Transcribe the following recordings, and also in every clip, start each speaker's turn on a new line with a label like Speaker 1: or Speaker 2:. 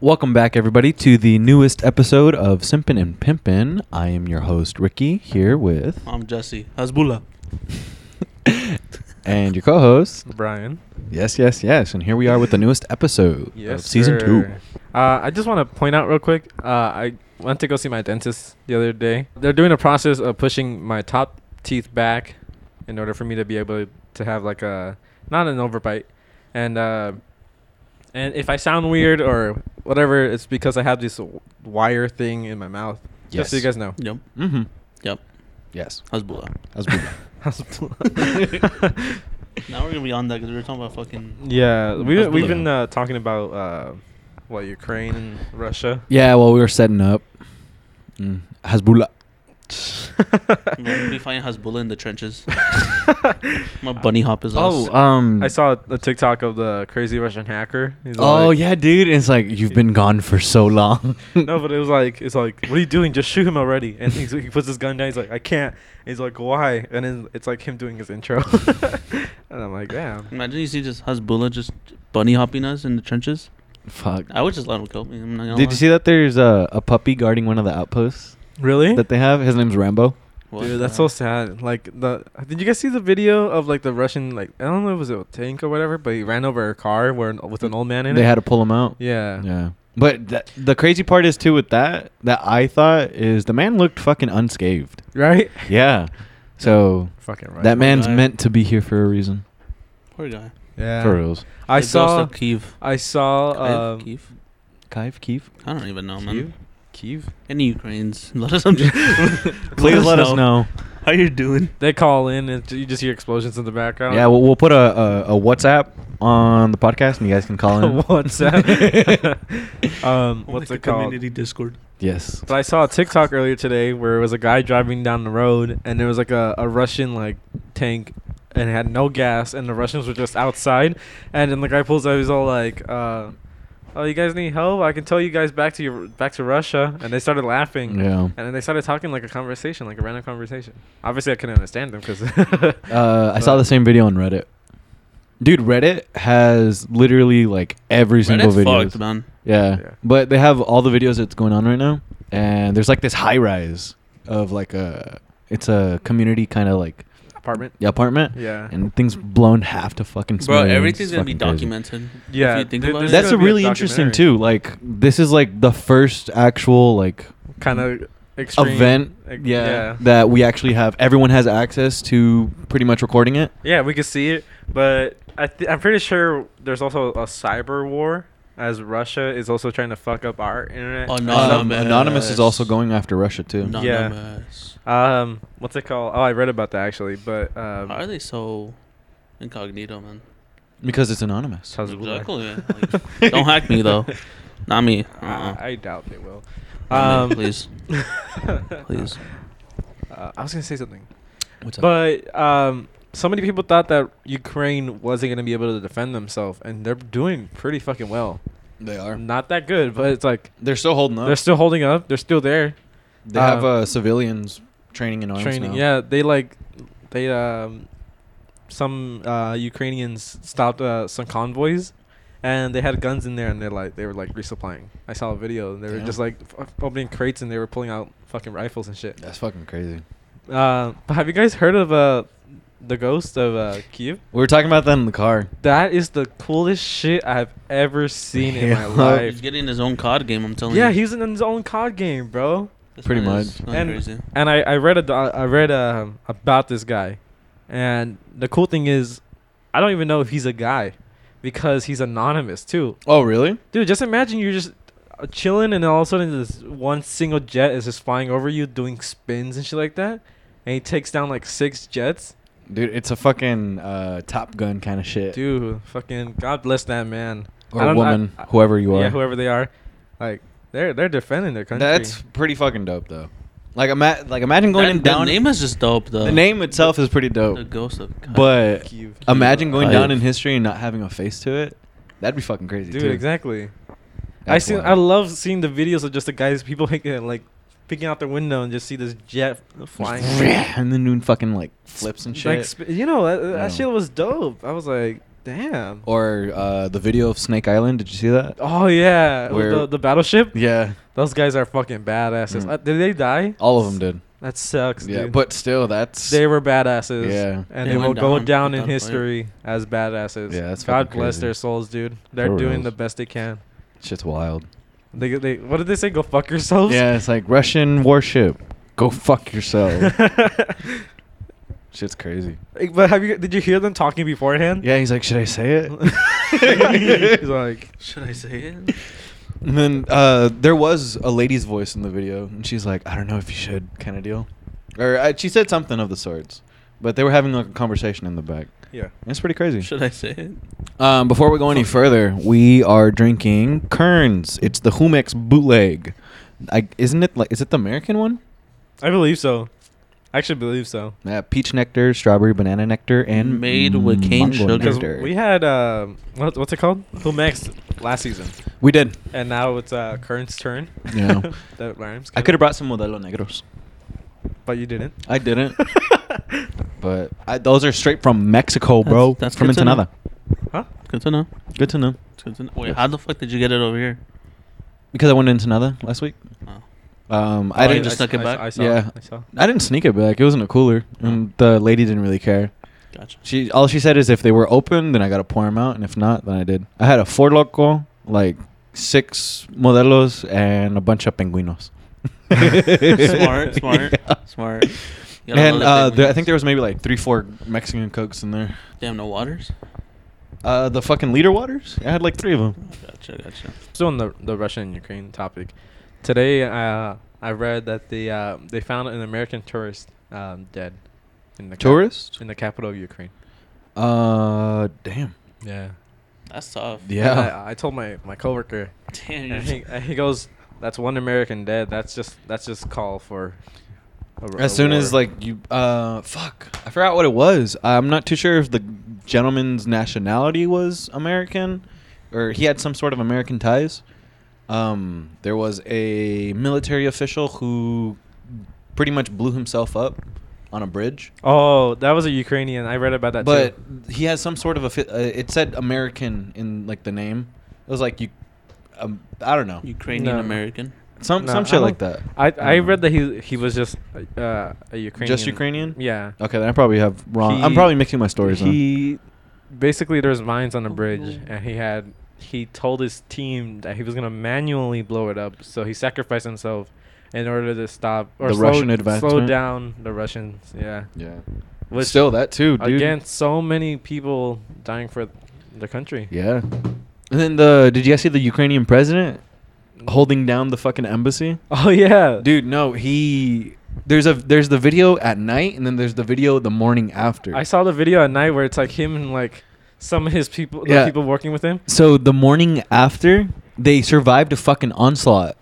Speaker 1: Welcome back, everybody, to the newest episode of Simpin' and Pimpin'. I am your host, Ricky, here with.
Speaker 2: I'm Jesse Hasbullah.
Speaker 1: and your co host.
Speaker 3: Brian.
Speaker 1: Yes, yes, yes. And here we are with the newest episode
Speaker 3: Yes,
Speaker 1: of season two.
Speaker 3: sir. Uh, I just want to point out real quick. Uh, I went to go see my dentist the other day. They're doing a process of pushing my top teeth back in order for me to be able to have like a not an overbite, and uh, and if I sound weird or whatever, it's because I have this w- wire thing in my mouth. Just so you
Speaker 1: Yes.
Speaker 3: guys know.
Speaker 2: Yep.
Speaker 1: Mm hmm.
Speaker 2: Yep.
Speaker 1: Yes.
Speaker 2: Hasbullah.
Speaker 1: That's good.
Speaker 2: Now we're gonna be on that because we were talking about fucking.
Speaker 3: yeah, we
Speaker 2: That's
Speaker 3: we've
Speaker 2: brilliant.
Speaker 3: been uh, talking about uh, what Ukraine and Russia.
Speaker 1: yeah, well, we were setting up. Mm. Hasbullah.
Speaker 2: We're gonna be fighting Hasbullah in the trenches. My bunny hop is
Speaker 1: Oh,
Speaker 2: us.
Speaker 3: uh,
Speaker 1: um.
Speaker 3: I saw a TikTok of the crazy Russian hacker. He's
Speaker 1: Oh,
Speaker 3: like-
Speaker 1: yeah, dude. It's like, you've been gone for so long.
Speaker 3: No, but it was like it's like, what are you doing? Just shoot him already. And he's, he puts his gun down. He's like, I can't. He's like, why? And then it's like him doing his intro. and I'm like, damn.
Speaker 2: Imagine you see just Hasbullah just bunny hopping us in the trenches.
Speaker 1: Fuck.
Speaker 2: I would just let him kill me. I'm not gonna
Speaker 1: Did
Speaker 2: lie.
Speaker 1: you see that there's a, a puppy guarding one of the outposts
Speaker 3: Really?
Speaker 1: that they have? His name's Rambo.
Speaker 2: What Uh,
Speaker 3: Dude,
Speaker 2: the
Speaker 3: that's so
Speaker 2: hell?
Speaker 3: sad. Like the did you guys see the video of like the Russian like I don't know if it was a tank or whatever, but he ran over a car where an- with an old man in
Speaker 1: They
Speaker 3: it.
Speaker 1: had to pull him out.
Speaker 3: yeah.
Speaker 1: Yeah. But th- the crazy part is too with that that I thought is the man looked fucking unscathed.
Speaker 3: Right?
Speaker 1: Yeah. So
Speaker 3: Fucking right.
Speaker 1: that man's
Speaker 2: guy.
Speaker 1: meant to be here for a reason.
Speaker 2: Poor guy.
Speaker 3: yeah.
Speaker 1: For reals.
Speaker 3: I
Speaker 2: The ghost
Speaker 3: saw
Speaker 2: of Kiev.
Speaker 3: I saw
Speaker 2: Kiev?
Speaker 3: um
Speaker 2: Kiev?
Speaker 1: Kiev, Kiev.
Speaker 2: I don't even know, man.
Speaker 3: Kiev? Kiev?
Speaker 2: Any Ukrainians? Let us. Please
Speaker 1: Please let us know.
Speaker 2: how you doing.
Speaker 3: They call in and you just hear explosions in the background.
Speaker 1: Yeah, we'll, we'll put a, a, a WhatsApp on the podcast and you guys can call in.
Speaker 3: WhatsApp. um, what's it called?
Speaker 2: Discord.
Speaker 1: yes.
Speaker 3: But I saw a TikTok earlier today where it was a guy driving down the road and there was like a, a Russian like tank and it had no gas and the Russians were just outside and then the guy pulls out he's all like uh, oh you guys need help I can tell you guys back to your back to Russia and they started laughing
Speaker 1: Yeah.
Speaker 3: and then they started talking like a conversation like a random conversation obviously I couldn't understand them because
Speaker 1: Uh, I saw the same video on Reddit. Dude, Reddit has literally like every single
Speaker 2: Reddit's
Speaker 1: video.
Speaker 2: fucked, man.
Speaker 1: Yeah.
Speaker 3: Yeah.
Speaker 1: But they have all the videos that's going on right now. And there's like this high rise of like a it's a community kind of like
Speaker 3: apartment
Speaker 1: apartment.
Speaker 3: yeah
Speaker 1: And things blown half to fucking
Speaker 2: Bro,
Speaker 1: smithereens.
Speaker 2: everything's
Speaker 1: It's
Speaker 2: gonna be
Speaker 1: fucking crazy.
Speaker 2: documented.
Speaker 3: Yeah,
Speaker 2: If you think
Speaker 3: th-
Speaker 2: about
Speaker 3: there's
Speaker 2: it.
Speaker 1: That's
Speaker 3: gonna
Speaker 1: a
Speaker 3: be a
Speaker 1: really interesting
Speaker 3: documentary.
Speaker 1: too. Like this is like the first actual like
Speaker 3: kind of extreme
Speaker 1: event
Speaker 3: ex-
Speaker 1: yeah, that we actually have everyone has access to pretty much recording it.
Speaker 3: Yeah, we could see it, but I th- I'm pretty sure there's also a cyber war as Russia is also trying to fuck up our internet.
Speaker 2: Oh, no.
Speaker 1: Anon-
Speaker 2: Anonymous.
Speaker 1: Um, Anonymous is also going after Russia too.
Speaker 2: Not
Speaker 3: Yeah.
Speaker 2: numbers.
Speaker 3: Um, what's it called? Oh, I read about that actually, but um,
Speaker 2: Why are they so incognito, man?
Speaker 1: Because it's anonymous.
Speaker 3: sounds weird.
Speaker 2: Exactly, yeah. Like, don't hack me, though. Not me. Uh-uh.
Speaker 3: I, I doubt they will.
Speaker 2: Not
Speaker 3: Um,
Speaker 2: me, please, please.
Speaker 3: Uh, I was gonna say something,
Speaker 1: What's
Speaker 3: but um, so many people thought that Ukraine wasn't gonna be able to defend themselves, and they're doing pretty fucking well.
Speaker 1: They are.
Speaker 3: Not that good, but it's like
Speaker 1: They're still holding up.
Speaker 3: they're still holding up. They're still there.
Speaker 1: They
Speaker 3: Uh,
Speaker 1: have uh, civilians training in arms
Speaker 3: training.
Speaker 1: now.
Speaker 3: Yeah, they like they um some uh Ukrainians stopped uh, some convoys and they had guns in there and they're like they were like resupplying. I saw a video and they were
Speaker 1: Damn.
Speaker 3: just like f- opening crates and they were pulling out fucking rifles and shit.
Speaker 1: that's fucking crazy.
Speaker 3: Uh, but have you guys heard of uh the ghost of uh Kiev?
Speaker 1: We were talking about that in the car.
Speaker 3: That is the coolest shit I've ever seen in my
Speaker 1: Yeah.
Speaker 2: He's
Speaker 3: life.
Speaker 2: getting his own COD game. I'm telling
Speaker 3: Yeah,
Speaker 2: you.
Speaker 3: he's in his own COD game, bro.
Speaker 2: This
Speaker 1: pretty
Speaker 2: man is
Speaker 1: much.
Speaker 2: going
Speaker 3: And-
Speaker 2: crazy.
Speaker 3: and I, I read a do- I read um about this guy, and the cool thing is, I don't even know if he's a guy, because he's anonymous too.
Speaker 1: Oh, really?
Speaker 3: Dude, just imagine you're just uh, chilling, and all of a sudden this one single jet is just flying over you, doing spins and shit like that, and he takes down like six jets.
Speaker 1: Dude, it's a fucking uh, Top Gun kind of shit.
Speaker 3: Dude, fucking God bless that man. I
Speaker 1: or
Speaker 3: don't- I-
Speaker 1: woman,
Speaker 3: I-
Speaker 1: whoever you are.
Speaker 3: Yeah, whoever they are, like they're they're defending their country.
Speaker 1: That's pretty fucking dope, though. Like, ima- like imagine going
Speaker 2: That-
Speaker 1: in down.
Speaker 2: The name is just dope, though.
Speaker 1: the name itself is pretty
Speaker 2: The
Speaker 1: dope.
Speaker 2: ghost of COD.
Speaker 1: But
Speaker 3: Kiev.
Speaker 1: imagine going
Speaker 2: I-
Speaker 1: down in history and not having a face to it. That'd be fucking crazy,
Speaker 3: dude
Speaker 1: too.
Speaker 3: exactly i
Speaker 1: That's
Speaker 3: see
Speaker 1: wild.
Speaker 3: i love seeing the videos of just the guys people like, like peeking out their window and just see this jet flying
Speaker 1: and the noon fucking like flips and shit.
Speaker 3: Like, sp- you know that,
Speaker 1: Yeah.
Speaker 3: that shit was dope i was like Damn.
Speaker 1: Or uh, the video of Snake Island. Did you see that?
Speaker 3: Oh yeah, with
Speaker 1: Where-
Speaker 3: the, the battleship.
Speaker 1: Yeah,
Speaker 3: Those guys are fucking badasses.
Speaker 1: Mm.
Speaker 3: Uh, did they die?
Speaker 1: all of them did.
Speaker 3: That sucks,
Speaker 1: Yeah,
Speaker 3: dude.
Speaker 1: but still, that's
Speaker 3: they were badasses.
Speaker 1: Yeah.
Speaker 3: and
Speaker 2: They
Speaker 3: they, will
Speaker 2: went
Speaker 3: go
Speaker 2: down
Speaker 3: down in
Speaker 2: without a fight.
Speaker 3: history as badasses.
Speaker 1: Yeah, that's
Speaker 3: God
Speaker 1: fucking
Speaker 3: bless
Speaker 1: crazy.
Speaker 3: their souls, dude. They're
Speaker 1: For
Speaker 3: doing
Speaker 1: reals.
Speaker 3: the best they can.
Speaker 1: shit's wild.
Speaker 3: They, they what did they say? Go fuck yourselves.
Speaker 1: Yeah, it's like Russian warship. Go fuck yourself. shit's crazy.
Speaker 3: Like, But have you? Did you hear them talking beforehand?
Speaker 1: Yeah, he's like, should I say it?
Speaker 3: He's like,
Speaker 2: Should I say it?
Speaker 1: And then uh, there was a lady's voice in the video, and she's like, I don't know if you should, kind of deal. Or uh, she said something of the sorts, but they were having like a conversation in the back.
Speaker 3: yeah.
Speaker 1: It's pretty crazy.
Speaker 2: Should I say it?
Speaker 1: Um, before we go any further, we are drinking Kerns. It's the Humex bootleg. I, isn't it like is it the American one?
Speaker 3: I believe so. I actually believe so.
Speaker 1: Yeah, Uh, peach nectar, strawberry banana nectar, and
Speaker 2: Made with cane
Speaker 1: mango
Speaker 2: sugar.
Speaker 3: Because
Speaker 1: nectar.
Speaker 3: we had um, what, what's it called? Who next last season,
Speaker 1: We did.
Speaker 3: and now it's uh, Kern's turn.
Speaker 1: Yeah.
Speaker 3: that rhymes.
Speaker 1: I
Speaker 3: kinda.
Speaker 1: could have brought some Modelo Negros.
Speaker 3: but you didn't.
Speaker 1: I didn't, but I, those are straight from Mexico, bro.
Speaker 2: That's- that's
Speaker 1: from
Speaker 2: good to know.
Speaker 1: Ensenada.
Speaker 3: Huh?
Speaker 2: Good to know.
Speaker 1: Good to know.
Speaker 2: It's good to know. Wait,
Speaker 1: Yes.
Speaker 2: how the fuck did you get it over here?
Speaker 1: Because I went to Ensenada last week.
Speaker 2: Oh.
Speaker 1: Um,
Speaker 2: Oh,
Speaker 1: I
Speaker 2: you
Speaker 1: didn't.
Speaker 2: just snuck it
Speaker 3: I,
Speaker 2: back?
Speaker 3: I saw.
Speaker 1: Yeah.
Speaker 3: I saw.
Speaker 1: I didn't sneak it back. It was in a cooler, and the lady didn't really care.
Speaker 2: Gotcha.
Speaker 1: She all she said is if they were open, then I gotta pour them out, and if not, then I did. I had a four loco, like six modelos, and a bunch of penguinos.
Speaker 2: smart, smart,
Speaker 1: Yeah.
Speaker 2: smart. You gotta
Speaker 1: And
Speaker 2: love the
Speaker 1: uh,
Speaker 2: big
Speaker 1: there, I
Speaker 2: ones.
Speaker 1: think there was maybe like three, four Mexican cokes in there.
Speaker 2: Damn, no waters?
Speaker 1: Uh, the fucking leader waters. I had like three of
Speaker 2: Oh,
Speaker 1: them.
Speaker 2: Gotcha, gotcha.
Speaker 3: Still on the the Russian and Ukraine topic. Today, uh, I read that the uh, they found an American tourist um, dead in the cap-
Speaker 1: Tourist?
Speaker 3: in the capital of Ukraine.
Speaker 1: Uh, damn.
Speaker 3: Yeah.
Speaker 2: That's tough.
Speaker 1: Yeah.
Speaker 3: I, I told my my coworker.
Speaker 2: Damn,
Speaker 3: And
Speaker 2: you're
Speaker 3: he, and he goes, "That's one American dead. That's just that's just call for." a r-
Speaker 1: As
Speaker 3: a
Speaker 1: soon as
Speaker 3: war."
Speaker 1: like you, uh, fuck, I forgot what it was. I'm not too sure if the gentleman's nationality was American, or he had some sort of American ties. Um, there was a military official who pretty much blew himself up on a bridge,
Speaker 3: Oh, that was a Ukrainian. I read about that
Speaker 1: but
Speaker 3: too.
Speaker 1: he has some sort of a. Fi- uh, it said American in like the name. It was like you, um, I don't know,
Speaker 2: Ukrainian American.
Speaker 1: some
Speaker 3: No,
Speaker 1: some
Speaker 3: I
Speaker 1: shit like
Speaker 3: don't-
Speaker 1: that.
Speaker 3: I I
Speaker 1: Um,
Speaker 3: read that he he was just uh, a Ukrainian.
Speaker 1: just Ukrainian.
Speaker 3: Yeah.
Speaker 1: Okay, then I probably have wrong. I'm
Speaker 3: He-
Speaker 1: probably mixing my stories. up.
Speaker 3: He basically there's mines on a
Speaker 2: Oh,
Speaker 3: bridge,
Speaker 2: no.
Speaker 3: and he had he told his team that he was gonna manually blow it up, so he sacrificed himself in order to stop or
Speaker 1: The
Speaker 3: slow,
Speaker 1: Russian
Speaker 3: slow
Speaker 1: advancement?
Speaker 3: down the Russians. Yeah.
Speaker 1: Yeah.
Speaker 3: Which-
Speaker 1: Still that too, dude.
Speaker 3: Again, so many people dying for the country.
Speaker 1: Yeah. And then the did you guys see the Ukrainian president holding down the fucking embassy?
Speaker 3: Oh yeah,
Speaker 1: Dude, no, he there's a there's the video at night and then there's the video the morning after.
Speaker 3: I saw the video at night where it's like him and like some of his people, the
Speaker 1: Yeah.
Speaker 3: people working with him.
Speaker 1: so the morning after they survived a fucking onslaught.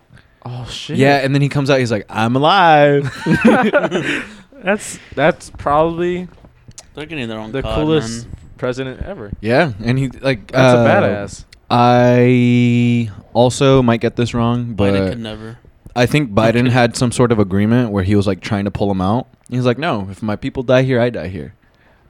Speaker 3: Oh shit.
Speaker 1: Yeah, and then he comes out he's like, "I'm alive."
Speaker 3: that's that's probably
Speaker 2: They're getting their own
Speaker 3: the
Speaker 2: cod,
Speaker 3: coolest
Speaker 2: man.
Speaker 3: president ever.
Speaker 1: yeah, and he like
Speaker 3: That's
Speaker 1: uh,
Speaker 3: a badass.
Speaker 1: I also might get this wrong, but
Speaker 2: Biden could never.
Speaker 1: I think Biden had some sort of agreement where he was like trying to pull him out. He was like, "No, if my people die here, I die here,"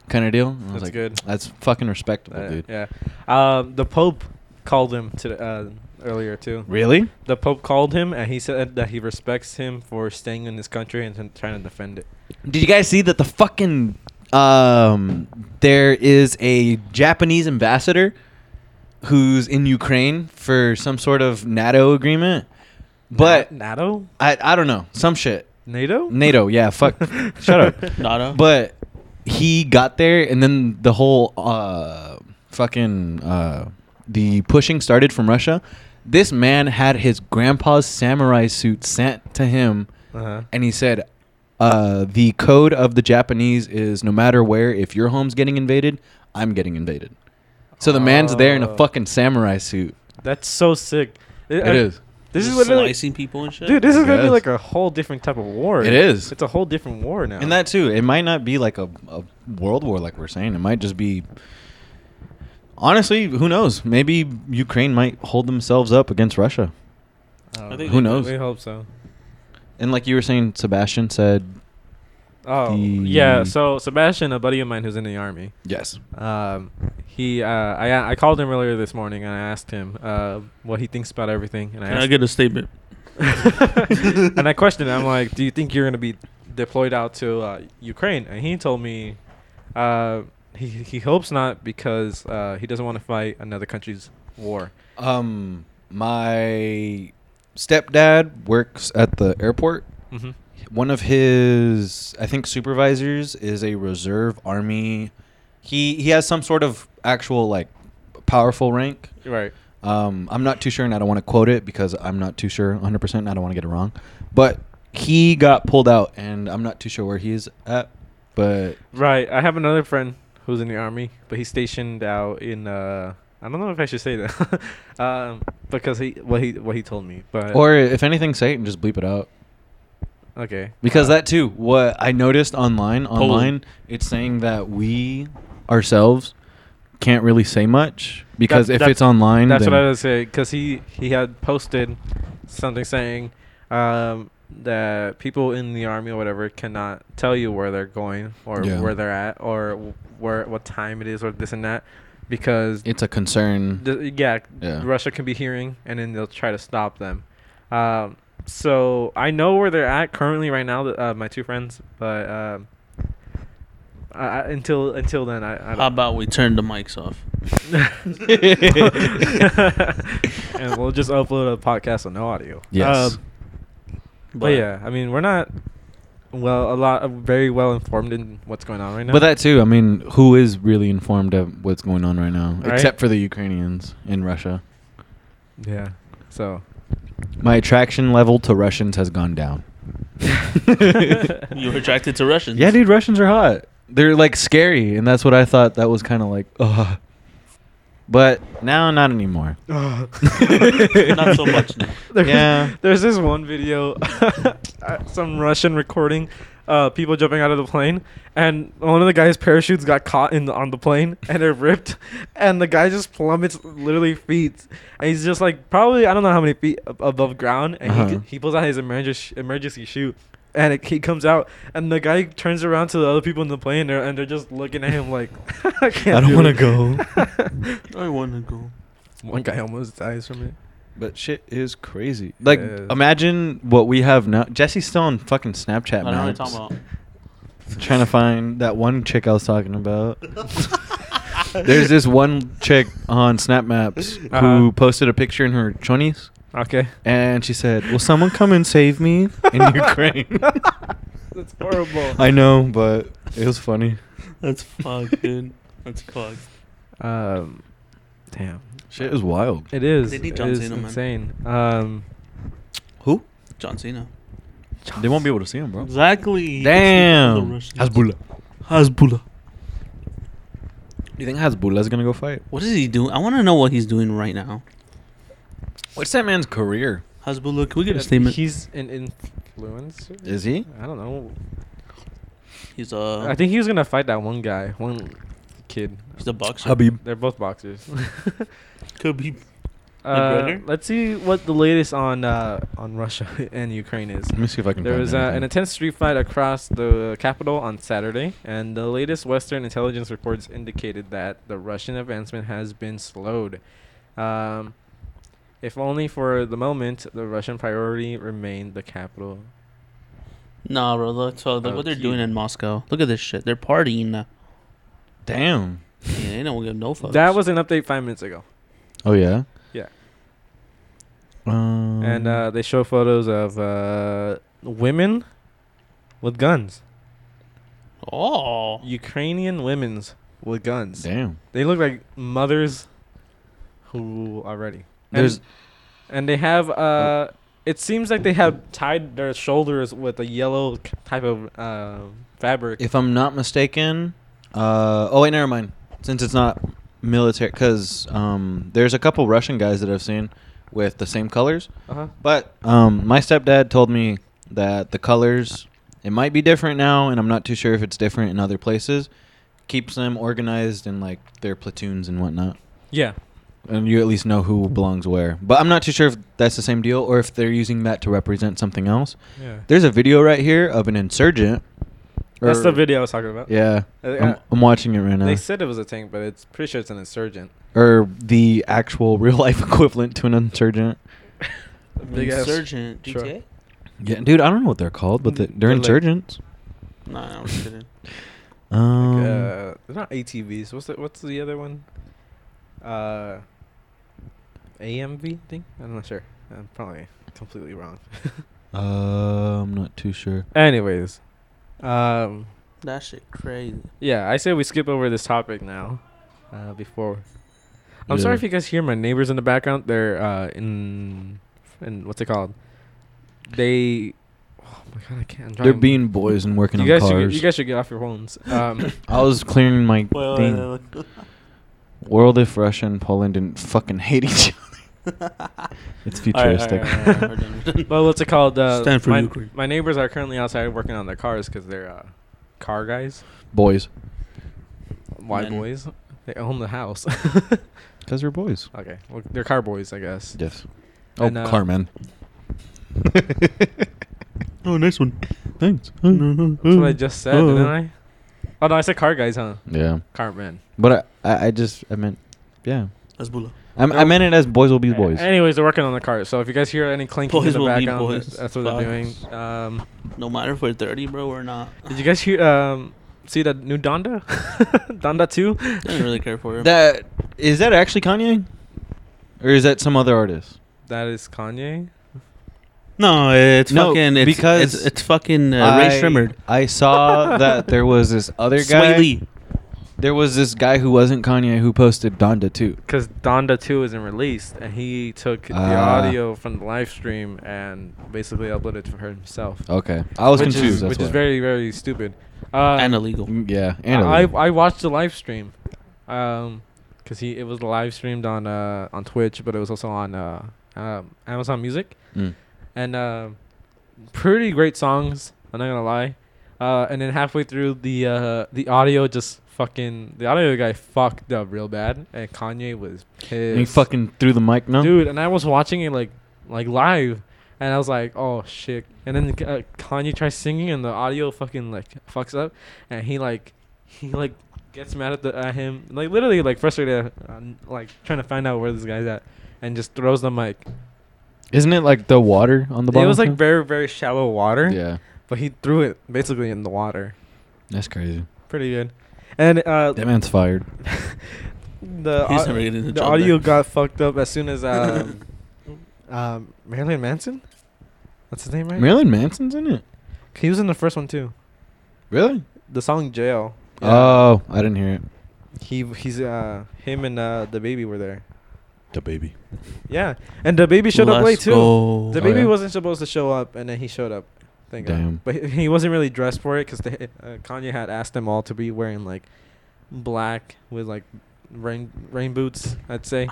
Speaker 1: kind of deal. And I was
Speaker 3: That's
Speaker 1: like,
Speaker 3: good.
Speaker 1: That's fucking respectable,
Speaker 3: Uh,
Speaker 1: dude.
Speaker 3: yeah. Um, the Pope called him to uh, earlier too.
Speaker 1: Really?
Speaker 3: The Pope called him and he said that he respects him for staying in this country and trying to defend it.
Speaker 1: Did you guys see that the fucking um there is a Japanese ambassador who's in Ukraine for some sort of NATO agreement, but
Speaker 3: Na- NATO,
Speaker 1: I I don't know some shit.
Speaker 3: NATO,
Speaker 1: NATO, yeah, fuck, shut up.
Speaker 2: Nada.
Speaker 1: But he got there, and then the whole uh, fucking uh, the pushing started from Russia. This man had his grandpa's samurai suit sent to him,
Speaker 3: Uh-huh.
Speaker 1: and he said, uh, "The code of the Japanese is no matter where, if your home's getting invaded, I'm getting invaded." So the man's there in
Speaker 3: Oh.
Speaker 1: a fucking samurai suit.
Speaker 3: That's so sick. It
Speaker 1: It is.
Speaker 3: This is
Speaker 2: Just
Speaker 3: what
Speaker 2: slicing people and shit.
Speaker 3: Dude, this is gonna be
Speaker 1: Yes.
Speaker 3: like a whole different type of war.
Speaker 1: It is.
Speaker 3: It's a whole different war now.
Speaker 1: And that too, it might not be like a, a world war like we're saying. It might just be honestly, who knows? Maybe Ukraine might hold themselves up against Russia.
Speaker 3: I don't
Speaker 2: I
Speaker 3: know.
Speaker 2: think
Speaker 1: Who knows?
Speaker 3: We hope Um, so.
Speaker 1: And like you were saying, Sebastian said
Speaker 3: Oh
Speaker 1: The-
Speaker 3: yeah. So Sebastian, a buddy of mine who's in the army,
Speaker 1: Yes.
Speaker 3: um, he uh, I I called him earlier this morning and I asked him uh, what he thinks about everything, and I
Speaker 2: Can I
Speaker 3: asked,
Speaker 2: get a statement?
Speaker 3: and I questioned him. I'm like, do you think you're gonna be deployed out to uh, Ukraine? And he told me uh, he he hopes not because uh, he doesn't want to fight another country's war.
Speaker 1: Um, my stepdad works at the airport.
Speaker 3: Mm-hmm.
Speaker 1: One of his, I think, supervisors is a reserve army. He he has some sort of actual like powerful rank.
Speaker 3: Right.
Speaker 1: Um, I'm not too sure, and I don't want to quote it because I'm not too sure 100. percent and I don't want to get it wrong, but he got pulled out, and I'm not too sure where he is at. But
Speaker 3: Right. I have another friend who's in the army, but he's stationed out in. Uh, I don't know if I should say that, um, because he what he what he told me. But
Speaker 1: or if anything, say it and just bleep it out.
Speaker 3: okay,
Speaker 1: Because that too, what I noticed online,
Speaker 2: Poland.
Speaker 1: online, it's saying that we ourselves can't really say much because if
Speaker 3: that-
Speaker 1: it's online,
Speaker 3: That's
Speaker 1: then
Speaker 3: what I was saying because he he had posted something saying um, that people in the army or whatever cannot tell you where they're going or
Speaker 1: Yeah.
Speaker 3: where they're at or wh- where what time it is or this and that because
Speaker 1: It's a concern.
Speaker 3: the, yeah,
Speaker 1: Mm. Yeah.
Speaker 3: Russia can be hearing, and then they'll try to stop them. Um, so I know where they're at currently right now. th- Uh, my two friends, but um, I, I, until until then, I, I don't
Speaker 2: How about we turn the mics off?
Speaker 3: and we'll just uh, upload a podcast with no audio.
Speaker 1: Yes.
Speaker 3: Um, but yeah, I mean, we're not well a lot very well informed in what's going on right now.
Speaker 1: But that too, um, I mean, who is really informed of what's going on right now,
Speaker 3: Right.
Speaker 1: except for the Ukrainians in Russia?
Speaker 3: yeah. So
Speaker 1: My attraction level to Russians has gone down.
Speaker 2: You were attracted to Russians.
Speaker 1: Yeah, dude, Russians are hot. They're like scary, and that's what I thought. That was kind of like, ugh. But now, not anymore.
Speaker 2: Not so much. No.
Speaker 3: There's,
Speaker 1: Yeah.
Speaker 3: There's this one video, uh, some Russian recording, uh, people jumping out of the plane, and one of the guy's parachutes got caught in the, on the plane, and it ripped, and the guy just plummets literally feet, and he's just like probably I don't know how many feet ab- above ground, and
Speaker 1: Uh-huh.
Speaker 3: he, he pulls out his emergency emergency chute. And it, he comes out, and the guy turns around to the other people in the plane, and they're, and they're just looking at him like, "I, can't
Speaker 1: I don't
Speaker 3: do
Speaker 1: wanna
Speaker 3: it."
Speaker 1: go.
Speaker 2: I want to go.
Speaker 3: one guy almost dies from it.
Speaker 1: But shit is crazy. Like,
Speaker 3: Yes.
Speaker 1: imagine what we have now. Jesse's still on fucking
Speaker 2: I
Speaker 1: Snapchat,
Speaker 2: don't know what
Speaker 1: man.
Speaker 2: you're talking about.
Speaker 1: Trying to find that one chick I was talking about. There's this one chick on Snap Maps
Speaker 3: Uh-huh.
Speaker 1: who posted a picture in her 20s,
Speaker 3: Okay,
Speaker 1: and she said, "Will someone come and save me in Ukraine?"
Speaker 3: that's horrible.
Speaker 1: I know, but it was funny.
Speaker 2: That's fucked, dude. That's fucked.
Speaker 3: Um, damn,
Speaker 1: Shit is wild.
Speaker 3: it is.
Speaker 2: They need
Speaker 3: it
Speaker 2: John
Speaker 3: is
Speaker 2: Cena, man.
Speaker 3: insane. Um,
Speaker 1: Who?
Speaker 2: John Cena.
Speaker 1: They won't be able to see him, bro.
Speaker 2: Exactly.
Speaker 1: Damn.
Speaker 2: Hasbullah.
Speaker 1: Hasbullah.
Speaker 2: Hasbullah.
Speaker 1: Do you think Hasbullah's gonna go fight?
Speaker 2: What is he doing? I want to know what he's doing right now.
Speaker 1: What's that man's career?
Speaker 2: Hasbullah, can we get a statement?
Speaker 3: He's an influencer.
Speaker 1: Is he?
Speaker 3: I don't know.
Speaker 2: He's uh,
Speaker 3: I think he was gonna fight that one guy, one kid.
Speaker 2: he's a boxer.
Speaker 1: Habib.
Speaker 3: They're both boxers.
Speaker 2: Could be.
Speaker 3: uh,
Speaker 2: McGregor?
Speaker 3: let's see what the latest on uh, on Russia and Ukraine is.
Speaker 1: Let me see if I can.
Speaker 3: There
Speaker 1: find
Speaker 3: was uh, an
Speaker 1: anything.
Speaker 3: intense street fight across the capital on Saturday, and the latest Western intelligence reports indicated that the Russian advancement has been slowed. Um, if only for the moment, the Russian priority remained the capital.
Speaker 2: Nah, bro. Look, so look what they're
Speaker 3: Okay.
Speaker 2: doing in Moscow. Look at this shit. They're partying. now.
Speaker 1: Damn.
Speaker 2: Yeah, they don't give no fucks.
Speaker 3: That was an update five minutes ago,
Speaker 1: Oh yeah.
Speaker 3: Yeah.
Speaker 1: Um,
Speaker 3: and uh, they show photos of uh, women with guns,
Speaker 2: Oh.
Speaker 3: Ukrainian women's with guns.
Speaker 1: damn,
Speaker 3: They look like mothers who are ready. And,
Speaker 1: There's-
Speaker 3: and they have uh it seems like they have tied their shoulders with a yellow k- type of uh, fabric.
Speaker 1: if I'm not mistaken, uh, oh wait, never mind. Since it's not military, because um, there's a couple Russian guys that I've seen with the same colors,
Speaker 3: uh-huh.
Speaker 1: but um, my stepdad told me that the colors it might be different now, and I'm not too sure if it's different in other places. Keeps them organized in like their platoons and whatnot.
Speaker 3: Yeah.
Speaker 1: and you at least know who belongs where. But I'm not too sure if that's the same deal or if they're using that to represent something else.
Speaker 3: Yeah.
Speaker 1: There's a video right here of an insurgent Or-
Speaker 3: That's the video I was talking about.
Speaker 1: Yeah,
Speaker 3: Uh,
Speaker 1: I'm, I'm watching it right now.
Speaker 3: They said it was a tank, but it's pretty sure it's an insurgent.
Speaker 1: or the actual real life equivalent to an insurgent.
Speaker 3: A big ass
Speaker 2: Insurgent
Speaker 3: truck.
Speaker 2: GTA?
Speaker 1: Yeah, dude, I don't know what they're called, but the, they're
Speaker 3: Mm, They're like-
Speaker 1: insurgents.
Speaker 2: Nah, I'm kidding.
Speaker 1: Um,
Speaker 3: like, uh, they're not ATVs. What's the what's the other one? Uh, AMV thing? I'm not sure. I'm probably completely wrong.
Speaker 1: uh, I'm not too sure.
Speaker 3: Anyways, um,
Speaker 2: That shit crazy.
Speaker 3: yeah, I say we skip over this topic now. Uh, before, I'm
Speaker 1: Yeah.
Speaker 3: sorry if you guys hear my neighbors in the background. They're uh in, in what's it called? They, oh my god, I can't. I'm
Speaker 1: They're
Speaker 3: driving-
Speaker 1: being boys and working
Speaker 3: You
Speaker 1: on
Speaker 3: guys, should,
Speaker 1: cars.
Speaker 3: get- you guys should get off your phones. Um,
Speaker 1: I was clearing my
Speaker 2: Well, uh,
Speaker 1: thing. World if Russia and Poland didn't fucking hate each other. it's futuristic.
Speaker 3: Well, what's it called? Uh,
Speaker 2: Stand for
Speaker 3: my,
Speaker 2: Ukraine.
Speaker 3: my neighbors are currently outside working on their cars because they're uh, car guys.
Speaker 1: Boys.
Speaker 3: Why
Speaker 2: Men.
Speaker 3: boys? They own the house.
Speaker 1: Because they're boys.
Speaker 3: okay, well, they're car boys, I guess.
Speaker 1: Yes. Oh,
Speaker 3: And, uh,
Speaker 1: Carmen.
Speaker 2: oh, nice one.
Speaker 1: Thanks.
Speaker 3: That's what I just said, didn't I? Oh no, I said car guys, huh?
Speaker 1: Yeah.
Speaker 3: Car men.
Speaker 1: But I, I, I just, I meant, yeah.
Speaker 2: Hezbollah.
Speaker 1: I, I meant it as boys will be boys.
Speaker 3: A- Anyways, they're working on the cars. So if you guys hear any clinking
Speaker 2: Boys
Speaker 3: in the
Speaker 2: will be
Speaker 3: background,
Speaker 2: boys.
Speaker 3: that's what they're doing.
Speaker 2: Facts.
Speaker 3: Um,
Speaker 2: No matter if we're 30, bro, or not.
Speaker 3: did you guys hear? Um, see that new Donda? Donda two?
Speaker 2: Didn't really care for it.
Speaker 1: That is that actually Kanye, or is that some other artist?
Speaker 3: That is Kanye.
Speaker 2: no, it's
Speaker 1: No,
Speaker 2: fucking. It's,
Speaker 1: because
Speaker 2: it's, it's fucking uh, Ray
Speaker 1: I-
Speaker 2: Shrimmered.
Speaker 1: I saw that there was this other guy.
Speaker 2: Sway Lee.
Speaker 1: There was this guy who wasn't Kanye who posted Donda too.
Speaker 3: because Donda 2 isn't released, and he took the
Speaker 1: Ah.
Speaker 3: audio from the live stream and basically uploaded it for himself.
Speaker 1: Okay, I was
Speaker 3: which
Speaker 1: confused.
Speaker 3: Is,
Speaker 1: that's
Speaker 3: which is
Speaker 1: why.
Speaker 3: very, very stupid. Uh,
Speaker 2: and illegal.
Speaker 1: Mm, yeah. And
Speaker 3: I,
Speaker 1: illegal.
Speaker 3: I watched the live stream Um 'cause because he it was live streamed on uh, on Twitch, but it was also on uh, um, Amazon Music,
Speaker 1: Mm.
Speaker 3: and uh, pretty great songs. I'm not gonna lie. Uh, and then halfway through the uh, the audio just fucking the audio guy fucked up real bad, and Kanye was pissed
Speaker 1: And he fucking threw the mic. No,
Speaker 3: dude. And I was watching it like like live, and I was like, oh shit. And then uh, Kanye tries singing, and the audio fucking like fucks up, and he like he like gets mad at the at him, like literally like frustrated, uh, like trying to find out where this guy's at, and just throws the mic.
Speaker 1: isn't it like the water on the bottom?
Speaker 3: it was like
Speaker 1: thing?
Speaker 3: very very shallow water,
Speaker 1: Yeah,
Speaker 3: but he threw it basically in the water.
Speaker 1: that's crazy.
Speaker 3: Pretty good. And uh,
Speaker 1: That man's fired.
Speaker 3: the
Speaker 2: He's
Speaker 3: au-
Speaker 2: never getting in the
Speaker 3: the
Speaker 2: job
Speaker 3: audio
Speaker 2: there.
Speaker 3: got fucked up as soon as um, um, Marilyn Manson. That's his name, right?
Speaker 1: Marilyn Manson's in it.
Speaker 3: He was in the first one too.
Speaker 1: Really?
Speaker 3: The song "Jail."
Speaker 1: Oh, I didn't hear it.
Speaker 3: He he's uh him and uh the baby were there.
Speaker 1: The baby.
Speaker 3: Yeah, and the baby showed up late
Speaker 2: Let's
Speaker 3: too.
Speaker 2: go.
Speaker 3: The
Speaker 1: Oh,
Speaker 3: baby
Speaker 1: yeah?
Speaker 3: wasn't supposed to show up, and then he showed up. Thank
Speaker 1: Damn.
Speaker 3: God. But he, he wasn't really dressed for it because uh, Kanye had asked them all to be wearing like black with like rain rain boots. I'd say.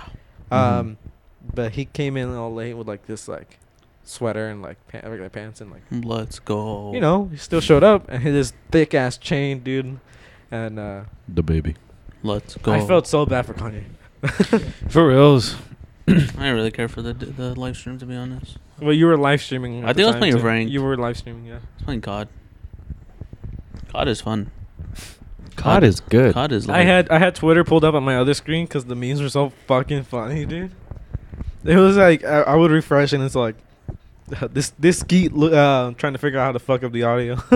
Speaker 3: Um,
Speaker 2: Mm-hmm.
Speaker 3: but he came in all late with like this like sweater and like pa- regular pants and like
Speaker 2: Let's go.
Speaker 3: you know he still showed up and his thick ass chain, dude, and uh.
Speaker 1: The baby.
Speaker 2: Let's go.
Speaker 3: I felt so bad for Kanye.
Speaker 1: For reals.
Speaker 2: I didn't really care for the the live stream to be honest.
Speaker 3: Well, you were live streaming.
Speaker 2: I
Speaker 3: at the
Speaker 2: think I was
Speaker 3: time,
Speaker 2: playing
Speaker 3: too.
Speaker 2: ranked.
Speaker 3: You were live streaming, yeah.
Speaker 2: It's playing COD. COD is fun.
Speaker 1: COD is good.
Speaker 2: COD is. Like,
Speaker 3: I had I had Twitter pulled up on my other screen because the memes were so fucking funny, dude. It was like I, I would refresh and it's like this this geek lo- uh, trying to figure out how to fuck up the audio,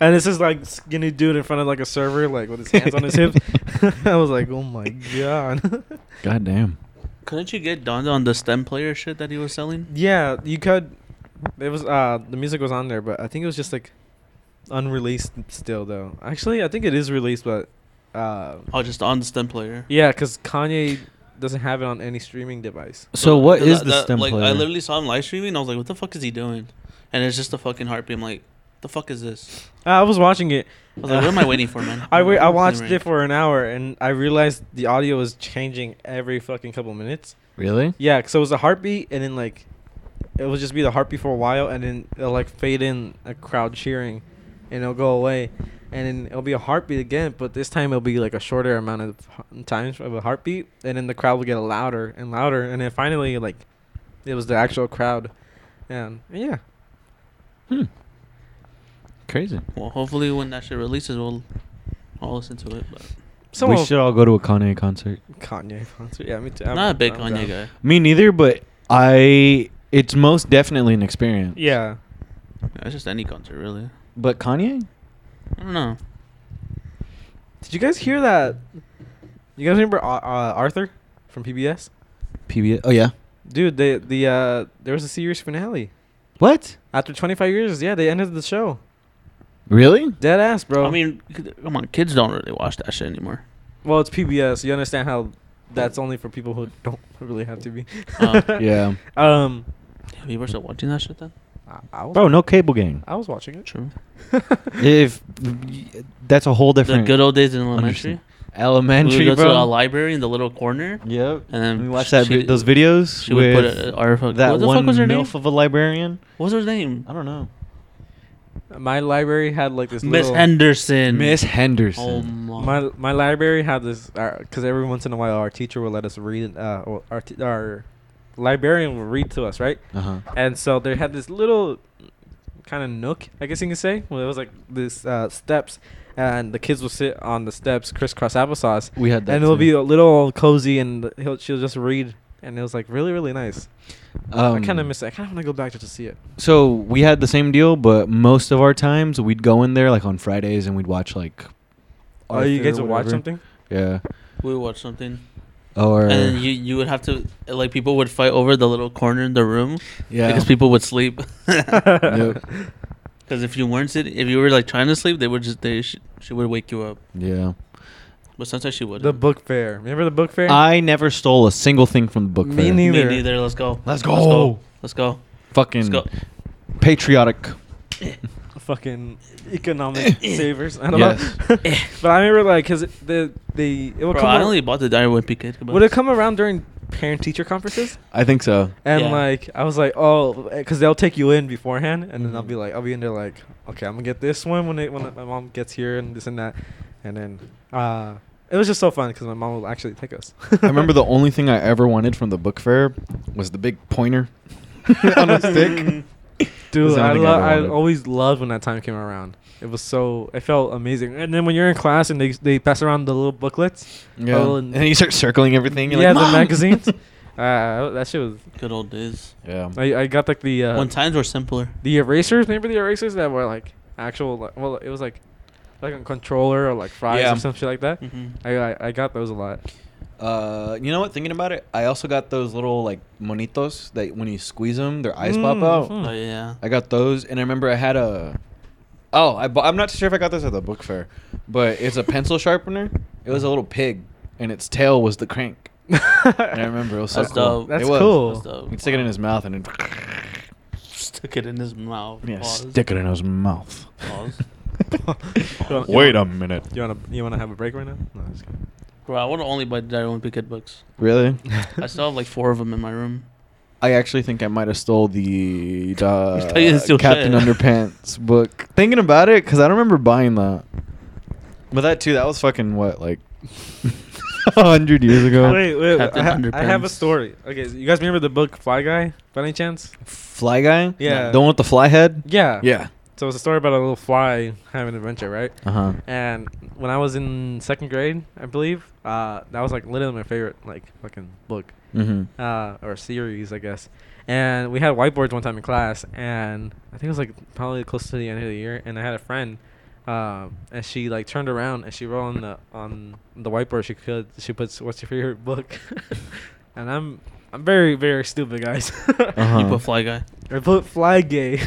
Speaker 3: and it's just like skinny dude in front of like a server like with his hands on his hips. I was like, oh my god.
Speaker 1: God damn.
Speaker 2: Couldn't you get donned on the stem player shit that he was selling?
Speaker 3: yeah, you could. It was uh the music was on there, but I think it was just like unreleased still though. Actually, I think it is released, but uh
Speaker 2: Oh, just on the stem player.
Speaker 3: Yeah, because Kanye doesn't have it on any streaming device.
Speaker 1: So what
Speaker 2: Cause
Speaker 1: is
Speaker 2: I-
Speaker 1: the
Speaker 2: that-
Speaker 1: stem
Speaker 2: like,
Speaker 1: player?
Speaker 2: I literally saw him live streaming. I was like, "What the fuck is he doing?" And it's just a fucking heartbeat. I'm like, "The fuck is this?"
Speaker 3: Uh, I was watching it.
Speaker 2: I was like, "What am I waiting for, man?"
Speaker 3: I, wa- I
Speaker 2: What's
Speaker 3: watched
Speaker 2: the
Speaker 3: it
Speaker 2: rank?
Speaker 3: for an hour and I realized the audio was changing every fucking couple minutes.
Speaker 1: really?
Speaker 3: Yeah, so it was a heartbeat and then like it would just be the heartbeat for a while and then it'll like fade in a crowd cheering and it'll go away and then it'll be a heartbeat again, but this time it'll be like a shorter amount of h- times of a heartbeat and then the crowd will get louder and louder and then finally like it was the actual crowd and yeah.
Speaker 1: Hmm. crazy.
Speaker 2: Well, hopefully when that shit releases, we'll all listen to it. But
Speaker 3: Someone
Speaker 1: we should all go to a Kanye concert.
Speaker 3: Kanye concert. Yeah, me too.
Speaker 2: I'm not a big Kanye guy.
Speaker 1: Me neither, but I. It's most definitely an experience.
Speaker 3: Yeah.
Speaker 2: Yeah, it's just any concert, really.
Speaker 1: But Kanye?
Speaker 2: I don't know.
Speaker 3: Did you guys hear that? You guys remember Ar- uh, Arthur from PBS?
Speaker 1: PBS? Oh yeah.
Speaker 3: Dude, they the uh there was a series finale.
Speaker 1: What?
Speaker 3: After 25 years, yeah, they ended the show.
Speaker 1: Really?
Speaker 3: Dead ass, bro.
Speaker 2: I mean, c- come on, kids don't really watch that shit anymore.
Speaker 3: well, it's PBS. You understand how that's only for people who don't really have to be.
Speaker 2: Oh.
Speaker 1: yeah.
Speaker 3: Um,
Speaker 2: Damn, people are still watching that shit then.
Speaker 3: I, I was
Speaker 1: Bro, no cable gang.
Speaker 3: I was watching it.
Speaker 2: True.
Speaker 1: if that's a whole
Speaker 2: The
Speaker 1: different
Speaker 2: good old days in elementary.
Speaker 1: elementary,
Speaker 2: we would go
Speaker 1: bro.
Speaker 2: to a library in the little corner.
Speaker 1: Yep.
Speaker 2: And then
Speaker 1: we watched
Speaker 2: sh-
Speaker 1: that
Speaker 2: she-
Speaker 1: vi- those videos
Speaker 2: she would
Speaker 1: with
Speaker 2: put a- our fuck-
Speaker 1: that
Speaker 2: what the fuck
Speaker 1: one
Speaker 2: was her name?
Speaker 1: milf of a librarian.
Speaker 2: What was her name?
Speaker 1: I don't know.
Speaker 3: My library had like this
Speaker 2: Miss
Speaker 3: little-
Speaker 2: Henderson.
Speaker 1: Miss Henderson.
Speaker 2: Oh my.
Speaker 3: My my library had this because every once in a while our teacher would let us read. Uh, or our t- our librarian would read to us, right?
Speaker 1: Uh-huh.
Speaker 3: And so they had this little kind of nook, I guess you can say, where it was like this uh, steps, and the kids would sit on the steps, crisscross applesauce,
Speaker 1: We had that.
Speaker 3: and it'll
Speaker 1: too.
Speaker 3: be a little cozy, and he'll, she'll just read, and it was like really really nice. I
Speaker 1: Um,
Speaker 3: kind of miss it. I kind of want to go back just to see it.
Speaker 1: So we had the same deal, but most of our times we'd go in there like on Fridays and we'd watch like.
Speaker 3: Oh, you
Speaker 1: Arthur
Speaker 3: guys
Speaker 1: or
Speaker 3: would watch
Speaker 1: whatever.
Speaker 3: something?
Speaker 1: Yeah.
Speaker 2: We watched something,
Speaker 1: Or
Speaker 2: and then you you would have to like people would fight over the little corner in the room
Speaker 1: yeah.
Speaker 2: because people would sleep.
Speaker 1: Yep.
Speaker 2: Because if you weren't sitting, if you were like trying to sleep, they would just they she, she would wake you up.
Speaker 1: Yeah.
Speaker 2: But sometimes she wouldn't.
Speaker 3: The book fair. Remember the book fair?
Speaker 1: I never stole a single thing from the book
Speaker 3: Me
Speaker 1: fair.
Speaker 2: Me
Speaker 3: neither.
Speaker 2: neither. Let's go.
Speaker 1: Let's
Speaker 2: Let's
Speaker 1: go.
Speaker 2: go. Let's go.
Speaker 1: Fucking
Speaker 2: Let's go.
Speaker 1: patriotic.
Speaker 3: fucking economic savers. I don't
Speaker 1: Yes.
Speaker 3: know. but I remember like because the the it would
Speaker 2: Bro,
Speaker 3: come.
Speaker 2: I
Speaker 3: ar-
Speaker 2: only bought the diary wimpy kid.
Speaker 3: would it come around during parent teacher conferences?
Speaker 1: I think so.
Speaker 3: And
Speaker 2: Yeah.
Speaker 3: like I was like, oh, because they'll take you in beforehand, and then I'll
Speaker 1: Mhm.
Speaker 3: be like, I'll be in there like, okay, I'm gonna get this one when it, when my mom gets here and this and that, and then uh, it was just so fun because my mom will actually take us.
Speaker 1: I remember the only thing I ever wanted from the book fair was the big pointer on a stick. That's
Speaker 3: Dude,
Speaker 1: the
Speaker 3: I,
Speaker 1: only thing I
Speaker 3: lo-
Speaker 1: ever
Speaker 3: I
Speaker 1: wanted.
Speaker 3: always loved when that time came around. It was so, it felt amazing. And then when you're in class and they, they pass around the little booklets,
Speaker 1: Yeah.
Speaker 3: Oh,
Speaker 1: and
Speaker 3: and-
Speaker 1: you start circling everything. You're
Speaker 3: yeah,
Speaker 1: like,
Speaker 3: the
Speaker 1: "Mom!"
Speaker 3: magazines. uh, that shit was.
Speaker 2: Good old days.
Speaker 1: yeah.
Speaker 3: I, I got like the uh,
Speaker 2: when times were simpler.
Speaker 3: the erasers. Remember the erasers that were like actual. Like, well, it was like like a controller or like fries
Speaker 1: Yeah.
Speaker 3: or some shit like that.
Speaker 2: Mhm.
Speaker 3: I, I I got those a lot.
Speaker 1: Uh, you know what? Thinking about it, I also got those little like monitos that when you squeeze them, their eyes
Speaker 3: Mm,
Speaker 1: pop out.
Speaker 3: mhm.
Speaker 2: Oh yeah.
Speaker 1: I got those, and I remember I had a. Oh, I bu- I'm not sure if I got this at the book fair, but it's a pencil sharpener. It was a little pig, and its tail was the crank. And I remember it was so
Speaker 2: That's
Speaker 1: cool.
Speaker 2: dope.
Speaker 3: That's
Speaker 1: it was.
Speaker 3: cool.
Speaker 2: That's dope.
Speaker 1: He'd stick it in his mouth and it
Speaker 2: Stick it in his mouth.
Speaker 1: yeah,
Speaker 2: Pause.
Speaker 1: stick it in his mouth.
Speaker 2: Pause.
Speaker 3: Well, you
Speaker 1: Wait
Speaker 2: um.
Speaker 3: wanna-
Speaker 1: a minute.
Speaker 3: You wanna you wanna have a break right now? No, I'm just kidding.
Speaker 2: Bro, I would only buy the Diary Wimpy Kid books.
Speaker 1: Really?
Speaker 2: I still have like four of them in my room.
Speaker 1: I actually think I might have stole the uh,
Speaker 2: You thought you didn't steal
Speaker 1: Captain
Speaker 2: shit.
Speaker 1: Underpants book. Thinking about it, because I don't remember buying that. But that too, that was fucking what, like a hundred years ago.
Speaker 3: Wait, wait, wait. I, ha-
Speaker 2: Captain
Speaker 3: I have a
Speaker 2: Underpants.
Speaker 3: story. Okay, so you guys remember the book Fly Guy by any chance?
Speaker 1: Fly guy.
Speaker 3: Yeah.
Speaker 1: The one with the fly head.
Speaker 3: Yeah.
Speaker 1: Yeah.
Speaker 3: So it's a story about a little fly having an adventure, right?
Speaker 1: Uh huh.
Speaker 3: And when I was in second grade, I believe, uh, that was like literally my favorite like fucking book
Speaker 1: Mm-hmm.
Speaker 3: uh, or series, I guess. And we had whiteboards one time in class, and I think it was like probably close to the end of the year. And I had a friend, um, and she like turned around and she wrote on the on the whiteboard she could she puts what's your favorite book, and I'm I'm very very stupid guys.
Speaker 1: Uh-huh.
Speaker 2: You put Fly Guy.
Speaker 3: I put fly gay.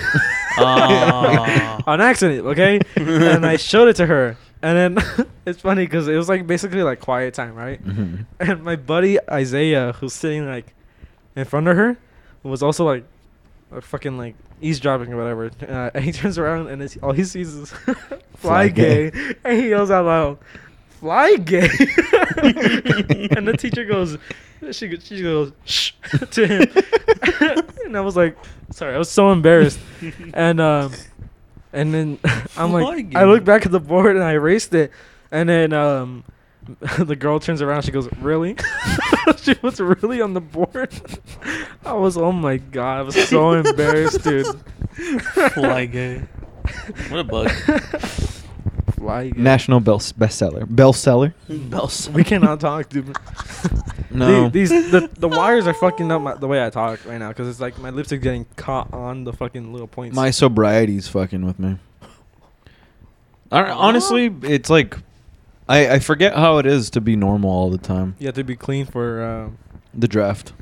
Speaker 2: Ah.
Speaker 3: on accident, okay? and I showed it to her. And then it's funny because it was like basically like quiet time, right?
Speaker 1: Mm-hmm.
Speaker 3: And my buddy Isaiah, who's sitting like in front of her, was also like a fucking like eavesdropping or whatever. Uh, and he turns around and it's, all he sees is fly,
Speaker 1: Fly gay.
Speaker 3: gay. And he yells out loud, fly gay. and the teacher goes, she, go- she goes, shh to him. and I was like, sorry, I was so embarrassed. and, um, and then I'm
Speaker 2: Fly
Speaker 3: like,
Speaker 2: gay.
Speaker 3: I look back at the board and I erased it. And then, um, the girl turns around. She goes, "Really?" she was really on the board. I was, oh my god, I was so embarrassed, dude.
Speaker 2: Fly Guy. What a bug.
Speaker 3: Fly. guy.
Speaker 1: National bell bestseller. Bestseller.
Speaker 2: Bells.
Speaker 3: We cannot talk, dude.
Speaker 1: No.
Speaker 3: These, these the, the wires are fucking up my, the way I talk right now because it's like my lips are getting caught on the fucking little points.
Speaker 1: My sobriety's fucking with me. Hon- Honestly, it's like I I forget how it is to be normal all the time.
Speaker 3: you have to be clean for. Um,
Speaker 1: The draft.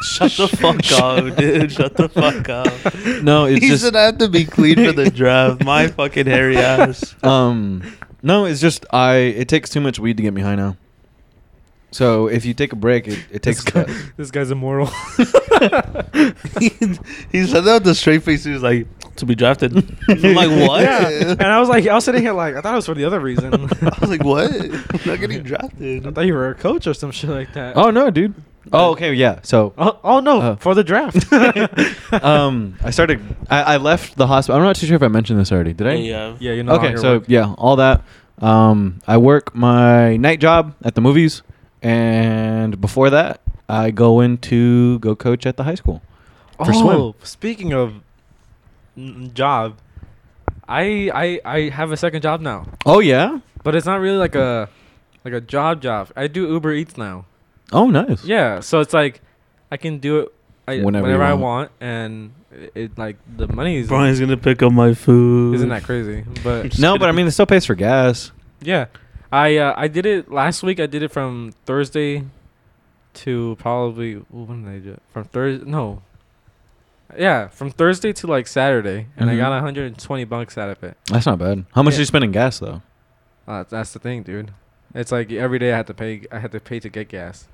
Speaker 2: Shut the fuck up, dude. Shut the fuck up.
Speaker 1: No, it's
Speaker 2: he
Speaker 1: just-
Speaker 2: should have to be clean for the draft. My fucking hairy ass.
Speaker 1: Um no, it's just I it takes too much weed to get me high now. So if you take a break, it, it takes
Speaker 3: this, guy,
Speaker 1: that.
Speaker 3: this guy's immortal.
Speaker 2: he, he said that with a straight face. He was like, to be drafted. I'm like, what?
Speaker 3: Yeah. And I was like, I was sitting here like, I thought it was for the other reason.
Speaker 2: I was like, what? I'm not getting drafted.
Speaker 3: I thought you were a coach or some shit like that.
Speaker 1: Oh no, dude. Oh okay, yeah. So
Speaker 3: Oh, oh no,
Speaker 1: Oh.
Speaker 3: for the draft.
Speaker 1: um, I started. I, I left the hospital. I'm not too sure if I mentioned this already. Did I?
Speaker 2: Yeah.
Speaker 3: yeah, you know.
Speaker 1: Okay, so yeah, all that. Um, I work my night job at the movies, and before that, I go in to go coach at the high school. for swim.
Speaker 3: oh, speaking of n- job, I I I have a second job now,
Speaker 1: Oh yeah.
Speaker 3: but it's not really like a like a job job. I do Uber Eats now.
Speaker 1: Oh nice.
Speaker 3: Yeah, so it's like I can do it I,
Speaker 1: Whenever you
Speaker 3: whenever, I
Speaker 1: want.
Speaker 3: want, and it, it like the money is
Speaker 2: Brian's gonna pick up my food.
Speaker 3: isn't that crazy? But
Speaker 1: No, but I mean, it still pays for gas.
Speaker 3: yeah, I uh, I did it last week. I did it from Thursday to probably ooh, when did I do it? From Thursday? No. Yeah, from Thursday to like Saturday, and I
Speaker 1: Mhm.
Speaker 3: got 120 bucks out of it.
Speaker 1: That's not bad. How much
Speaker 3: Yeah.
Speaker 1: do you spend in gas though?
Speaker 3: Uh, that's the thing, dude. It's like every day I had to pay. I had to pay to get gas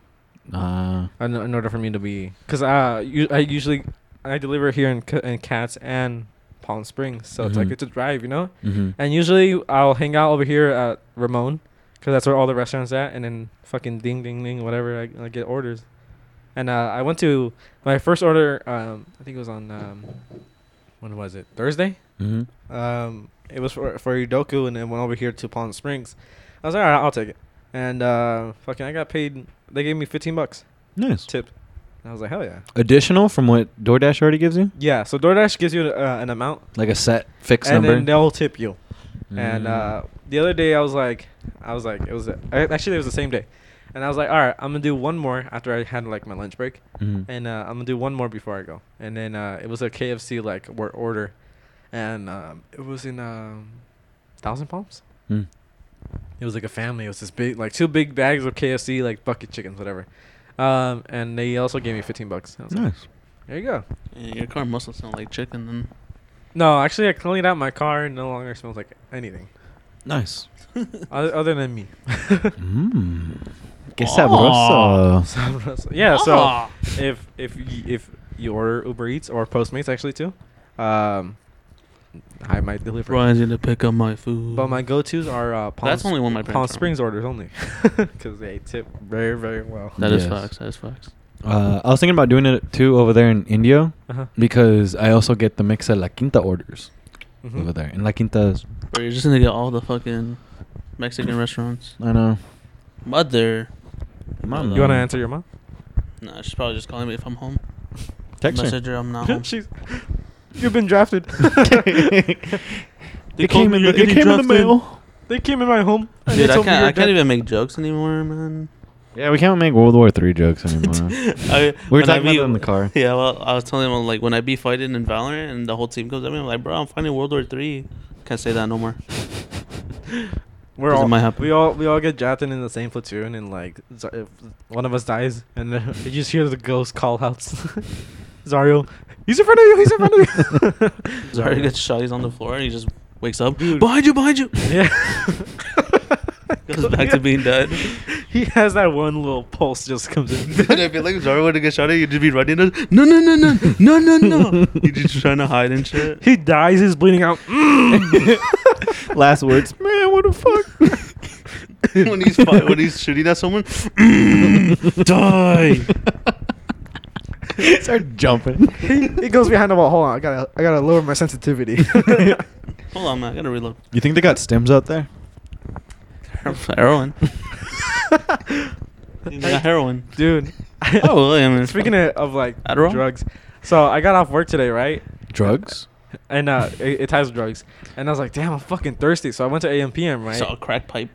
Speaker 1: Uh,
Speaker 3: in, in order for me to be. Cause uh, u- I usually I deliver here in C- in Cats and Palm Springs, so it's like
Speaker 1: Mhm.
Speaker 3: it's a drive, you know.
Speaker 1: mm-hmm.
Speaker 3: And usually I'll hang out over here at Ramon, cause that's where all the restaurants at. And then fucking ding ding ding, whatever I, I get orders. And uh, I went to my first order. Um, I think it was on um, when was it Thursday?
Speaker 1: Mm-hmm.
Speaker 3: Um, it was for for Udoku, and then went over here to Palm Springs. I was like, all right, I'll take it. And uh, fucking, I got paid. They gave me fifteen bucks
Speaker 1: Nice.
Speaker 3: tip. And I was like, hell yeah.
Speaker 1: Additional from what DoorDash already gives you,
Speaker 3: Yeah. So DoorDash gives you uh, an amount,
Speaker 1: like a set fixed
Speaker 3: and
Speaker 1: number.
Speaker 3: then they'll tip you. And
Speaker 1: Mm.
Speaker 3: uh, the other day, I was like, I was like, it was I- actually it was the same day, and I was like, all right, I'm gonna do one more after I had like my lunch break,
Speaker 1: Mhm.
Speaker 3: and uh, I'm gonna do one more before I go. And then uh, it was a KFC like wor- order, and um, it was in um, Thousand Palms.
Speaker 1: Mm.
Speaker 3: It was like a family. It was this big, like two big bags of KFC, like bucket chickens, whatever. Um, and they also gave me 15 bucks. I was like,
Speaker 1: nice.
Speaker 3: there you go.
Speaker 2: Yeah, your car must have smelled like chicken. Then
Speaker 3: No, actually, I cleaned out my car. and No longer smells like anything,
Speaker 1: Nice.
Speaker 3: o- other than me.
Speaker 1: Mmm. Que
Speaker 2: Mm. Aw.
Speaker 1: sabroso.
Speaker 3: Sabroso. yeah.
Speaker 2: Ah.
Speaker 3: So if if y- if you order Uber Eats or Postmates actually too, um, I might deliver.
Speaker 2: Brian's gonna pick up my food.
Speaker 3: But my go tos are uh, Palm,
Speaker 2: That's only when my
Speaker 3: Palm
Speaker 2: parents are.
Speaker 3: Springs orders only, because they tip very very well.
Speaker 2: That is
Speaker 1: Yes.
Speaker 2: facts. That is facts.
Speaker 1: Uh, I was thinking about doing it too over there in India
Speaker 3: Uh-huh.
Speaker 1: because I also get the Mixa La Quinta orders
Speaker 3: Mhm.
Speaker 1: over there. And La Quinta's,
Speaker 2: Bro, you're just gonna get all the fucking Mexican restaurants.
Speaker 1: I know.
Speaker 2: Mother.
Speaker 1: Mom,
Speaker 3: You want to answer your mom?
Speaker 2: Nah, she's probably just calling me if I'm home.
Speaker 1: Text her.
Speaker 2: Message her. I'm not home.
Speaker 3: She's. You've been drafted.
Speaker 2: They called me, you're getting drafted.
Speaker 3: they came in my home. and they
Speaker 2: Dude, I
Speaker 3: told
Speaker 2: can't.
Speaker 3: me you're
Speaker 2: I can't
Speaker 3: dra-
Speaker 2: even make jokes anymore, man.
Speaker 1: Yeah, we can't make World War Three jokes anymore.
Speaker 2: I,
Speaker 1: we were
Speaker 2: when I
Speaker 1: talking about
Speaker 2: be-
Speaker 1: it in the car.
Speaker 2: Yeah, well, I was telling him like when I be fighting in Valorant and the whole team comes at me, I'm like, bro, I'm fighting World War Three. Can't say that no more.
Speaker 3: We're
Speaker 2: Doesn't
Speaker 3: all,
Speaker 2: might happen.
Speaker 3: we all we all get drafted in the same platoon, and like Z- if one of us dies, and then you just hear the ghost call outs. Zario, he's in front of you. He's in front of you.
Speaker 2: Zari gets shot. He's on the floor and he just wakes up.
Speaker 3: Dude.
Speaker 2: Behind you, behind you.
Speaker 3: Yeah.
Speaker 2: Goes back to being dead.
Speaker 3: He has that one little pulse just comes in.
Speaker 2: I feel like Zari would get shot at you, just be running. No, no, no, no, no, no, no. You're just trying to hide and shit.
Speaker 3: he dies. He's bleeding out. Mm.
Speaker 1: Last words. Man, what the fuck?
Speaker 2: when he's fi- when he's shooting at someone, die.
Speaker 1: Start jumping.
Speaker 3: he, he goes behind the wall. Hold on, I gotta I gotta lower my sensitivity.
Speaker 2: Hold on, man. I gotta reload.
Speaker 1: You think they got stems out there?
Speaker 2: Heroin. You got heroin.
Speaker 3: Dude.
Speaker 2: Oh, William.
Speaker 3: Speaking of, of like
Speaker 2: Adderall?
Speaker 3: drugs, so I got off work today, right?
Speaker 1: Drugs?
Speaker 3: and uh, it, it ties with drugs. And I was like, damn, I'm fucking thirsty. So I went to AMPM, right?
Speaker 2: Saw a crack pipe.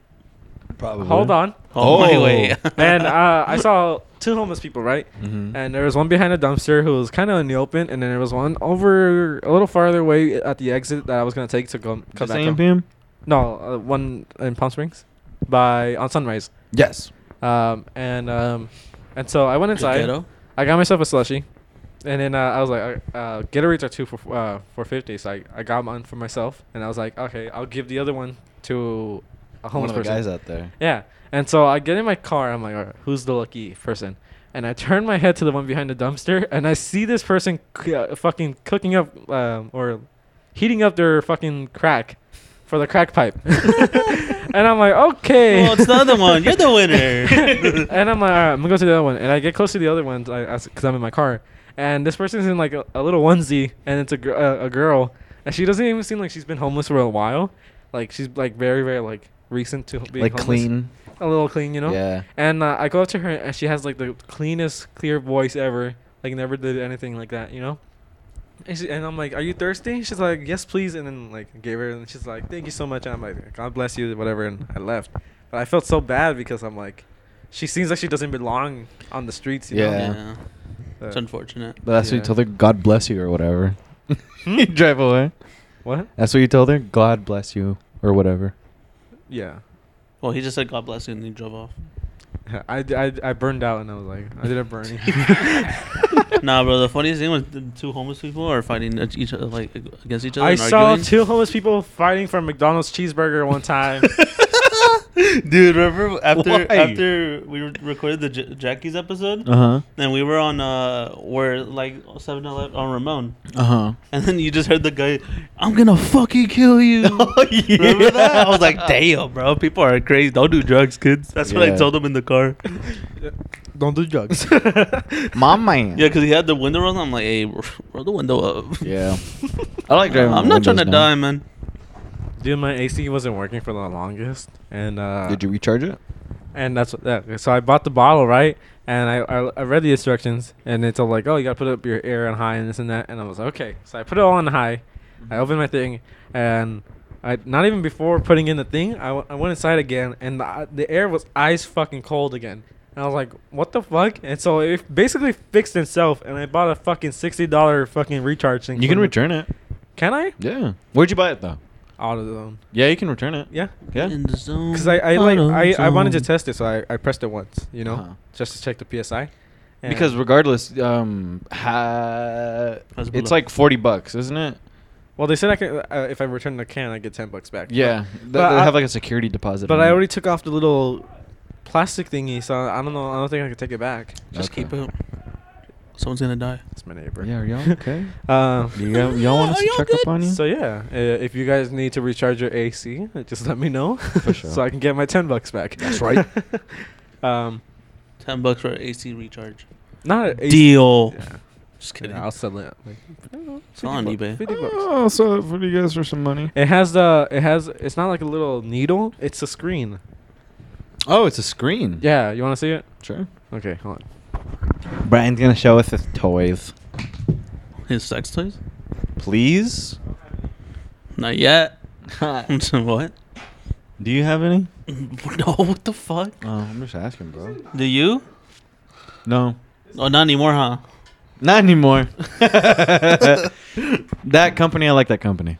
Speaker 1: Probably.
Speaker 3: Hold on.
Speaker 2: Oh,
Speaker 1: Oh.
Speaker 2: my way.
Speaker 3: and uh, I saw two homeless people, right?
Speaker 1: Mhm.
Speaker 2: Mm-hmm.
Speaker 3: And uh, there was one behind a dumpster who was kind of in the open, and then there was one over a little farther away at the exit that I was gonna take to go come
Speaker 1: Just
Speaker 3: back home.
Speaker 1: AMPM?
Speaker 3: No, uh, one in Palm Springs, by on Sunrise.
Speaker 1: Yes.
Speaker 3: Um, and um, and so I went inside.
Speaker 2: Ghetto.
Speaker 3: I got myself a slushie, and then uh, I was like, uh, uh, Gatorades are two for uh, for fifty. So I, I got one for myself, and I was like, okay, I'll give the other one to a
Speaker 1: One
Speaker 3: homeless
Speaker 1: of the
Speaker 3: person.
Speaker 1: guys out there.
Speaker 3: Yeah. And so I get in my car. I'm like, all right, who's the lucky person? And I turn my head to the one behind the dumpster, and I see this person c- uh, fucking cooking up um, or heating up their fucking crack for the crack pipe. and I'm like, okay.
Speaker 2: Well, it's the other one. You're the winner.
Speaker 3: and I'm like, all right, I'm gonna go to the other one. And I get close to the other one because I'm in my car, and this person's in like a, a little onesie, and it's a, gr- uh, a a girl, and she doesn't even seem like she's been homeless for a while. Like she's like very very like recent to being
Speaker 1: like
Speaker 3: homeless.
Speaker 1: clean.
Speaker 3: a little clean, you know.
Speaker 1: Yeah.
Speaker 3: And uh, I go up to her, and she has like the cleanest, clear voice ever. Like never did anything like that, you know. And, she, and I'm like, "Are you thirsty?" She's like, "Yes, please." And then like gave her, and she's like, "Thank you so much." And I'm like, "God bless you," whatever. And I left, but I felt so bad because I'm like, she seems like she doesn't belong on the streets, you
Speaker 1: Yeah.
Speaker 3: know.
Speaker 2: yeah. It's
Speaker 3: Uh,
Speaker 2: unfortunate.
Speaker 1: But that's what you
Speaker 3: Yeah. Hmm?
Speaker 1: told her, God bless you or whatever. you drive away.
Speaker 3: What?
Speaker 1: That's what you told her? God bless you or whatever.
Speaker 3: Yeah.
Speaker 2: Well, he just said God bless you and he drove off.
Speaker 3: I, I, I burned out, and I was like, I did a burning.
Speaker 2: nah, bro. The funniest thing was the two homeless people are fighting at each other, like against each other.
Speaker 3: I
Speaker 2: and
Speaker 3: saw
Speaker 2: arguing.
Speaker 3: two homeless people fighting for a McDonald's cheeseburger one time.
Speaker 2: Dude, remember after
Speaker 1: Why?
Speaker 2: after we re- recorded the J- Jackie's
Speaker 3: Uh-huh.
Speaker 2: episode,
Speaker 1: Uh huh.
Speaker 2: and we were on uh, where like 7-Eleven on Ramon,
Speaker 1: Uh huh.
Speaker 2: and then you just heard the guy, "I'm gonna fucking kill you."
Speaker 1: Oh,
Speaker 2: Remember that? I was like, "Damn, bro, people are crazy. Don't do drugs, kids." That's what
Speaker 1: Yeah.
Speaker 2: I told him in the car.
Speaker 3: Don't do drugs.
Speaker 1: My man.
Speaker 2: Yeah, because he had the window on. I'm like, "Hey, r- roll the window up."
Speaker 1: Yeah. I like driving.
Speaker 2: I'm
Speaker 1: with
Speaker 2: not trying to
Speaker 1: windows
Speaker 2: die,
Speaker 1: down.
Speaker 2: man.
Speaker 3: Dude, my AC wasn't working for the longest, and uh,
Speaker 1: Did you recharge it?
Speaker 3: and that's what that. So I bought the bottle, right? And I, I I read the instructions, and it's all like, oh, you gotta put up your air on high and this and that. And I was like, okay. So I put it all on high.
Speaker 1: Mm-hmm.
Speaker 3: I opened my thing, and I not even before putting in the thing, I, w- I went inside again, and the, the air was ice fucking cold again. And I was like, what the fuck? And so it basically fixed itself, and I bought a fucking sixty dollar fucking recharge thing.
Speaker 1: You can
Speaker 3: from-
Speaker 1: return it.
Speaker 3: Can I?
Speaker 1: Yeah. Where'd you buy it though?
Speaker 3: Out of the zone.
Speaker 1: Yeah, you can return it.
Speaker 3: Yeah.
Speaker 1: Yeah.
Speaker 2: In the zone.
Speaker 3: Because I, I like
Speaker 2: Auto
Speaker 3: I, I wanted to
Speaker 2: zone.
Speaker 3: test it, so I, I pressed it once, you know,
Speaker 1: Uh-huh.
Speaker 3: just to check the psi. And
Speaker 1: Because regardless, um, ha-
Speaker 2: Hasbulla.
Speaker 1: it's like forty bucks, isn't it?
Speaker 3: well, they said I can uh, if I return the can, I get ten bucks back.
Speaker 1: Yeah, Th- they
Speaker 3: But I-
Speaker 1: have like a security deposit.
Speaker 3: but, but
Speaker 1: on
Speaker 3: I
Speaker 1: it.
Speaker 3: already took off the little plastic thingy, so I don't know. I don't think I can take it back.
Speaker 2: Just
Speaker 1: Okay.
Speaker 2: keep it. Someone's gonna die.
Speaker 3: It's my neighbor.
Speaker 1: Yeah, are y'all okay?
Speaker 3: Uh,
Speaker 1: Do y'all, y'all want us
Speaker 2: Are
Speaker 1: to
Speaker 2: y'all
Speaker 1: check up
Speaker 2: good?
Speaker 1: on you?
Speaker 3: so yeah, uh, if you guys need to recharge your AC, uh, just let me know,
Speaker 1: sure.
Speaker 3: so I can get my ten bucks back.
Speaker 1: That's right.
Speaker 3: um,
Speaker 2: Ten bucks for an AC recharge.
Speaker 3: not a AC.
Speaker 2: Deal.
Speaker 3: Yeah.
Speaker 2: Just kidding.
Speaker 3: Yeah, I'll sell it. Like,
Speaker 2: It's on
Speaker 3: 50 bu-
Speaker 2: eBay.
Speaker 3: 50 bucks.
Speaker 1: Oh, so for you guys for some money.
Speaker 3: It has the. It has. It's not like a little needle. It's a screen.
Speaker 1: Oh, it's a screen.
Speaker 3: Yeah, you want to see it?
Speaker 1: sure.
Speaker 3: Okay, hold
Speaker 1: Brian's gonna show us his toys.
Speaker 2: His sex toys?
Speaker 1: Please.
Speaker 2: Not yet.
Speaker 1: Do
Speaker 2: what?
Speaker 1: you have any?
Speaker 2: no, what the fuck?
Speaker 1: Oh, I'm just asking, bro.
Speaker 2: Do you?
Speaker 1: No,
Speaker 2: Oh, not anymore, huh?
Speaker 1: not anymore. that company, I like that company.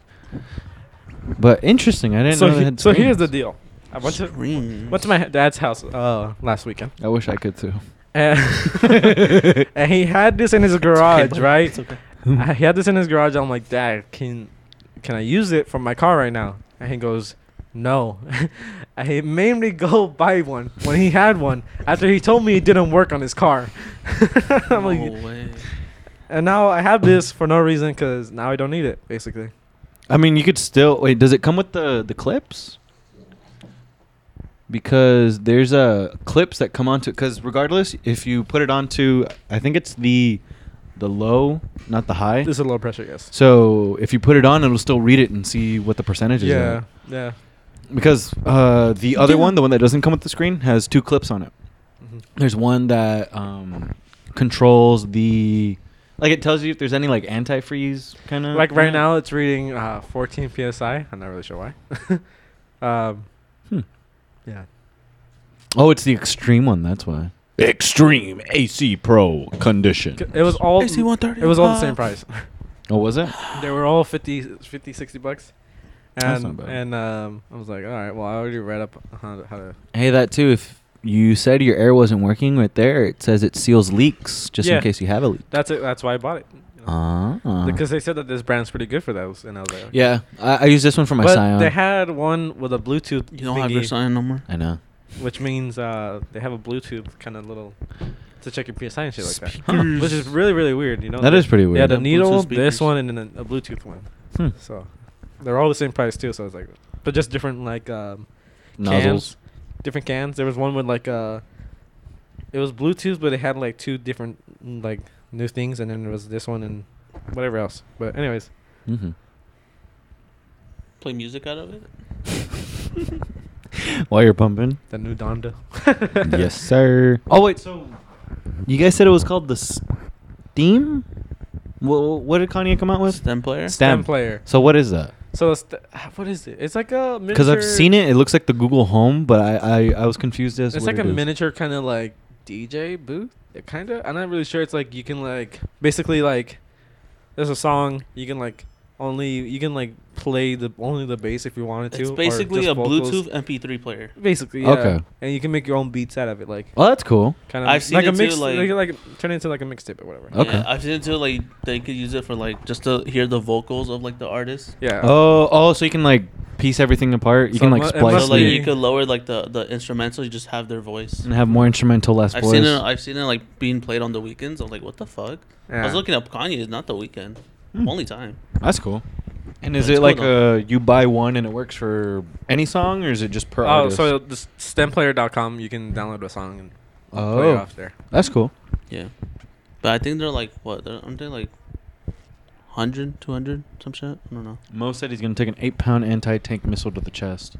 Speaker 1: But interesting, I
Speaker 3: on.
Speaker 1: didn't
Speaker 3: So,
Speaker 1: know they
Speaker 3: he-
Speaker 1: had
Speaker 3: so here's the
Speaker 1: screens.
Speaker 3: deal. I went to
Speaker 2: Screams.
Speaker 3: went to my dad's house uh, last weekend,
Speaker 1: I wish I could too.
Speaker 3: and, and he had this in his garage,
Speaker 2: bud.
Speaker 3: right?
Speaker 2: It's okay.
Speaker 3: I- he had this in his garage. I'm like, Dad, can can I use it for my car right now? And he goes, No. and he made me go buy one when he had one after he told me it didn't work on his car. I'm
Speaker 2: no
Speaker 3: like,
Speaker 2: way.
Speaker 3: and now I have this for no reason because now I don't need it, basically.
Speaker 1: I mean, you could still wait. Does it come with the the clips? Because there's a clips that come onto. Because regardless, if you put it onto, I think it's the the low, not the high.
Speaker 3: This is a low pressure, yes.
Speaker 1: So if you put it on, it'll still read it and see what the percentage is.
Speaker 3: yeah,
Speaker 1: at.
Speaker 3: yeah.
Speaker 1: Because uh, the other
Speaker 3: Yeah.
Speaker 1: one, the one that doesn't come with the screen, has two clips on it.
Speaker 3: Mhm.
Speaker 1: There's one that um, controls the Like it tells you if there's any like antifreeze kind of
Speaker 3: like right now, it's reading uh, 14 psi. I'm not really sure why. um,
Speaker 1: Hmm.
Speaker 3: yeah.
Speaker 1: Oh, it's the extreme one. That's why. Extreme AC Pro condition.
Speaker 3: C- It was all.
Speaker 2: AC
Speaker 3: It was all the same price.
Speaker 1: Oh, was it?
Speaker 3: they were all 50, 50 60 bucks.
Speaker 1: That's
Speaker 3: And
Speaker 1: not bad.
Speaker 3: and um, I was like, all right, well, I already read up how to, how to
Speaker 1: Hey, that too. If you said your air wasn't working right there, it says it seals leaks just
Speaker 3: Yeah.
Speaker 1: in case you have a leak.
Speaker 3: That's it. That's why I bought it. you know.
Speaker 1: Ah.
Speaker 3: Because they said that this brand's pretty good for those, and I was like, okay.
Speaker 1: yeah, I, I use this one for my
Speaker 3: but
Speaker 1: Scion.
Speaker 3: they had one with a Bluetooth.
Speaker 2: You don't have your
Speaker 3: thingy,
Speaker 2: sign no more.
Speaker 1: I know.
Speaker 3: which means uh, they have a Bluetooth kind of little to check your PSI and shit like that,
Speaker 2: Speakers.
Speaker 3: which is really really weird. You know,
Speaker 1: That
Speaker 3: They-
Speaker 1: is pretty
Speaker 3: They had
Speaker 1: weird.
Speaker 2: Bluetooth
Speaker 3: a needle, this
Speaker 2: speakers.
Speaker 3: one, and then a Bluetooth one.
Speaker 1: Hmm.
Speaker 3: So they're all the same price too. So I was like, but just different like um,
Speaker 1: Nozzles.
Speaker 3: cans, different cans. There was one with like uh, it was Bluetooth, but it had like two different mm, like new things, and then there was this one and whatever else. But anyways,
Speaker 1: Mm-hmm.
Speaker 2: Play music out of it.
Speaker 1: While you're pumping.
Speaker 3: the new Donda.
Speaker 1: yes, sir. Oh wait, so you guys said it was called the Steam? Well, what did Kanye come out with?
Speaker 2: Stem player.
Speaker 3: Stem player.
Speaker 1: So what is that?
Speaker 3: So it's th- what is it? It's like a
Speaker 1: Because I've seen it, it looks like the Google Home, but I I, I was confused as.
Speaker 3: It's
Speaker 1: what
Speaker 3: like
Speaker 1: it
Speaker 3: a
Speaker 1: is.
Speaker 3: miniature kind of like DJ booth. It kind of. I'm not really sure. It's like you can like basically like there's a song you can like only you can like play the only the bass if you wanted to.
Speaker 2: It's
Speaker 3: or
Speaker 2: basically
Speaker 3: just
Speaker 2: a
Speaker 3: vocals.
Speaker 2: Bluetooth MP3 player.
Speaker 3: Basically, yeah.
Speaker 1: Okay.
Speaker 3: And you can make your own beats out of it, like
Speaker 1: Oh, that's cool.
Speaker 3: kind of.
Speaker 2: I've seen
Speaker 3: like
Speaker 2: it
Speaker 3: a
Speaker 2: too,
Speaker 3: mix,
Speaker 2: like-
Speaker 3: like, like turn it into like a mixtape or whatever.
Speaker 1: Okay.
Speaker 2: Yeah, I've seen it too. Like they could use it for like just to hear the vocals of like the artist.
Speaker 3: Yeah.
Speaker 1: Oh, oh, so you can like piece everything apart. You
Speaker 3: So
Speaker 1: can
Speaker 3: it
Speaker 1: like
Speaker 3: mu- it
Speaker 1: splice
Speaker 3: must
Speaker 2: So
Speaker 1: it
Speaker 2: like
Speaker 3: be-
Speaker 2: you could lower like the the instrumental. You just have their voice.
Speaker 1: and have more instrumental, less
Speaker 2: I've
Speaker 1: voice.
Speaker 2: seen it. I've seen it like being played on the weekends. I'm like, what the fuck? I
Speaker 3: Yeah.
Speaker 2: was looking up Kanye. It's not the weekend.
Speaker 1: Hmm.
Speaker 2: Only time.
Speaker 1: That's cool. And is
Speaker 2: That's
Speaker 1: it like
Speaker 2: cool, though.
Speaker 1: a you buy one and it works for any song, or is it just per
Speaker 3: Oh,
Speaker 1: artist?
Speaker 3: so the stemplayer.com, you can download a song and play
Speaker 1: Oh.
Speaker 3: it off there.
Speaker 1: that's cool.
Speaker 2: Yeah, but I think they're like what? They're, aren't they like 100, 200, some shit? I don't know.
Speaker 1: Mo said he's gonna take an eight-pound anti-tank missile to the chest.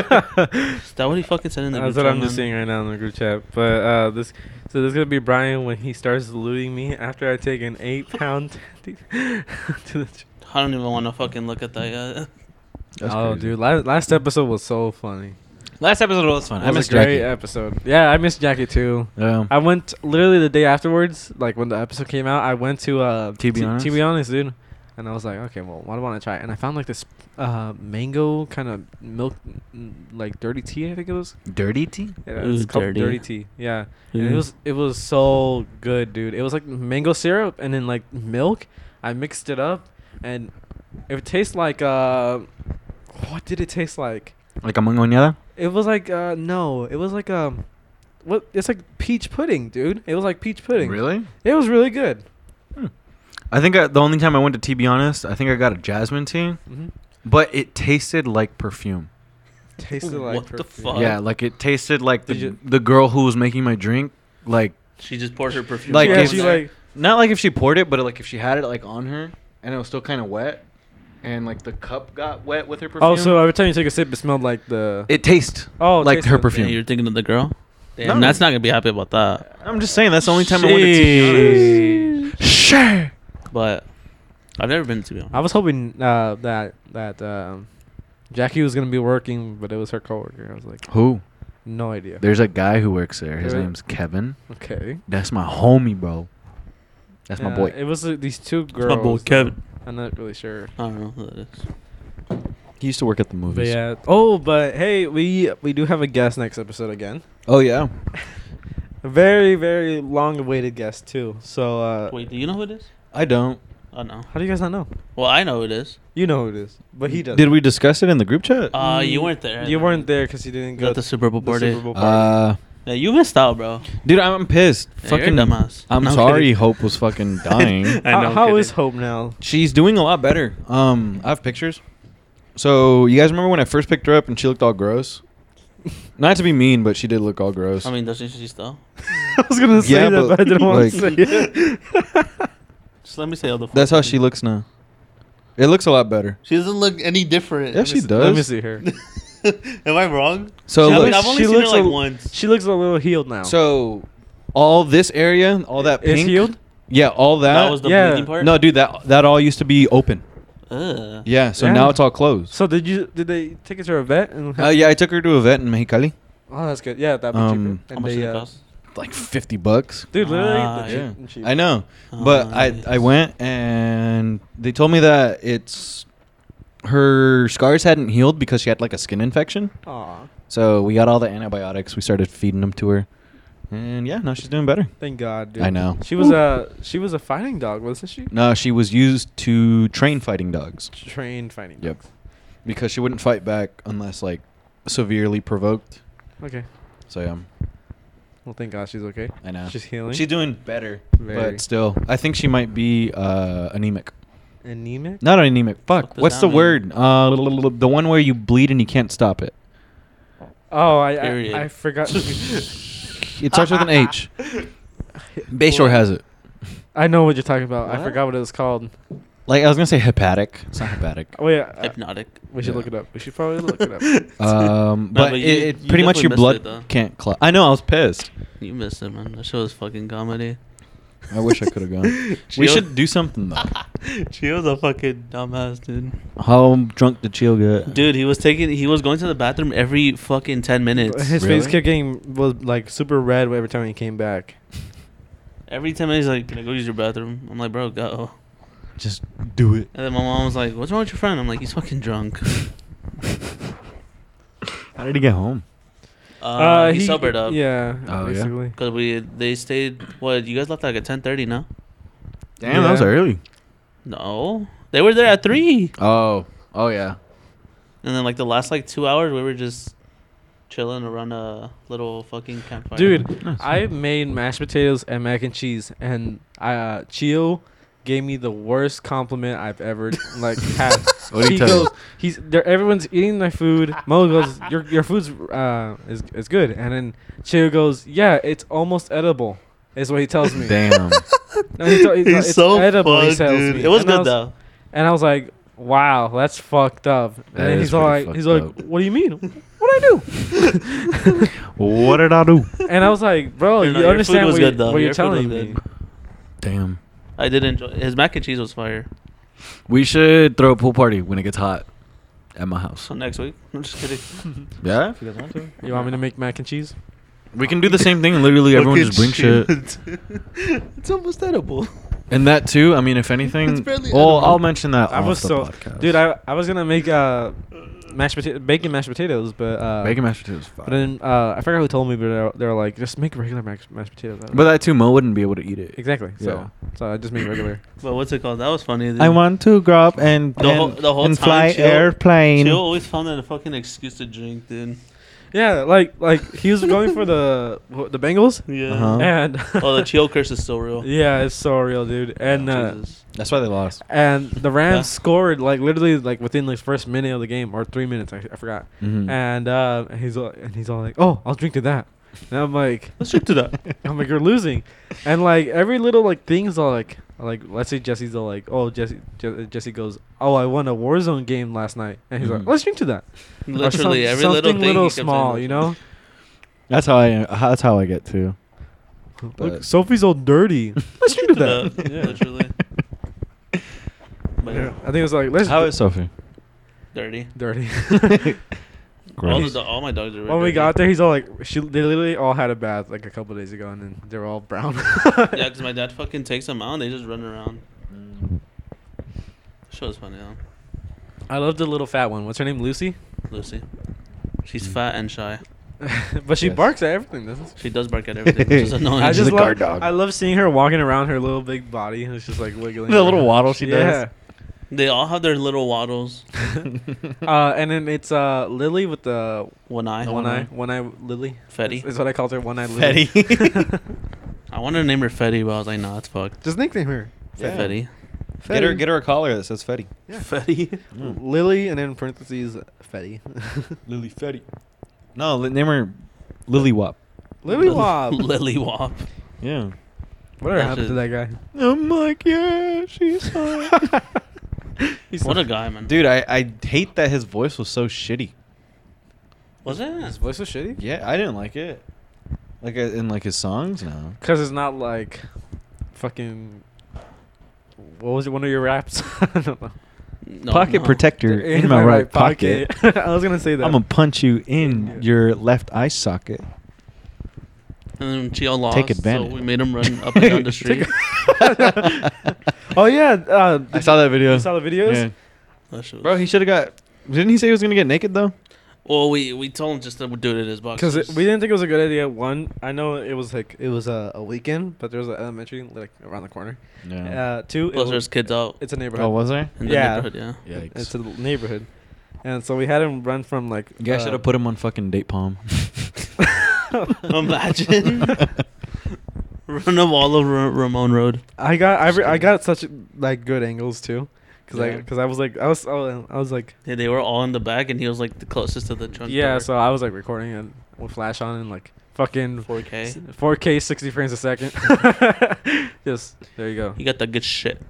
Speaker 2: Is that what he fucking said in the?
Speaker 3: That's
Speaker 2: group
Speaker 3: what
Speaker 2: chat,
Speaker 3: I'm
Speaker 2: man?
Speaker 3: just seeing right now in the group chat. But uh, this, so there's gonna be Brian when he starts looting me after I take an eight pound. to the ch-
Speaker 2: I don't even want to fucking look at that. Uh,
Speaker 1: That's
Speaker 3: oh,
Speaker 1: crazy.
Speaker 3: dude, last, last episode was so funny.
Speaker 1: Last episode was fun.
Speaker 3: That
Speaker 1: I
Speaker 3: was
Speaker 1: missed
Speaker 3: a great
Speaker 1: Jackie. Hmm.
Speaker 3: episode. Yeah, I missed Jackie too.
Speaker 1: Yeah.
Speaker 3: I went literally the day afterwards, like when the episode came out. I went to uh,
Speaker 1: To be
Speaker 3: T-
Speaker 1: honest?
Speaker 3: to be honest, dude. And I was like, okay, well, what do I want to try? And I found like this uh, mango kind of milk, mm, like dirty tea. I think it was.
Speaker 1: Dirty tea.
Speaker 3: Yeah,
Speaker 2: It
Speaker 3: it was
Speaker 2: was
Speaker 3: called
Speaker 2: dirty.
Speaker 3: dirty tea. Yeah. And it was it was so good, dude. It was like mango syrup and then like milk. I mixed it up, and it tastes like uh, what did it taste like?
Speaker 1: Like a mangoñada.
Speaker 3: It was like uh, no, it was like um, what? It's like peach pudding, dude. It was like peach pudding.
Speaker 1: Really?
Speaker 3: It was really good.
Speaker 1: Hmm. I think I, the only time I went to Tea Be Honest, I think I got a jasmine tea,
Speaker 3: hmm
Speaker 1: but it tasted like perfume.
Speaker 3: Tasted like
Speaker 2: What the
Speaker 3: perfume.
Speaker 2: fuck?
Speaker 1: yeah, like it tasted like the,
Speaker 3: Did you-
Speaker 1: the girl who was making my drink, like
Speaker 2: she just poured her perfume.
Speaker 1: Like,
Speaker 2: on
Speaker 3: yeah,
Speaker 1: if-
Speaker 3: she
Speaker 2: there.
Speaker 3: like
Speaker 1: not like if she poured it, but like if she had it like on her and it was still kind of wet, and like the cup got wet with her perfume.
Speaker 3: oh, so every time you take a sip, it smelled like the
Speaker 1: it tastes
Speaker 3: oh it
Speaker 1: like
Speaker 3: tasted-
Speaker 1: her
Speaker 2: Yeah,
Speaker 1: perfume.
Speaker 2: you're thinking of the girl. Damn,
Speaker 1: No.
Speaker 2: that's not gonna be happy about that.
Speaker 1: I'm just saying that's the only time I went to Tea Be Honest. Sure.
Speaker 2: But I've never been to be honest.
Speaker 3: I was hoping uh, that that um, Jackie was gonna be working, but it was her coworker. I was like,
Speaker 1: Who?
Speaker 3: no idea.
Speaker 1: There's a guy who works there. His
Speaker 3: Yeah.
Speaker 1: name's Kevin.
Speaker 3: okay,
Speaker 1: That's my homie, bro. That's my
Speaker 3: Yeah,
Speaker 1: boy.
Speaker 3: It was uh, these two
Speaker 2: my
Speaker 3: girls.
Speaker 2: boy Kevin.
Speaker 3: I'm not really sure.
Speaker 2: I don't know who that is.
Speaker 1: He used to work at the
Speaker 3: But
Speaker 1: Uh, movies.
Speaker 3: yeah. Oh, but hey, we we do have a guest next episode again.
Speaker 1: Oh yeah.
Speaker 3: A very very long awaited guest too. So uh,
Speaker 2: Wait, do you know who it is?
Speaker 1: I don't.
Speaker 2: Oh no.
Speaker 3: how do you guys not know?
Speaker 2: Well, I know who it is.
Speaker 3: You know who it is, but he doesn't.
Speaker 1: Did we discuss it in the group chat?
Speaker 2: Uh,
Speaker 3: Mm,
Speaker 2: you weren't there.
Speaker 3: You weren't there because you didn't
Speaker 2: You
Speaker 3: go
Speaker 2: got the Super Bowl
Speaker 3: the
Speaker 2: party.
Speaker 3: Super Bowl party.
Speaker 1: Uh,
Speaker 2: Yeah, you missed out, bro.
Speaker 1: dude, I'm pissed.
Speaker 2: Yeah, you're a
Speaker 1: fucking
Speaker 2: dumbass.
Speaker 1: I'm
Speaker 2: No, I'm
Speaker 1: sorry.
Speaker 2: kidding.
Speaker 1: Hope was fucking dying.
Speaker 2: I
Speaker 3: How-
Speaker 2: know, I'm
Speaker 3: how
Speaker 2: kidding.
Speaker 3: is Hope now?
Speaker 1: She's doing a lot better. Um, I have pictures. So you guys remember when I first picked her up and she looked all gross? Not to be mean, but she did look all gross.
Speaker 2: I mean, doesn't she still?
Speaker 3: I was gonna say
Speaker 1: Yeah,
Speaker 3: that,
Speaker 1: but,
Speaker 3: but I didn't want to say
Speaker 1: like-
Speaker 3: it.
Speaker 2: Just let me say all the.
Speaker 1: that's how
Speaker 2: fucking-
Speaker 1: she looks now. It looks a lot better.
Speaker 2: She doesn't look any different.
Speaker 1: Yeah, she
Speaker 3: Let me
Speaker 1: does.
Speaker 3: see her.
Speaker 2: Am I wrong?
Speaker 1: So
Speaker 2: She-
Speaker 1: look,
Speaker 2: I've only
Speaker 3: she
Speaker 2: seen her
Speaker 3: looks
Speaker 2: like
Speaker 3: a-
Speaker 2: once.
Speaker 3: She looks a little healed now.
Speaker 1: So all this area, all that
Speaker 3: is
Speaker 1: uh, pink,
Speaker 3: healed?
Speaker 1: Yeah, all that.
Speaker 2: that was the
Speaker 3: yeah.
Speaker 2: bleeding part.
Speaker 1: no, dude, that that all used to be open.
Speaker 2: Ugh.
Speaker 1: Yeah, so
Speaker 3: Yeah.
Speaker 1: now it's all closed.
Speaker 3: So did you? Did they take it to a vet? And
Speaker 1: Uh, yeah, I took her to a vet in Mexicali.
Speaker 3: Oh, that's good. Yeah, that'd be
Speaker 1: Um,
Speaker 3: cheaper.
Speaker 2: How
Speaker 3: And
Speaker 2: much
Speaker 3: they,
Speaker 2: did it
Speaker 3: uh,
Speaker 2: cost?
Speaker 1: Like fifty bucks.
Speaker 3: Dude, literally.
Speaker 2: Ah,
Speaker 3: the
Speaker 2: yeah.
Speaker 3: cheap- cheap.
Speaker 1: I know,
Speaker 2: Oh,
Speaker 1: but
Speaker 2: nice.
Speaker 1: I I went and they told me that it's her scars hadn't healed because she had like a skin infection.
Speaker 3: Aw,
Speaker 1: So we got all the antibiotics. We started feeding them to her, and yeah, now she's doing better.
Speaker 3: thank God, dude.
Speaker 1: I know. Mm.
Speaker 3: She was a she was a fighting dog, wasn't she?
Speaker 1: No, she was used to train fighting dogs
Speaker 3: Trained fighting
Speaker 1: Yep.
Speaker 3: dogs.
Speaker 1: because she wouldn't fight back unless like severely provoked.
Speaker 3: Okay.
Speaker 1: So yeah,
Speaker 3: Well, thank God she's okay.
Speaker 1: I know
Speaker 3: She's healing.
Speaker 1: She's doing better,
Speaker 3: Very.
Speaker 1: but still, I think she might be uh, anemic.
Speaker 3: anemic.
Speaker 1: Not anemic. Fuck.
Speaker 2: What does
Speaker 1: What's
Speaker 2: that
Speaker 1: the
Speaker 2: mean?
Speaker 1: word? Uh, l- l- l- the one where you bleed and you can't stop it.
Speaker 3: Oh, I
Speaker 2: Period.
Speaker 3: I, I forgot.
Speaker 1: It starts with an H. Bayshore has it.
Speaker 3: I know what you're talking about. I
Speaker 2: What?
Speaker 3: forgot what it was called.
Speaker 1: Like I was gonna say hepatic. It's not hepatic.
Speaker 3: Oh yeah, uh,
Speaker 2: Hypnotic.
Speaker 3: we should
Speaker 1: Yeah.
Speaker 3: look it up. We should probably look it up.
Speaker 1: Um,
Speaker 2: No,
Speaker 1: but,
Speaker 2: but you-
Speaker 1: it, it
Speaker 2: you
Speaker 1: pretty much
Speaker 2: definitely
Speaker 1: your
Speaker 2: missed
Speaker 1: blood
Speaker 2: it, though.
Speaker 1: can't clot. I know. I was pissed.
Speaker 2: You missed it, man. That show was fucking comedy.
Speaker 1: I wish I could have gone. we
Speaker 2: Chill.
Speaker 1: should do something though.
Speaker 2: Chio's a fucking dumbass, dude.
Speaker 1: How drunk did Chill get?
Speaker 2: Dude, he was taking, he was going to the bathroom every fucking ten minutes.
Speaker 3: His face
Speaker 1: Really?
Speaker 3: kept getting was like super red every time he came back.
Speaker 2: Every ten minutes, he's like, "Can I go use your bathroom?" I'm like, "Bro, go."
Speaker 1: just do it.
Speaker 2: And then my mom was like, "What's wrong with your friend?" I'm like, "He's fucking drunk."
Speaker 1: How did he get home?
Speaker 2: Uh, he, sobered up.
Speaker 3: Yeah,
Speaker 1: Oh, yeah?
Speaker 3: basically.
Speaker 2: Cause we they stayed. What you guys left like at ten thirty? No.
Speaker 1: Damn, that was
Speaker 3: Yeah.
Speaker 1: early.
Speaker 2: No, they were there at three,
Speaker 1: Oh, oh yeah.
Speaker 2: and then like the last like two hours, we were just chilling around a little fucking campfire.
Speaker 3: Dude,
Speaker 1: Nice.
Speaker 3: I made mashed potatoes and mac and cheese, and uh, Chio gave me the worst compliment I've ever like had.
Speaker 1: What'd he
Speaker 3: he
Speaker 1: tell you?
Speaker 3: goes, he's there. Everyone's eating my food. Mo goes, your your food's uh is is good, and then Chio goes, yeah, it's almost edible. Is what he tells me.
Speaker 1: Damn.
Speaker 3: No, he tell- he's like, "It's edible," he tells
Speaker 2: dude.
Speaker 3: me.
Speaker 2: It was
Speaker 3: And I
Speaker 2: good
Speaker 3: was-
Speaker 2: though.
Speaker 3: And I was like, wow, that's fucked up. And
Speaker 1: That
Speaker 3: then
Speaker 1: is
Speaker 3: he's all
Speaker 1: pretty
Speaker 3: like, he's
Speaker 1: fucked up.
Speaker 3: like, what do you mean? What did I do?
Speaker 1: what did I do?
Speaker 3: And I was like, bro,
Speaker 2: No, no, your
Speaker 3: you
Speaker 2: food
Speaker 3: understand
Speaker 2: was
Speaker 3: what, you-
Speaker 2: good, though.
Speaker 3: what you're
Speaker 2: Your food was
Speaker 3: telling
Speaker 2: good.
Speaker 3: me.
Speaker 1: Damn.
Speaker 2: I did enjoy his mac and cheese was fire.
Speaker 1: We should throw a pool party when it gets hot at my house.
Speaker 2: So next week, I'm just kidding.
Speaker 1: Yeah,
Speaker 3: You want me to make mac and cheese?
Speaker 1: we can do the same thing. Literally, everyone
Speaker 2: Fucking
Speaker 1: just bring shit.
Speaker 2: it's almost edible.
Speaker 1: And that too. I mean, if
Speaker 2: It's
Speaker 1: anything, well,
Speaker 2: barely edible.
Speaker 1: I'll mention that.
Speaker 3: I was so, dude. I, I was gonna make uh, mashed potato, bacon mashed potatoes, but uh,
Speaker 1: bacon mashed potatoes.
Speaker 3: But then uh, I forgot who told me, but they're, they're like, just make regular mash, mashed potatoes. I don't
Speaker 1: but
Speaker 3: know.
Speaker 1: that too, Mo wouldn't be able to eat it.
Speaker 3: exactly. So so I just made regular.
Speaker 2: But what's it called? That was funny. Dude.
Speaker 1: I want to grow up and
Speaker 2: The whole-
Speaker 1: and-
Speaker 2: the whole
Speaker 1: and
Speaker 2: time
Speaker 1: fly
Speaker 2: Jill-
Speaker 1: airplane.
Speaker 2: Chill always found that a fucking excuse to drink, dude.
Speaker 3: yeah, like like he was going for the wh- the Bengals,
Speaker 2: Yeah.
Speaker 1: Uh-huh.
Speaker 3: and
Speaker 2: Oh, the chill curse is so real.
Speaker 3: yeah, it's so real, dude. And uh,
Speaker 2: Jesus.
Speaker 1: That's why they lost.
Speaker 3: and the Rams
Speaker 2: Yeah.
Speaker 3: scored like literally like within the first minute of the game or three minutes. I, I forgot.
Speaker 1: Mhm.
Speaker 3: And uh, he's all, and he's all like, oh, I'll drink to that. And I'm like,
Speaker 2: let's drink to that.
Speaker 1: Uh,
Speaker 3: I'm like, you're losing, and like every little like things are like like let's say Jesse's all like, oh Jesse Je- Jesse goes, oh I won a Warzone game last night, and he's
Speaker 1: Mhm.
Speaker 3: like, let's drink to that. Or
Speaker 2: Mm-hmm. Literally
Speaker 3: some-
Speaker 2: every little
Speaker 3: something
Speaker 2: thing.
Speaker 3: little
Speaker 2: he kept saying
Speaker 3: small,
Speaker 2: was-
Speaker 3: you know.
Speaker 1: That's how I. That's how I get too.
Speaker 3: Look,
Speaker 1: But-
Speaker 3: Sophie's all dirty. let's drink to that.
Speaker 2: Yeah, literally. But
Speaker 3: I think it's like let's
Speaker 1: How is Sophie?
Speaker 2: dirty.
Speaker 3: dirty.
Speaker 2: All, the, all my dogs are.
Speaker 3: when we
Speaker 2: dirty.
Speaker 3: got there, he's all like, she they literally all had a bath like a couple days ago, and then they're all brown.
Speaker 2: Yeah, because my dad fucking takes them out and they just run around. Show is funny, huh?
Speaker 3: I love the little fat one. What's her name? Lucy.
Speaker 2: Lucy. She's
Speaker 3: Mm.
Speaker 2: fat and shy.
Speaker 3: but she
Speaker 1: Yes.
Speaker 3: barks at everything, doesn't she?
Speaker 2: She does bark at everything, which is annoying.
Speaker 3: I
Speaker 1: She's
Speaker 3: just
Speaker 1: a
Speaker 3: love,
Speaker 1: guard dog.
Speaker 3: I love seeing her walking around her little big body. It's just like wiggling.
Speaker 1: The
Speaker 3: around.
Speaker 1: little waddle she does.
Speaker 2: they all have their little waddles.
Speaker 3: Yeah. uh, and then it's uh, Lily with the
Speaker 2: One eye.
Speaker 3: one eye, one eye Lily.
Speaker 2: Fetty.
Speaker 3: Is what I called her. One eye Lily.
Speaker 2: I wanted to name her Fetty, but I was like, nah, it's fucked.
Speaker 3: just nickname her
Speaker 1: Yeah.
Speaker 2: Fetty.
Speaker 1: Get her, get her a collar that says Fetty.
Speaker 3: Yeah.
Speaker 2: Fetty.
Speaker 1: Mm.
Speaker 3: Lily, and then parentheses Fetty.
Speaker 1: Lily Fetty. No, li- name her Lily Wop.
Speaker 3: Lily Wob.
Speaker 2: Lily Wop.
Speaker 1: Yeah.
Speaker 3: Whatever
Speaker 2: That
Speaker 3: happened to that
Speaker 2: shit-
Speaker 3: guy?
Speaker 1: I'm like, yeah, Oh she's hot.
Speaker 3: He's
Speaker 2: What a guy, man.
Speaker 1: Dude, I, I hate that his voice was so shitty.
Speaker 2: Was
Speaker 3: His
Speaker 2: it?
Speaker 3: voice was shitty.
Speaker 1: Yeah, I didn't like it. Like uh, in like his songs, no.
Speaker 3: Cause it's not like fucking. What was it? One of your raps? I don't know.
Speaker 2: No,
Speaker 1: pocket
Speaker 2: no.
Speaker 1: protector in, my, right, pocket.
Speaker 3: I was gonna say that.
Speaker 1: I'm gonna punch you in your left eye socket.
Speaker 2: And then Chio lost.
Speaker 1: Take advantage.
Speaker 2: So we made him run up and down the street.
Speaker 3: oh yeah, uh,
Speaker 1: I saw that video.
Speaker 3: you saw the videos.
Speaker 1: Yeah.
Speaker 2: That shit was-
Speaker 1: Bro, he should have got. Didn't he say he was gonna get naked though?
Speaker 2: Well, we we told him just to do it in his box.
Speaker 3: Because we didn't think it was a good idea. One, I know it was like it was a, a weekend, but there was an elementary like around the corner. Uh, two, it
Speaker 2: Plus,
Speaker 3: was,
Speaker 2: there's kids out
Speaker 3: it's a neighborhood.
Speaker 1: oh, was there?
Speaker 2: in the
Speaker 3: yeah.
Speaker 2: neighborhood. Yeah.
Speaker 1: Yikes.
Speaker 3: It's a l- neighborhood, and so we had him run from like.
Speaker 1: you guys
Speaker 3: uh,
Speaker 1: should have put him on fucking date palm.
Speaker 2: Imagine. Run up all over Ra- Ramon Road.
Speaker 3: I got I, re- I
Speaker 1: Skinny.
Speaker 3: got such like good angles too, because
Speaker 1: Yeah.
Speaker 3: I because I was like I was oh, I was like
Speaker 2: Yeah, they were all in the back, and he was like the closest to the trunk.
Speaker 3: yeah, so I was like recording and with flash on and like fucking
Speaker 2: four K.
Speaker 3: 4K 60 frames a second. Just there you go.
Speaker 2: He got the good shit.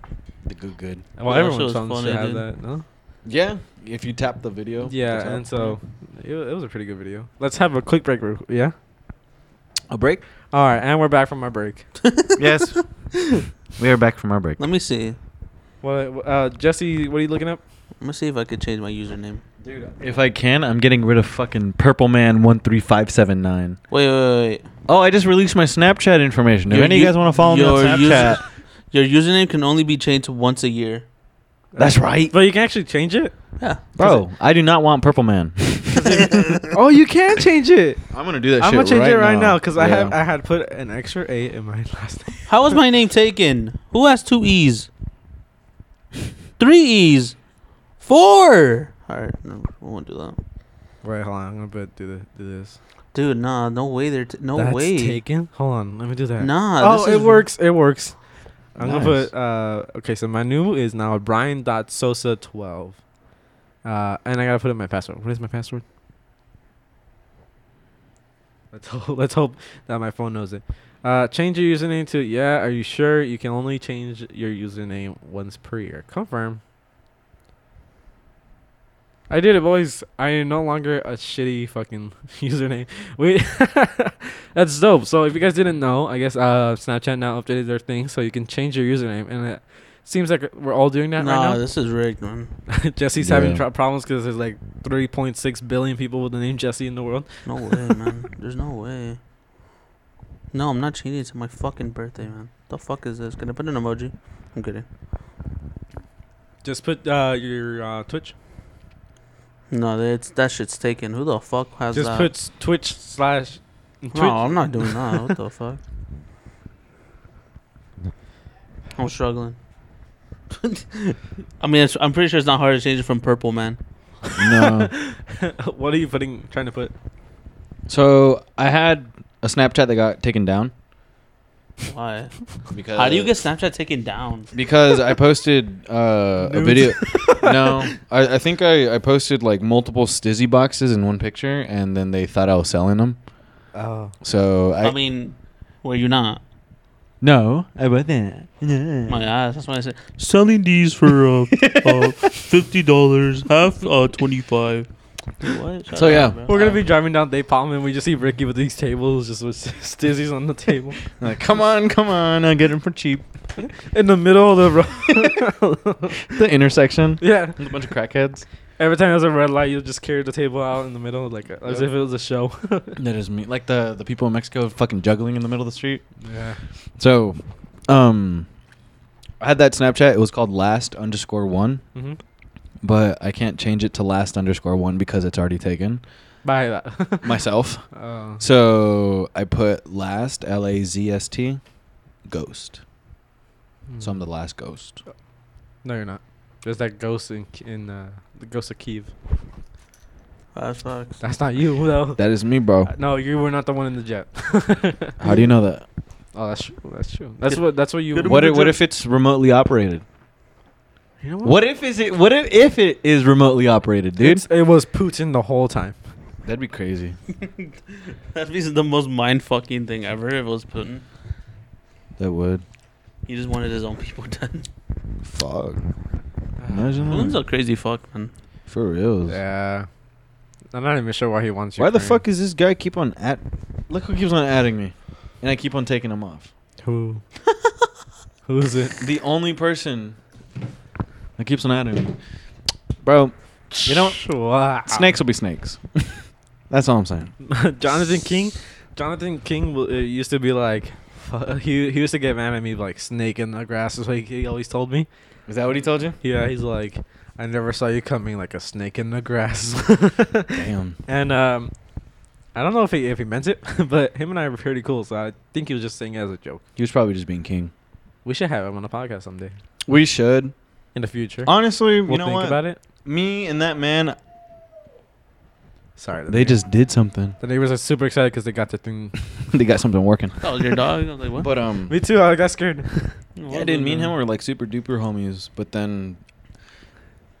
Speaker 1: the good, good.
Speaker 3: Well,
Speaker 2: that
Speaker 3: everyone's
Speaker 2: shit's
Speaker 3: phones
Speaker 2: funny,
Speaker 3: should have
Speaker 2: dude.
Speaker 3: that, no?
Speaker 1: Yeah, if you tap the video.
Speaker 3: Yeah,
Speaker 1: that's how-
Speaker 3: and so it, wa- it was a pretty good video. Let's have a quick break. real qu- Yeah.
Speaker 1: a break.
Speaker 3: All right, and we're back from our break.
Speaker 1: yes, we are back from our break.
Speaker 2: Let me see.
Speaker 3: What, uh, Jesse? What are you looking up?
Speaker 2: Let me see if I could change my username.
Speaker 1: Dude, if I can, I'm getting rid of fucking Purple Man one three five seven nine.
Speaker 2: Wait, wait, wait.
Speaker 1: Oh, I just released my Snapchat information. If
Speaker 2: Your
Speaker 1: any of you
Speaker 2: u-
Speaker 1: guys want to follow me on
Speaker 2: your
Speaker 1: Snapchat,
Speaker 2: user- Your username can only be changed once a year.
Speaker 1: that's right,
Speaker 3: But you can actually change it.
Speaker 2: Yeah.
Speaker 1: bro. I do not want Purple Man.
Speaker 3: oh, you can change it.
Speaker 1: I'm gonna do that.
Speaker 3: I'm
Speaker 1: shit
Speaker 3: gonna change it right now because I
Speaker 1: Yeah.
Speaker 3: have I had put an extra A in my last name.
Speaker 2: How was my name taken? Who has two E's? Three E's. Four. All right, no, we won't do that.
Speaker 3: Right, hold on. I'm gonna put do the do this.
Speaker 2: Dude, nah, no way. They're t- no
Speaker 3: That's
Speaker 2: way.
Speaker 3: taken. Hold on. Let me do that.
Speaker 2: Nah.
Speaker 3: oh,
Speaker 2: this
Speaker 3: it
Speaker 2: is-
Speaker 3: works. It works. I'm gonna
Speaker 1: Nice.
Speaker 3: put uh okay, so my new is now Brian dot Sosa twelve. Uh and I gotta put in my password. What is my password? Let's hope let's hope that my phone knows it. Uh change your username to yeah, are you sure? You can only change your username once per year. Confirm. I did it, boys. I am no longer a shitty fucking username. We that's dope. So if you guys didn't know, I guess uh, Snapchat now updated their thing, so you can change your username, and it seems like we're all doing that
Speaker 2: Nah,
Speaker 3: right
Speaker 2: this is rigged, man.
Speaker 3: now. Jesse's
Speaker 1: Yeah.
Speaker 3: having tr- problems because there's like 3.6 billion people with the name Jesse in the world.
Speaker 2: No way, man. There's no way. No, I'm not cheating. It's my fucking birthday, man. The fuck is this? Can I put an emoji? I'm kidding.
Speaker 3: Just put uh, your uh, Twitch.
Speaker 2: No, that's that shit's taken. Who the fuck has
Speaker 3: Just
Speaker 2: that?
Speaker 3: put s- Twitch slash. Twitch.
Speaker 2: No, I'm not doing that. What the fuck? I'm struggling. I mean, it's, I'm pretty sure it's not hard to change it from purple, man.
Speaker 1: No.
Speaker 3: what are you putting? Trying to put?
Speaker 1: So I had a Snapchat that got taken down
Speaker 2: Why?
Speaker 1: because
Speaker 2: How do you get Snapchat taken down?
Speaker 1: because I posted uh, a
Speaker 3: Nudes.
Speaker 1: video. no, I, I think I, I posted like multiple Stizzy boxes in one picture, and then they thought I was selling them.
Speaker 3: Oh.
Speaker 1: So I,
Speaker 2: I, mean, were you not?
Speaker 1: no, I wasn't.
Speaker 2: My ass. That's what I said.
Speaker 4: selling these for uh, uh fifty dollars, half uh twenty five.
Speaker 2: Dude, what? Shut
Speaker 1: So,
Speaker 2: up,
Speaker 1: yeah.
Speaker 2: bro.
Speaker 3: We're gonna be driving down Day Palm and we just see Ricky with these tables, just with stizzies on the table
Speaker 1: Like, come on, come on, I get them for cheap.
Speaker 3: in the middle of the road.
Speaker 1: The intersection,
Speaker 3: yeah.
Speaker 1: a bunch of crackheads.
Speaker 3: Every time there's a red light, you'll just carry the table out in the middle, like uh, as
Speaker 1: Yep.
Speaker 3: if it was a show.
Speaker 1: That is me. Like the the people in Mexico fucking juggling in the middle of the street.
Speaker 3: yeah.
Speaker 1: So, um, I had that Snapchat. It was called last underscore one.
Speaker 3: Mm-hmm.
Speaker 1: but I can't change it to last underscore one because it's already taken
Speaker 3: Buy that.
Speaker 1: myself.
Speaker 3: Oh.
Speaker 1: So I put last L A Z S T ghost. So I'm the last ghost.
Speaker 3: hmm. No, you're not. There's that ghost in K- in uh, the ghost of Kiev.
Speaker 2: That sucks.
Speaker 3: That's not you though.
Speaker 1: That is me, bro.
Speaker 3: Uh, no, you were not the one in the jet.
Speaker 1: How do you know that?
Speaker 3: Oh, that's true. That's true. That's
Speaker 2: Good-
Speaker 3: what. That's what you.
Speaker 2: good
Speaker 1: What if, what if it's remotely operated?
Speaker 3: You know
Speaker 1: What if is it? What if, if it is remotely operated, dude?
Speaker 3: It's- it was Putin the whole time.
Speaker 1: That'd be crazy.
Speaker 2: That'd be the most mind fucking thing ever if it was Putin.
Speaker 1: That would.
Speaker 2: He just wanted his own people done.
Speaker 1: Fuck. Imagine
Speaker 2: Putin's a
Speaker 1: that.
Speaker 2: crazy fuck, man.
Speaker 1: For real.
Speaker 3: Yeah. I'm not even sure why he wants you.
Speaker 1: Why the fuck is this guy keep on at? Look who keeps on adding me, and I keep on taking him off.
Speaker 3: who? Who's it?
Speaker 1: The only person that keeps an eye on me. Bro,
Speaker 3: You know what?
Speaker 1: snakes will be snakes. That's all I'm saying.
Speaker 3: Jonathan King. Jonathan King w- uh, used to be like, fu- he he used to get mad at me like snake in the grass is what he- he always told me.
Speaker 1: Is that what he told you?
Speaker 3: Yeah, he's like, I never saw you coming like a snake in the grass.
Speaker 1: Damn.
Speaker 3: and um, I don't know if he if he meant it, but him and I were pretty cool, so I think he was just saying it as a joke.
Speaker 1: He was probably just being king.
Speaker 3: We should have him on the podcast someday
Speaker 1: We should.
Speaker 3: in the future.
Speaker 1: Honestly,
Speaker 3: we'll
Speaker 1: you know
Speaker 3: think
Speaker 1: what?
Speaker 3: about it.
Speaker 1: Me and that man,
Speaker 3: Sorry, the
Speaker 1: they
Speaker 3: neighbor-
Speaker 1: just did something.
Speaker 3: the neighbors are super excited because they got their thing.
Speaker 1: they got something working.
Speaker 2: That was Oh, your dog. I was like, what?
Speaker 1: But um,
Speaker 3: me too. I got scared.
Speaker 1: yeah, dude, me and him were like super duper homies. But then,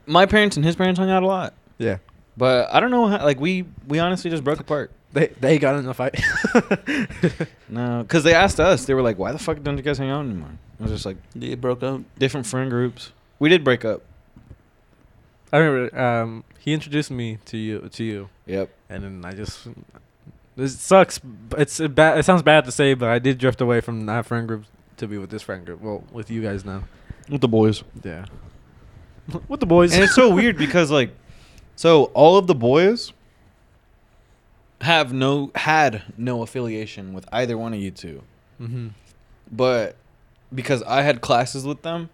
Speaker 1: my parents and his parents hung out a lot.
Speaker 3: yeah,
Speaker 1: But I don't know how. Like we we honestly just broke apart.
Speaker 3: they they got in a fight.
Speaker 1: No, because they asked us. They were like, "Why the fuck don't you guys hang out anymore?" I was just like,
Speaker 2: They broke up.
Speaker 1: different friend groups. We did break up.
Speaker 3: I remember um, he introduced me to you to you,
Speaker 1: Yep.
Speaker 3: and then I just it sucks. b- It's a bad. It sounds bad to say, but I did drift away from that friend group to be with this friend group. Well, with you guys now.
Speaker 1: With the boys.
Speaker 3: Yeah. with the boys.
Speaker 1: And it's so weird because like, so all of the boys have no had no affiliation with either one of you two,
Speaker 3: hmm
Speaker 1: but because I had classes with them,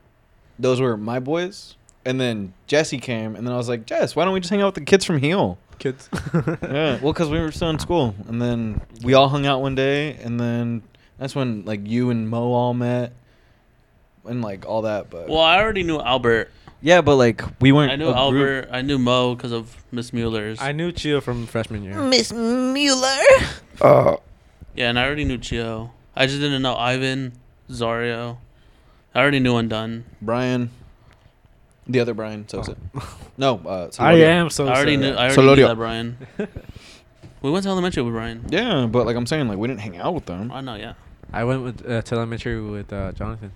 Speaker 1: those were my boys. And then Jesse came, and then I was like, Jess, why don't we just hang out with the kids from Heel?
Speaker 3: Kids.
Speaker 1: yeah. Well, because we were still in school, and then we all hung out one day, and then that's when like you and Mo all met, and like all that. But
Speaker 2: Well, I already knew Albert.
Speaker 1: yeah, but like we weren't.
Speaker 2: I
Speaker 1: a
Speaker 2: knew
Speaker 1: group.
Speaker 2: Albert. I knew Mo because of Miss Mueller's.
Speaker 3: I knew Chio from freshman year.
Speaker 5: Miss Mueller.
Speaker 1: uh,
Speaker 2: yeah, and I already knew Chio. I just didn't know Ivan, Zario. I already knew Undone.
Speaker 1: Brian, the other Brian. So is it? No, uh,
Speaker 3: I
Speaker 1: Celorio.
Speaker 3: am so.
Speaker 2: I already
Speaker 3: sorry.
Speaker 2: knew. I already
Speaker 1: Solorio.
Speaker 2: knew that Brian. we went to elementary with Brian.
Speaker 1: Yeah, but like I'm saying, like we didn't hang out with them.
Speaker 2: I know. Yeah.
Speaker 3: I went with uh, to elementary with uh, Jonathan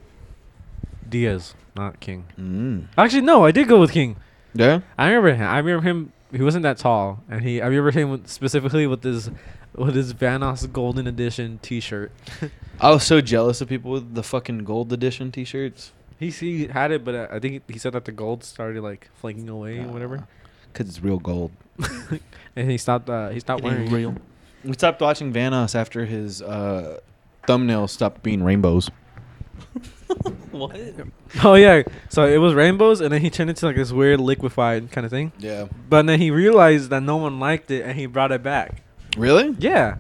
Speaker 3: Diaz, not King.
Speaker 1: Mm.
Speaker 3: Actually, no, I did go with King.
Speaker 1: Yeah.
Speaker 3: I remember him. I remember him. He wasn't that tall, and he. I remember him with, specifically with his, with his Vanoss Golden Edition T-shirt.
Speaker 1: I was so jealous of people with the fucking gold edition T-shirts.
Speaker 3: He he had it, but uh, I think he said that the gold started like flaking away or whatever,
Speaker 1: Cause it's real gold.
Speaker 3: and he stopped. Uh, he stopped
Speaker 2: It ain't
Speaker 3: wearing. it.
Speaker 2: real.
Speaker 1: We stopped watching Vanoss after his uh, thumbnail stopped being rainbows.
Speaker 2: What?
Speaker 3: Oh yeah, so it was rainbows, and then he turned into like this weird liquefied kind of thing.
Speaker 1: Yeah.
Speaker 3: But then he realized that no one liked it, and he brought it back.
Speaker 1: Really?
Speaker 3: Yeah,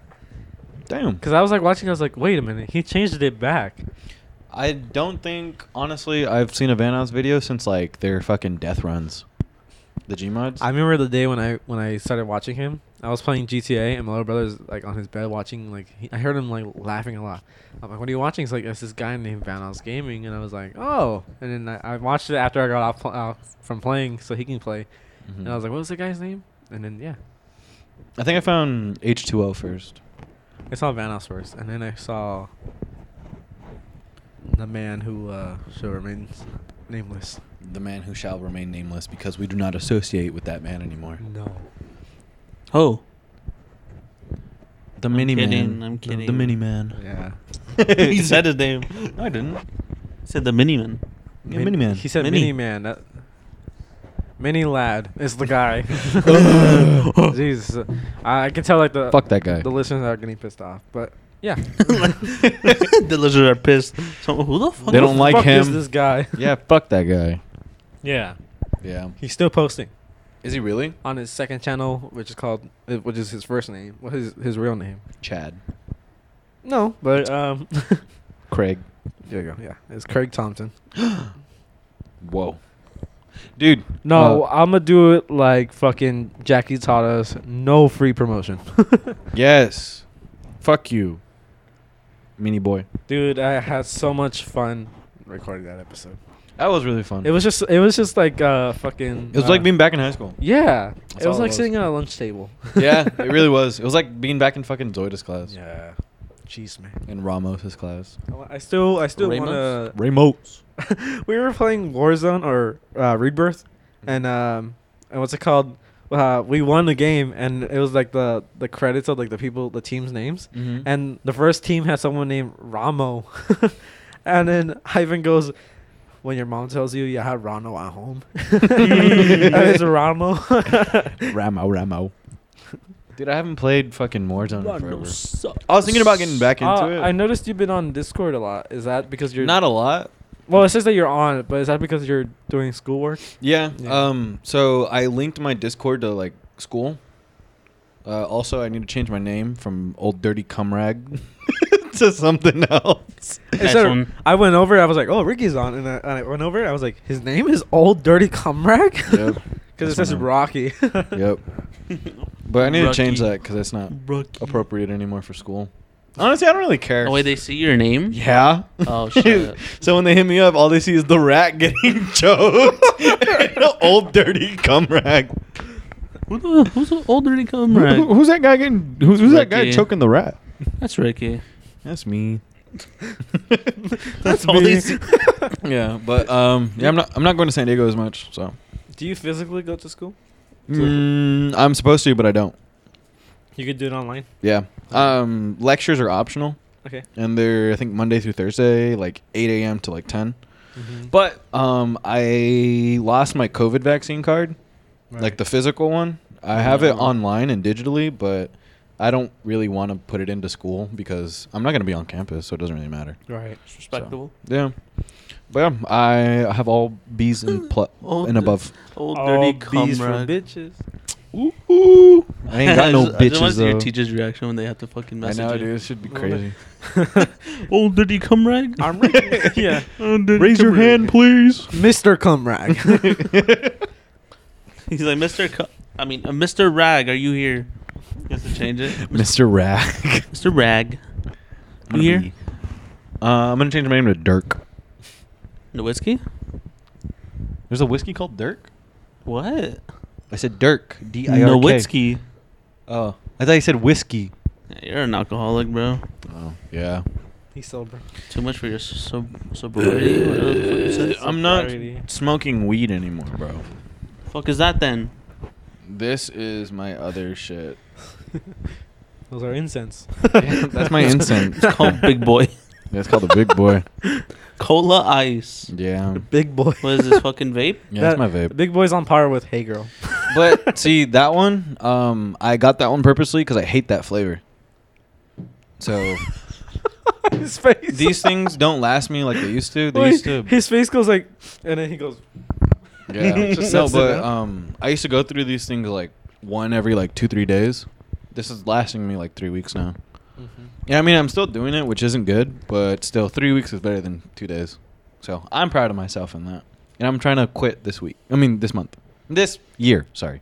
Speaker 1: Damn.
Speaker 3: because I was like watching. I was like, wait a minute, he changed it back.
Speaker 1: I don't think honestly I've seen a Vanoss video since like their fucking death runs. The Gmods.
Speaker 3: I remember the day when I when I started watching him. I was playing GTA, and my little brother's like on his bed watching. Like he, I heard him like laughing a lot. I'm like, "What are you watching?" He's like, "It's this guy named Vanoss Gaming," and I was like, "Oh!" And then I, I watched it after I got off pl- off from playing, so he can play.
Speaker 1: Mhm.
Speaker 3: And I was like, "What was the guy's name?" And then yeah,
Speaker 1: I think I found H2O first.
Speaker 3: I saw Vanoss first, and then I saw the man who uh, still remains nameless.
Speaker 1: The man who shall remain nameless because we do not associate with that man anymore.
Speaker 3: No,
Speaker 2: Oh.
Speaker 1: The mini
Speaker 2: kidding,
Speaker 1: man.
Speaker 2: I'm
Speaker 1: The- The
Speaker 2: kidding.
Speaker 1: mini man.
Speaker 3: yeah,
Speaker 2: he said his name. He
Speaker 1: No, I didn't.
Speaker 2: said the miniman.
Speaker 1: Yeah, mini man.
Speaker 3: He said
Speaker 2: Mini.
Speaker 3: mini, man. That, mini lad is the guy. Jesus, I I can tell like the
Speaker 1: Fuck that guy.
Speaker 3: the listeners are getting pissed off, but yeah,
Speaker 2: the lizards are pissed. So who the fuck?
Speaker 1: They
Speaker 3: Who
Speaker 1: don't
Speaker 3: the
Speaker 1: like
Speaker 3: fuck Is
Speaker 1: him.
Speaker 3: this guy?
Speaker 1: yeah, fuck that guy.
Speaker 3: yeah.
Speaker 1: Yeah.
Speaker 3: He's still posting
Speaker 1: Is he really?
Speaker 3: on his second channel, which is called, uh, which is his first name. What is his real name?
Speaker 1: Chad.
Speaker 3: No, but um,
Speaker 1: Craig.
Speaker 3: there you go. Yeah, it's Craig Thompson.
Speaker 1: Whoa. Dude.
Speaker 3: No,
Speaker 1: uh,
Speaker 3: I'm gonna do it like fucking Jackie taught us. No free promotion.
Speaker 1: yes. Fuck you. Mini boy.
Speaker 3: Dude, I had so much fun recording that episode.
Speaker 1: That was really fun.
Speaker 3: It was just it was just like uh fucking
Speaker 1: It was
Speaker 3: uh,
Speaker 1: like being back in high school.
Speaker 3: Yeah.
Speaker 1: That's
Speaker 3: It was
Speaker 1: all it
Speaker 3: like
Speaker 1: was.
Speaker 3: sitting at a lunch table.
Speaker 1: yeah, it really was. It was like being back in fucking Zoida's class.
Speaker 3: Yeah. Jeez, man.
Speaker 1: In Ramos's class.
Speaker 3: I still I still
Speaker 2: Ramos?
Speaker 3: wanna
Speaker 1: Remotes.
Speaker 3: we were playing Warzone or uh, Rebirth,
Speaker 1: Mm-hmm.
Speaker 3: and um, and what's it called? Uh, we won the game, and it was like the the credits of like the people, the team's names,
Speaker 1: Mhm.
Speaker 3: and the first team had someone named Ramo, And then Ivan goes, when your mom tells you you have Rano at home, and it's Ramo.
Speaker 1: Ramo, Ramo. Dude, I haven't played fucking Warzone in forever.
Speaker 2: sucks.
Speaker 1: I was thinking about getting back into
Speaker 3: Uh,
Speaker 1: it.
Speaker 3: I noticed you've been on Discord a lot. Is that because you're
Speaker 1: Not a lot.
Speaker 3: Well, it says that you're on, it, but is that because you're doing schoolwork?
Speaker 1: Yeah.
Speaker 3: Yeah.
Speaker 1: Um. So I linked my Discord to like school. Uh, also, I need to change my name from old dirty cumrag to something else.
Speaker 3: Is that- I went over. I was like, "Oh, Ricky's on," and I, and I went over. I was like, "His name is Old Dirty Comrade,"
Speaker 1: Yep.
Speaker 3: because it
Speaker 1: That's my
Speaker 3: says
Speaker 1: name.
Speaker 3: Rocky.
Speaker 1: Yep. But I need to change
Speaker 4: Rucky.
Speaker 1: that because it's not
Speaker 4: Rocky.
Speaker 1: appropriate anymore for school. Honestly, I don't really care.
Speaker 2: Oh wait, they see your name.
Speaker 1: yeah.
Speaker 2: Oh shit.
Speaker 1: so when they hit me up, all they see is the rat getting choked. old dirty cumrag.
Speaker 2: Who the, who's the old dirty comrade?
Speaker 1: who's that guy getting? Who's,
Speaker 2: Ricky.
Speaker 1: the rat?
Speaker 2: That's Ricky.
Speaker 1: That's me.
Speaker 3: That's
Speaker 4: all they
Speaker 3: me.
Speaker 4: see.
Speaker 1: Yeah, but um, yeah, I'm not. I'm not going to San Diego as much. So
Speaker 3: Do you physically go to school?
Speaker 1: Mm, I'm supposed to, but I don't.
Speaker 3: You could do it online.
Speaker 1: Yeah. Um, lectures are optional,
Speaker 3: Okay.
Speaker 1: and they're I think Monday through Thursday, like 8 a.m. to like 10.
Speaker 3: Mm-hmm.
Speaker 1: But um, I lost my COVID vaccine card, like the physical one. I have it
Speaker 2: No.
Speaker 1: online and digitally, but I don't really want to put it into school because I'm not going to be on campus, so it doesn't really matter.
Speaker 3: right.
Speaker 2: It's respectable.
Speaker 1: Yeah. But yeah, I have all B's and pl-
Speaker 2: All
Speaker 1: and
Speaker 2: the-
Speaker 1: above.
Speaker 2: Old
Speaker 3: All
Speaker 2: dirty
Speaker 3: bees for
Speaker 2: comrade.
Speaker 3: bitches.
Speaker 1: Ooh. I ain't got no
Speaker 2: just- I just
Speaker 1: bitches
Speaker 2: wanna see your
Speaker 1: though.
Speaker 2: teacher's reaction when they have to fucking
Speaker 1: I
Speaker 2: message
Speaker 1: know,
Speaker 2: you.
Speaker 1: dude. This should be
Speaker 3: Well,
Speaker 1: crazy.
Speaker 4: Old dirty comrade.
Speaker 3: I'm Ricky. yeah,
Speaker 4: Old dirty
Speaker 1: Raise your
Speaker 4: comrade.
Speaker 1: hand, please.
Speaker 3: Mister Comrade.
Speaker 2: He's like, Mister. Co- I mean, uh, Mister Rag, are you here? You have to change it,
Speaker 1: Mr. Rack.
Speaker 2: Mister Rag.
Speaker 1: I'm gonna
Speaker 2: Here?
Speaker 1: be- Uh, I'm gonna change my name to Dirk.
Speaker 2: The whiskey.
Speaker 1: There's a whiskey called Dirk.
Speaker 2: What?
Speaker 1: I said Dirk. D I R K.
Speaker 2: Nowitzki.
Speaker 1: Oh, I thought you said whiskey.
Speaker 2: Yeah, You're an alcoholic, bro.
Speaker 1: Oh yeah.
Speaker 3: He's sober.
Speaker 2: Too much for your so- sobriety. What the fuck you said?
Speaker 1: Uh, I'm not
Speaker 3: Sobriety.
Speaker 1: smoking weed anymore, bro.
Speaker 2: Fuck is that then?
Speaker 1: This is my other shit.
Speaker 3: Those are incense.
Speaker 1: Yeah, that's my incense.
Speaker 2: It's called Big Boy.
Speaker 1: Yeah, it's called the big boy.
Speaker 2: Cola Ice.
Speaker 1: Yeah.
Speaker 3: Big boy.
Speaker 2: What is this fucking vape?
Speaker 1: Yeah, that's
Speaker 3: That-
Speaker 1: my vape.
Speaker 3: Big boy's on par with Hey Girl.
Speaker 1: But see that one, um, I got that one purposely because I hate that flavor. So
Speaker 3: His face.
Speaker 1: these things don't last me like they used to. They
Speaker 3: Wait,
Speaker 1: used to.
Speaker 3: His face goes like, and then he goes.
Speaker 1: Yeah.
Speaker 3: Just
Speaker 1: no,
Speaker 3: sets it
Speaker 1: but
Speaker 3: up.
Speaker 1: um, I used to go through these things like one every like two three days. This is lasting me like three weeks now. Yeah, I mean I'm still doing it, which isn't good, but still three weeks is better than two days. So I'm proud of myself in that, and I'm trying to quit this week. I mean this month, this year. Sorry.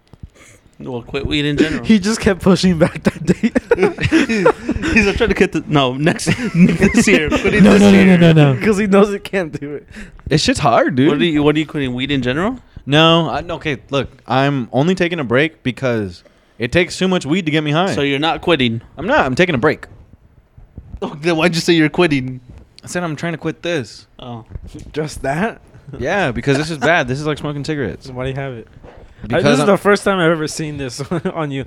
Speaker 2: Well, quit weed in general.
Speaker 3: He just kept pushing back that date.
Speaker 2: He's like, trying to get the no next this year. Quit it
Speaker 1: No,
Speaker 2: this
Speaker 1: no, no,
Speaker 2: year.
Speaker 1: no, no, no.
Speaker 3: Because he knows it can't do it.
Speaker 1: This shit's hard, dude.
Speaker 2: What are you? What are you quitting? Weed in general?
Speaker 1: No, I, no, okay. Look, I'm only taking a break because it takes too much weed to get me high.
Speaker 2: So you're not quitting?
Speaker 1: I'm not. I'm taking a break.
Speaker 2: Oh, then why'd you say you're quitting?
Speaker 1: I said I'm trying to quit this.
Speaker 2: Oh,
Speaker 3: Just that?
Speaker 1: Yeah, because this is bad. This is like smoking cigarettes.
Speaker 3: So why do you have it? I-
Speaker 1: Because
Speaker 3: this is
Speaker 1: I'm-
Speaker 3: the first time I've ever seen this on you.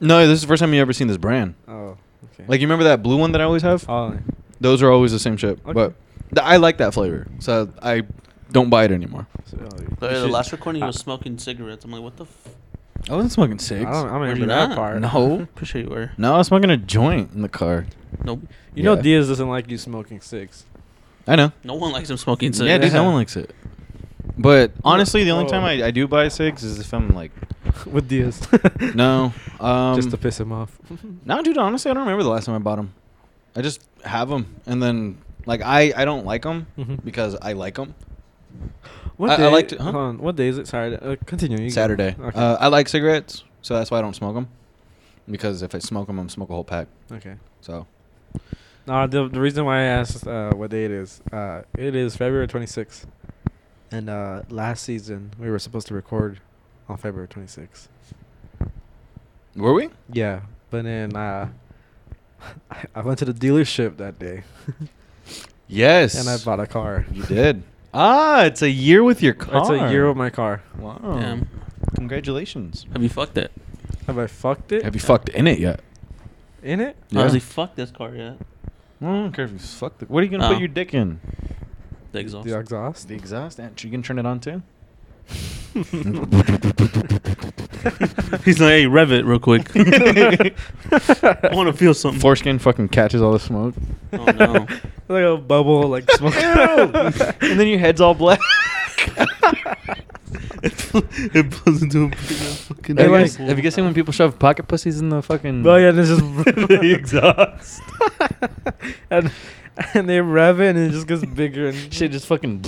Speaker 1: no, this is the first time you ever seen this brand.
Speaker 3: Oh, okay.
Speaker 1: Like you remember that blue one that I always have?
Speaker 3: oh,
Speaker 1: Those are always the same shit.
Speaker 3: Okay.
Speaker 1: But th- I like that flavor, so I don't buy it anymore.
Speaker 3: so,
Speaker 2: the,
Speaker 1: should-
Speaker 2: last recording you was smoking cigarettes. I'm like, what the? F-
Speaker 1: I wasn't smoking
Speaker 3: I
Speaker 1: cigs.
Speaker 3: don't, I don't
Speaker 2: Were you
Speaker 3: remember that
Speaker 2: not?
Speaker 3: part.
Speaker 1: No,
Speaker 2: Pretty sure you were.
Speaker 1: no, I was smoking a joint in the car.
Speaker 2: Nope.
Speaker 3: You know
Speaker 1: Yeah.
Speaker 3: Diaz doesn't like you smoking six.
Speaker 1: I know.
Speaker 2: No one likes him smoking
Speaker 1: yeah,
Speaker 2: cigarettes.
Speaker 1: dude, no one likes it. But honestly, the only
Speaker 3: Oh.
Speaker 1: time I, I do buy cigs is if I'm like
Speaker 3: With Diaz.
Speaker 1: No. Um,
Speaker 3: just to piss him off.
Speaker 1: No, dude. Honestly, I don't remember the last time I bought them. I just have them, and then like I I don't like them
Speaker 3: Mhm.
Speaker 1: because I like them.
Speaker 3: What
Speaker 1: I- I
Speaker 3: day?
Speaker 1: liked it, huh?
Speaker 3: Hold on. What day is it? Sorry. Uh, continue. you go.
Speaker 1: Saturday.
Speaker 3: Okay.
Speaker 1: Uh, I like cigarettes, so that's why I don't smoke them. Because if I smoke them, I'm smoke a whole pack.
Speaker 3: okay.
Speaker 1: So
Speaker 3: No, the, the reason why I asked uh, what day it is, uh, it is February 26th. And uh, last season, we were supposed to record on February 26th.
Speaker 1: were we?
Speaker 3: Yeah, but then uh, I, I went to the dealership that day
Speaker 1: Yes.
Speaker 3: and I bought a car.
Speaker 1: You did. Ah, it's a year with your car.
Speaker 3: It's a year with my car.
Speaker 1: Wow.
Speaker 2: Damn.
Speaker 3: Oh.
Speaker 1: Congratulations.
Speaker 2: Have you fucked it?
Speaker 3: Have I fucked it?
Speaker 1: Have you fucked in it yet?
Speaker 3: in it?
Speaker 2: I was
Speaker 1: Yeah.
Speaker 2: like, fuck this car yet?
Speaker 1: I don't care if you fuck the. What are you gonna
Speaker 2: Oh.
Speaker 1: put your dick in?
Speaker 2: The exhaust.
Speaker 3: The exhaust.
Speaker 1: The exhaust. And you can turn it on too.
Speaker 4: He's like, hey, rev it real quick. I want to feel something.
Speaker 1: Foreskin fucking catches all the smoke,
Speaker 2: Oh no.
Speaker 3: like a bubble, like smoke.
Speaker 1: and then your head's all black.
Speaker 4: it blows into a big ass fucking
Speaker 1: Hey, like,
Speaker 4: asshole.
Speaker 1: have you guys seen when people shove pocket pussies in the fucking?
Speaker 3: oh yeah, this is
Speaker 4: the exhaust?
Speaker 3: and and they rev it and it just gets bigger and
Speaker 1: Shit just fucking.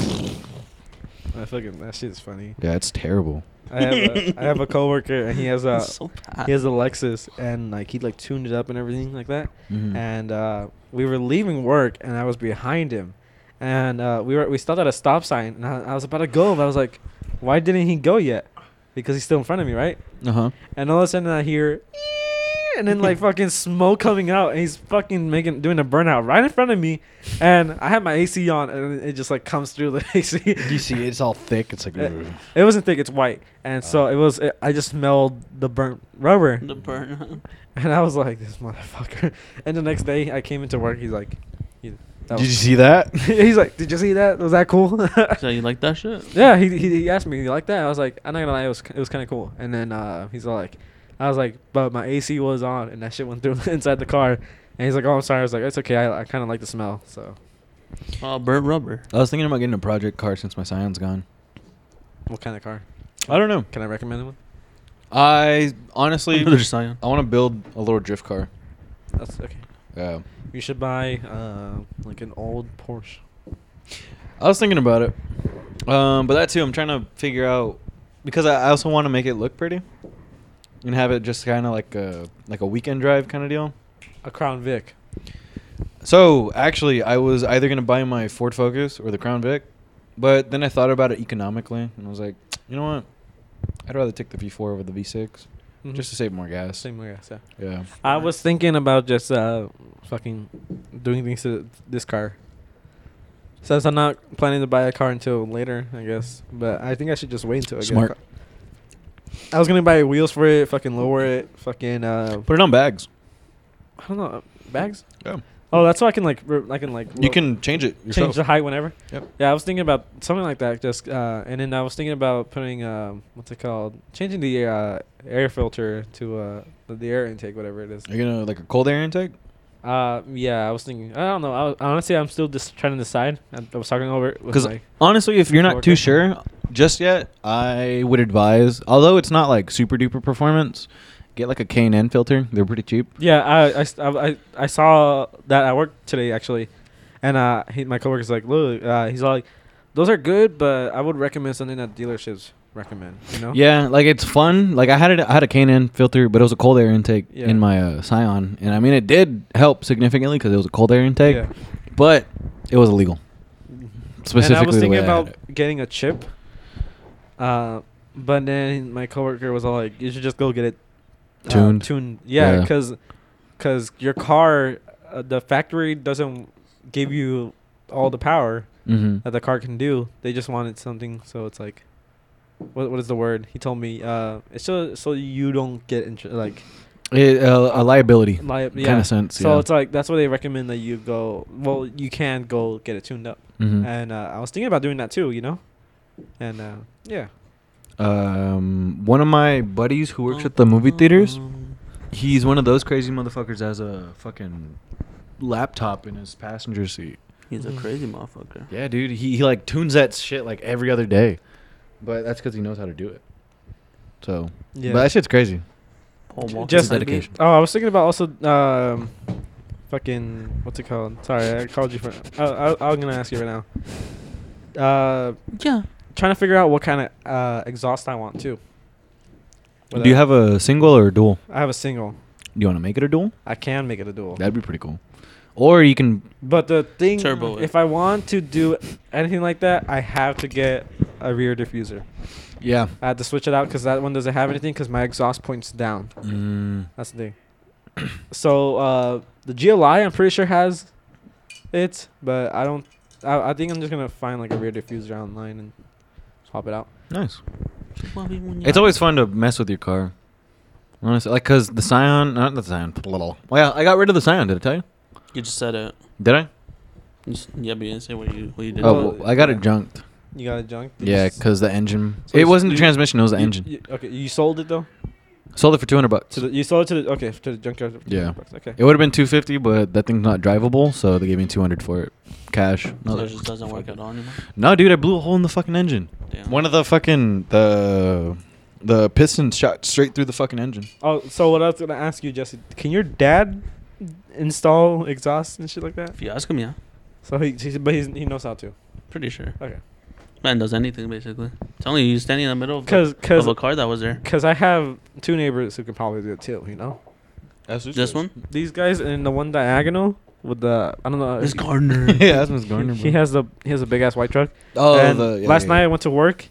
Speaker 3: I fucking that shit's funny.
Speaker 1: Yeah, it's terrible.
Speaker 3: I have a, I have a coworker and he has a
Speaker 2: It's uh, so bad.
Speaker 3: he has a Lexus and like he like tuned it up and everything like that.
Speaker 1: Mhm.
Speaker 3: And uh, we were leaving work and I was behind him, and uh, we were we stopped at a stop sign and I, I was about to go but I was like, why didn't he go yet? Because he's still in front of me, right?
Speaker 1: Uh huh.
Speaker 3: And all of a sudden I hear, "Ee," and then like fucking smoke coming out, and he's fucking making doing a burnout right in front of me, and I had my AC on, and it just like comes through the AC.
Speaker 1: You see, it's all thick. It's like.
Speaker 3: Yeah. It wasn't thick; it's white, and so
Speaker 1: Oh.
Speaker 3: it was. It, I just smelled the burnt rubber,
Speaker 2: The burn.
Speaker 3: and I was like, "This motherfucker." And the next day I came into work, he's like, he- that
Speaker 1: Did you
Speaker 3: was-
Speaker 1: see that?
Speaker 3: He's like, "Did you see that? Was that cool?"
Speaker 2: So you like that shit?
Speaker 3: Yeah, he, he he asked me, "You like that?" I was like, "I'm not gonna lie, it was it was kind of cool." And then uh, he's all like, "I was like, but my AC was on, and that shit went through inside the car." And he's like, "Oh, I'm sorry." I was like, "It's okay. I, I kind of like the smell." So
Speaker 2: Oh, burnt rubber.
Speaker 1: I was thinking about getting a project car since my Scion's gone.
Speaker 3: what kind of car?
Speaker 1: I don't know.
Speaker 3: Can I recommend one?
Speaker 1: I honestly,
Speaker 4: Another Scion.
Speaker 1: I want to build a little drift car.
Speaker 3: That's okay.
Speaker 1: Yeah.
Speaker 3: You should buy uh, like an old Porsche.
Speaker 1: I was thinking about it, um, but that too, I'm trying to figure out because I, I also want to make it look pretty and have it just kind of like a like a weekend drive kind of deal.
Speaker 3: A Crown Vic.
Speaker 1: So actually, I was either gonna buy my Ford Focus or the Crown Vic, but then I thought about it economically and I was like, you know what? I'd rather take the V4 over the V6 just to save more gas.
Speaker 3: Mm-hmm. same gas. Yeah.
Speaker 1: Yeah.
Speaker 3: I was thinking about just uh, fucking doing things to this car. Since I'm not planning to buy a car until later, I guess. But I think I should just wait until I
Speaker 1: Smart.
Speaker 3: get a car. I was gonna buy wheels for it, fucking lower it, fucking uh,
Speaker 1: Put it on bags.
Speaker 3: I don't know, uh, bags.
Speaker 1: Yeah.
Speaker 3: Oh, that's so I can like, re- I can like,
Speaker 1: You
Speaker 3: lo-
Speaker 1: can change it yourself.
Speaker 3: change the height whenever.
Speaker 1: Yep.
Speaker 3: Yeah, I was thinking about something like that, just uh, and then I was thinking about putting um, what's it called, changing the uh, air filter to uh, the, the air intake, whatever it is.
Speaker 1: You're gonna like a cold air intake.
Speaker 3: Uh, yeah, I was thinking. I don't know. I was, honestly, I'm still just trying to decide. I, I was talking over it with
Speaker 1: 'Cause
Speaker 3: my
Speaker 1: Honestly, if you're not too
Speaker 3: Coworker.
Speaker 1: sure just yet, I would advise. Although it's not like super duper performance, get like a K and N filter. They're pretty cheap.
Speaker 3: yeah. I, I s- I- I- I saw that at work today actually, and uh, he, my coworker's like, look, uh, he's all like, those are good, but I would recommend something that dealerships recommend. You know?
Speaker 1: Yeah, like it's fun. Like I had it. I had a K and N filter, but it was a cold air intake
Speaker 3: Yeah.
Speaker 1: in my uh, Scion, and I mean it did help significantly because it was a cold air intake,
Speaker 3: Yeah.
Speaker 1: but it was illegal. Specifically,
Speaker 3: and I was
Speaker 1: the way
Speaker 3: thinking
Speaker 1: I had
Speaker 3: about
Speaker 1: it.
Speaker 3: getting a chip. Uh, but then my coworker was all like, "You should just go get it uh,
Speaker 1: Tuned?
Speaker 3: tuned, yeah,
Speaker 1: Yeah.
Speaker 3: because because your car, uh, the factory doesn't give you all the power
Speaker 1: Mhm.
Speaker 3: that the car can do. They just wanted something, so it's like, what what is the word? He told me, uh, it's so so you don't get intr- like
Speaker 1: It, uh, a liability
Speaker 3: li- yeah.
Speaker 1: kind of sense.
Speaker 3: so
Speaker 1: yeah.
Speaker 3: it's like that's why they recommend that you go. Well, you can go get it tuned up
Speaker 1: Mhm.
Speaker 3: and uh, I was thinking about doing that too, you know, and uh, yeah,
Speaker 1: Um, one of my buddies who works at the movie theaters,
Speaker 2: Um,
Speaker 1: he's one of those crazy motherfuckers that has a fucking laptop in his passenger seat.
Speaker 2: He's
Speaker 1: Mm.
Speaker 2: a crazy motherfucker.
Speaker 1: Yeah, dude, he, he like tunes that shit like every other day, but that's because he knows how to do it. So,
Speaker 3: yeah.
Speaker 1: but that shit's crazy.
Speaker 2: Paul Walker
Speaker 3: Just-
Speaker 2: said it.
Speaker 1: Dedication.
Speaker 3: oh, I was thinking about also, um, fucking what's it called? Sorry, I called you for. I, I, I'm gonna ask you right now. Uh,
Speaker 2: Yeah.
Speaker 3: trying to figure out what kind of uh, exhaust I want too. Whether
Speaker 1: Do you have a single or a dual?
Speaker 3: I have a single.
Speaker 1: Do you want to make it a dual?
Speaker 3: I can make it a dual.
Speaker 1: That'd be pretty cool. Or you can.
Speaker 3: But the thing,
Speaker 2: Turbo it.
Speaker 3: if I want to do anything like that, I have to get a rear diffuser.
Speaker 1: Yeah.
Speaker 3: I had to switch it out because that one doesn't have anything because my exhaust points down.
Speaker 1: Mm,
Speaker 3: That's the thing. so uh, the GLI, I'm pretty sure has it, but I don't. I, I think I'm just gonna find like a rear diffuser online and swap it out.
Speaker 1: nice.
Speaker 2: It's
Speaker 1: It's always fun to mess with your car. Honestly, like, cause the Scion, not the Scion, little. Well, I got rid of the Scion. Did I tell you?
Speaker 2: You just said it.
Speaker 1: Did I?
Speaker 2: Just- Yeah, but you didn't say what you what you did.
Speaker 1: Oh, well, I got it junked.
Speaker 3: You got it junk?
Speaker 1: Yeah, because the engine.
Speaker 3: So
Speaker 1: it
Speaker 3: it's-
Speaker 1: wasn't the
Speaker 3: you-
Speaker 1: transmission. It was the engine.
Speaker 3: okay, you sold it though.
Speaker 1: Sold it for two hundred bucks.
Speaker 3: To the, you sold it to the okay to the junkyard. for
Speaker 1: Yeah.
Speaker 3: 200 bucks, Okay.
Speaker 1: It would have been two fifty, but that thing's not drivable, so they gave me two hundred for it, cash. I
Speaker 2: So
Speaker 1: was
Speaker 2: it
Speaker 1: like,
Speaker 2: just doesn't work at all anymore.
Speaker 1: No, dude, I blew a hole in the fucking engine.
Speaker 2: Damn.
Speaker 1: One of the fucking the the pistons shot straight through the fucking engine.
Speaker 3: Oh, so what I was gonna ask you, Jesse? Can your dad install exhaust and shit like that?
Speaker 2: If you ask him, yeah,
Speaker 3: So he, he's, but he's, he knows how to.
Speaker 2: pretty sure.
Speaker 3: Okay.
Speaker 2: Man does anything basically. It's only you standing in the middle of, the-
Speaker 3: Cause,
Speaker 2: of
Speaker 3: cause,
Speaker 2: a car that was there.
Speaker 3: cause I have two neighbors who can probably do it too. You know,
Speaker 2: This one,
Speaker 3: these guys in the one diagonal with the I don't know.
Speaker 2: this
Speaker 3: he-
Speaker 2: Gardner.
Speaker 1: yeah, that's Miss Garner.
Speaker 3: He has the he has a big ass white truck.
Speaker 1: Oh,
Speaker 3: and
Speaker 1: the, yeah,
Speaker 3: last
Speaker 1: yeah,
Speaker 3: night
Speaker 1: yeah.
Speaker 3: I went to work,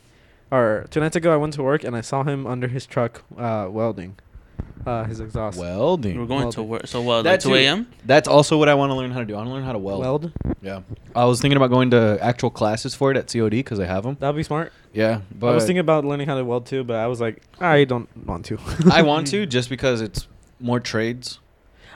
Speaker 3: or two nights ago I went to work and I saw him under his truck uh, welding uh, his exhaust.
Speaker 2: We're
Speaker 1: welding.
Speaker 2: going
Speaker 3: Well,
Speaker 2: to work. So what?
Speaker 1: that
Speaker 2: Like
Speaker 1: too.
Speaker 2: two a.m.
Speaker 1: That's also what I want to learn how to do. I want to learn how to weld.
Speaker 3: Weld?
Speaker 1: Yeah, I was thinking about going to actual classes for it at COD because I have them.
Speaker 3: That'd be smart.
Speaker 1: Yeah, but
Speaker 3: I was thinking about learning how to weld too, but I was like, I don't want to.
Speaker 1: I want to just because it's more trades.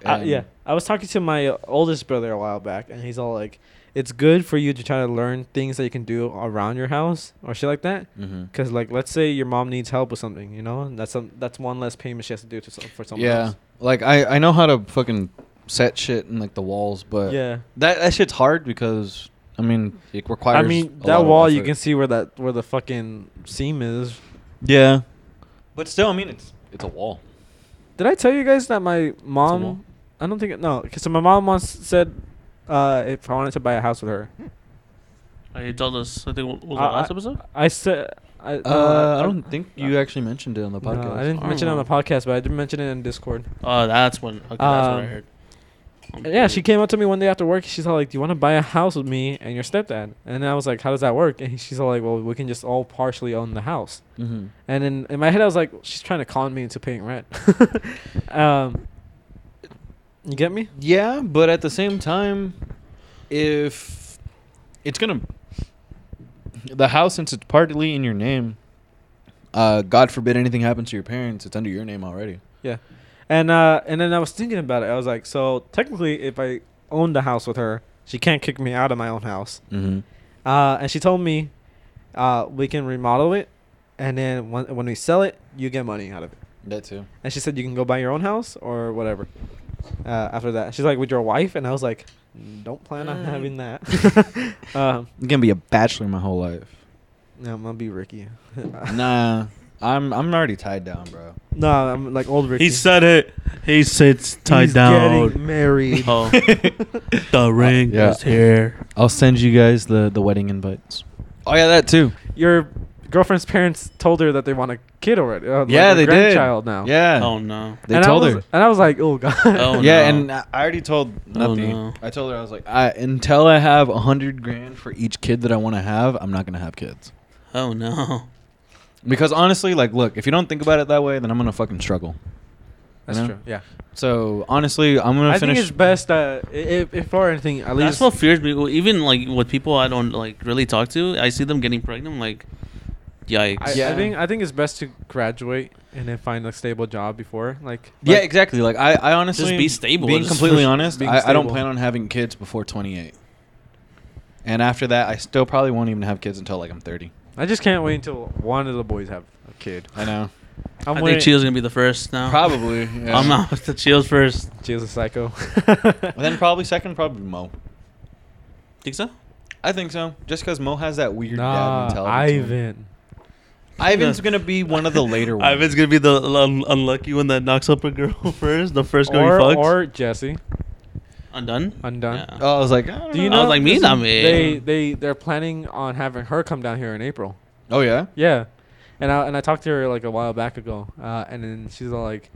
Speaker 3: I,
Speaker 1: and-
Speaker 3: Uh, yeah, I was talking to my oldest brother a while back, and he's all like, "It's good for you to try to learn things that you can do around your house or shit like that."
Speaker 1: Mhm.
Speaker 3: Cause like, let's say your mom needs help with something, you know, and that's some that's one less payment she has to do to some, for someone
Speaker 1: yeah.
Speaker 3: else.
Speaker 1: Like I, I know how to fucking set shit in like the walls, but
Speaker 3: yeah.
Speaker 1: that that shit's hard because I mean it
Speaker 3: I
Speaker 1: requires.
Speaker 3: mean,
Speaker 1: a lot
Speaker 3: that
Speaker 1: of
Speaker 3: wall you
Speaker 1: effort.
Speaker 3: can see where that where the fucking seam is.
Speaker 1: Yeah. But still, I mean it's it's a wall.
Speaker 3: Did I tell you guys that my
Speaker 1: wall.
Speaker 3: mom? I don't think it, no, because my mom once said uh, if I wanted to buy a house with her,
Speaker 2: Uh, You told us. I think what was
Speaker 3: I-
Speaker 2: the last
Speaker 3: I-
Speaker 2: episode?
Speaker 3: I said. I, no,
Speaker 1: Uh, I don't think you actually mentioned it on the
Speaker 3: No,
Speaker 1: podcast.
Speaker 3: I didn't
Speaker 2: I
Speaker 3: mention it on the
Speaker 2: don't
Speaker 3: podcast, but I did mention it in Discord.
Speaker 2: Oh, that's when. Okay, that's what I
Speaker 3: Um,
Speaker 2: heard. I'm
Speaker 3: Yeah, she
Speaker 2: confused.
Speaker 3: came up to me one day after work. She's all like, "Do you want to buy a house with me and your stepdad?" And I was like, "How does that work?" And she's all like, "Well, we can just all partially own the house."
Speaker 1: Mm-hmm.
Speaker 3: And in, in my head, I was like, "She's trying to con me into paying rent." um, you get me?
Speaker 1: Yeah, but at the same time, if it's gonna the house since it's partly in your name, uh, God forbid anything happens to your parents, it's under your name already.
Speaker 3: And uh, and then I was thinking about it. I was like, so technically, if I owned the house with her, she can't kick me out of my own house.
Speaker 1: Mm-hmm.
Speaker 3: Uh, and she told me, uh, we can remodel it, and then when when we sell it, you get money out of it.
Speaker 1: That too.
Speaker 3: And she said you can go buy your own house or whatever. Uh, after that, she's like, with your wife, and I was like, don't plan on having that. um,
Speaker 1: I'm gonna be a bachelor my whole life.
Speaker 3: no, I'm gonna be Ricky.
Speaker 1: nah, I'm I'm already tied down, bro.
Speaker 3: no, I'm like old Ricky.
Speaker 4: He said it. He sits tied
Speaker 3: He's
Speaker 4: down.
Speaker 3: Getting married.
Speaker 2: Oh,
Speaker 4: The ring
Speaker 1: yeah.
Speaker 4: is here.
Speaker 1: I'll send you guys the the wedding invites. Oh yeah, that too.
Speaker 3: your girlfriend's parents told her that they want a kid already. Uh, like
Speaker 1: yeah,
Speaker 3: a
Speaker 1: they did.
Speaker 3: grandchild now.
Speaker 1: Yeah,
Speaker 2: oh no.
Speaker 1: they
Speaker 3: and
Speaker 1: told
Speaker 3: I was,
Speaker 1: her.
Speaker 3: And I was like, oh god.
Speaker 2: Oh,
Speaker 1: yeah,
Speaker 2: no.
Speaker 1: and I I already told
Speaker 2: Oh,
Speaker 1: nothing.
Speaker 2: no.
Speaker 1: I told her I was like, I, until I have a hundred grand for each kid that I want to have, I'm not gonna have kids.
Speaker 2: Oh no.
Speaker 1: Because honestly, like, look, if you don't think about it that way, then I'm gonna fucking struggle.
Speaker 3: That's
Speaker 1: You know?
Speaker 3: true. Yeah.
Speaker 1: So honestly, I'm gonna
Speaker 3: I think
Speaker 1: finish.
Speaker 3: it's best that i- if, if for anything, at least
Speaker 2: That's what fears me. Well, Even like with people I don't like really talk to, I see them getting pregnant. I'm like, yikes.
Speaker 3: I, I
Speaker 1: Yeah.
Speaker 3: think I think it's best to graduate and then find a stable job before. Like
Speaker 1: yeah,
Speaker 2: like-
Speaker 1: exactly. Like, I, I honestly
Speaker 2: be stable.
Speaker 1: Being
Speaker 2: Just-
Speaker 1: completely honest,
Speaker 3: being
Speaker 1: I, I don't
Speaker 3: stable.
Speaker 1: plan on having kids before 28. And after that, I still probably won't even have kids until like I'm 30.
Speaker 3: I just can't wait until one of the boys have a kid.
Speaker 1: I know.
Speaker 3: I'm
Speaker 2: I
Speaker 3: waiting.
Speaker 2: think Chio's gonna be the first now.
Speaker 1: Probably. yeah.
Speaker 2: I'm not with the Chio's first.
Speaker 3: She's a psycho.
Speaker 1: And then probably second, probably Mo.
Speaker 2: Think so?
Speaker 1: I think so. Just because Mo has that weird dad
Speaker 3: nah,
Speaker 1: mentality. to him.
Speaker 3: Ivan.
Speaker 1: Ivan's gonna be one of the later ones.
Speaker 4: Ivan's gonna be the un- unlucky one that knocks up a girl first, the first girl
Speaker 3: Or,
Speaker 4: he fucks.
Speaker 3: or Jesse.
Speaker 2: Undone.
Speaker 3: Undone.
Speaker 2: Yeah.
Speaker 1: Oh, I was like, I don't
Speaker 3: Do you
Speaker 2: I
Speaker 3: know?
Speaker 2: was like, me,
Speaker 3: this-
Speaker 2: not me.
Speaker 3: They they they're planning on having her come down here in April.
Speaker 1: Oh yeah.
Speaker 3: Yeah, and I and I talked to her like a while back ago, uh, and then she's all like,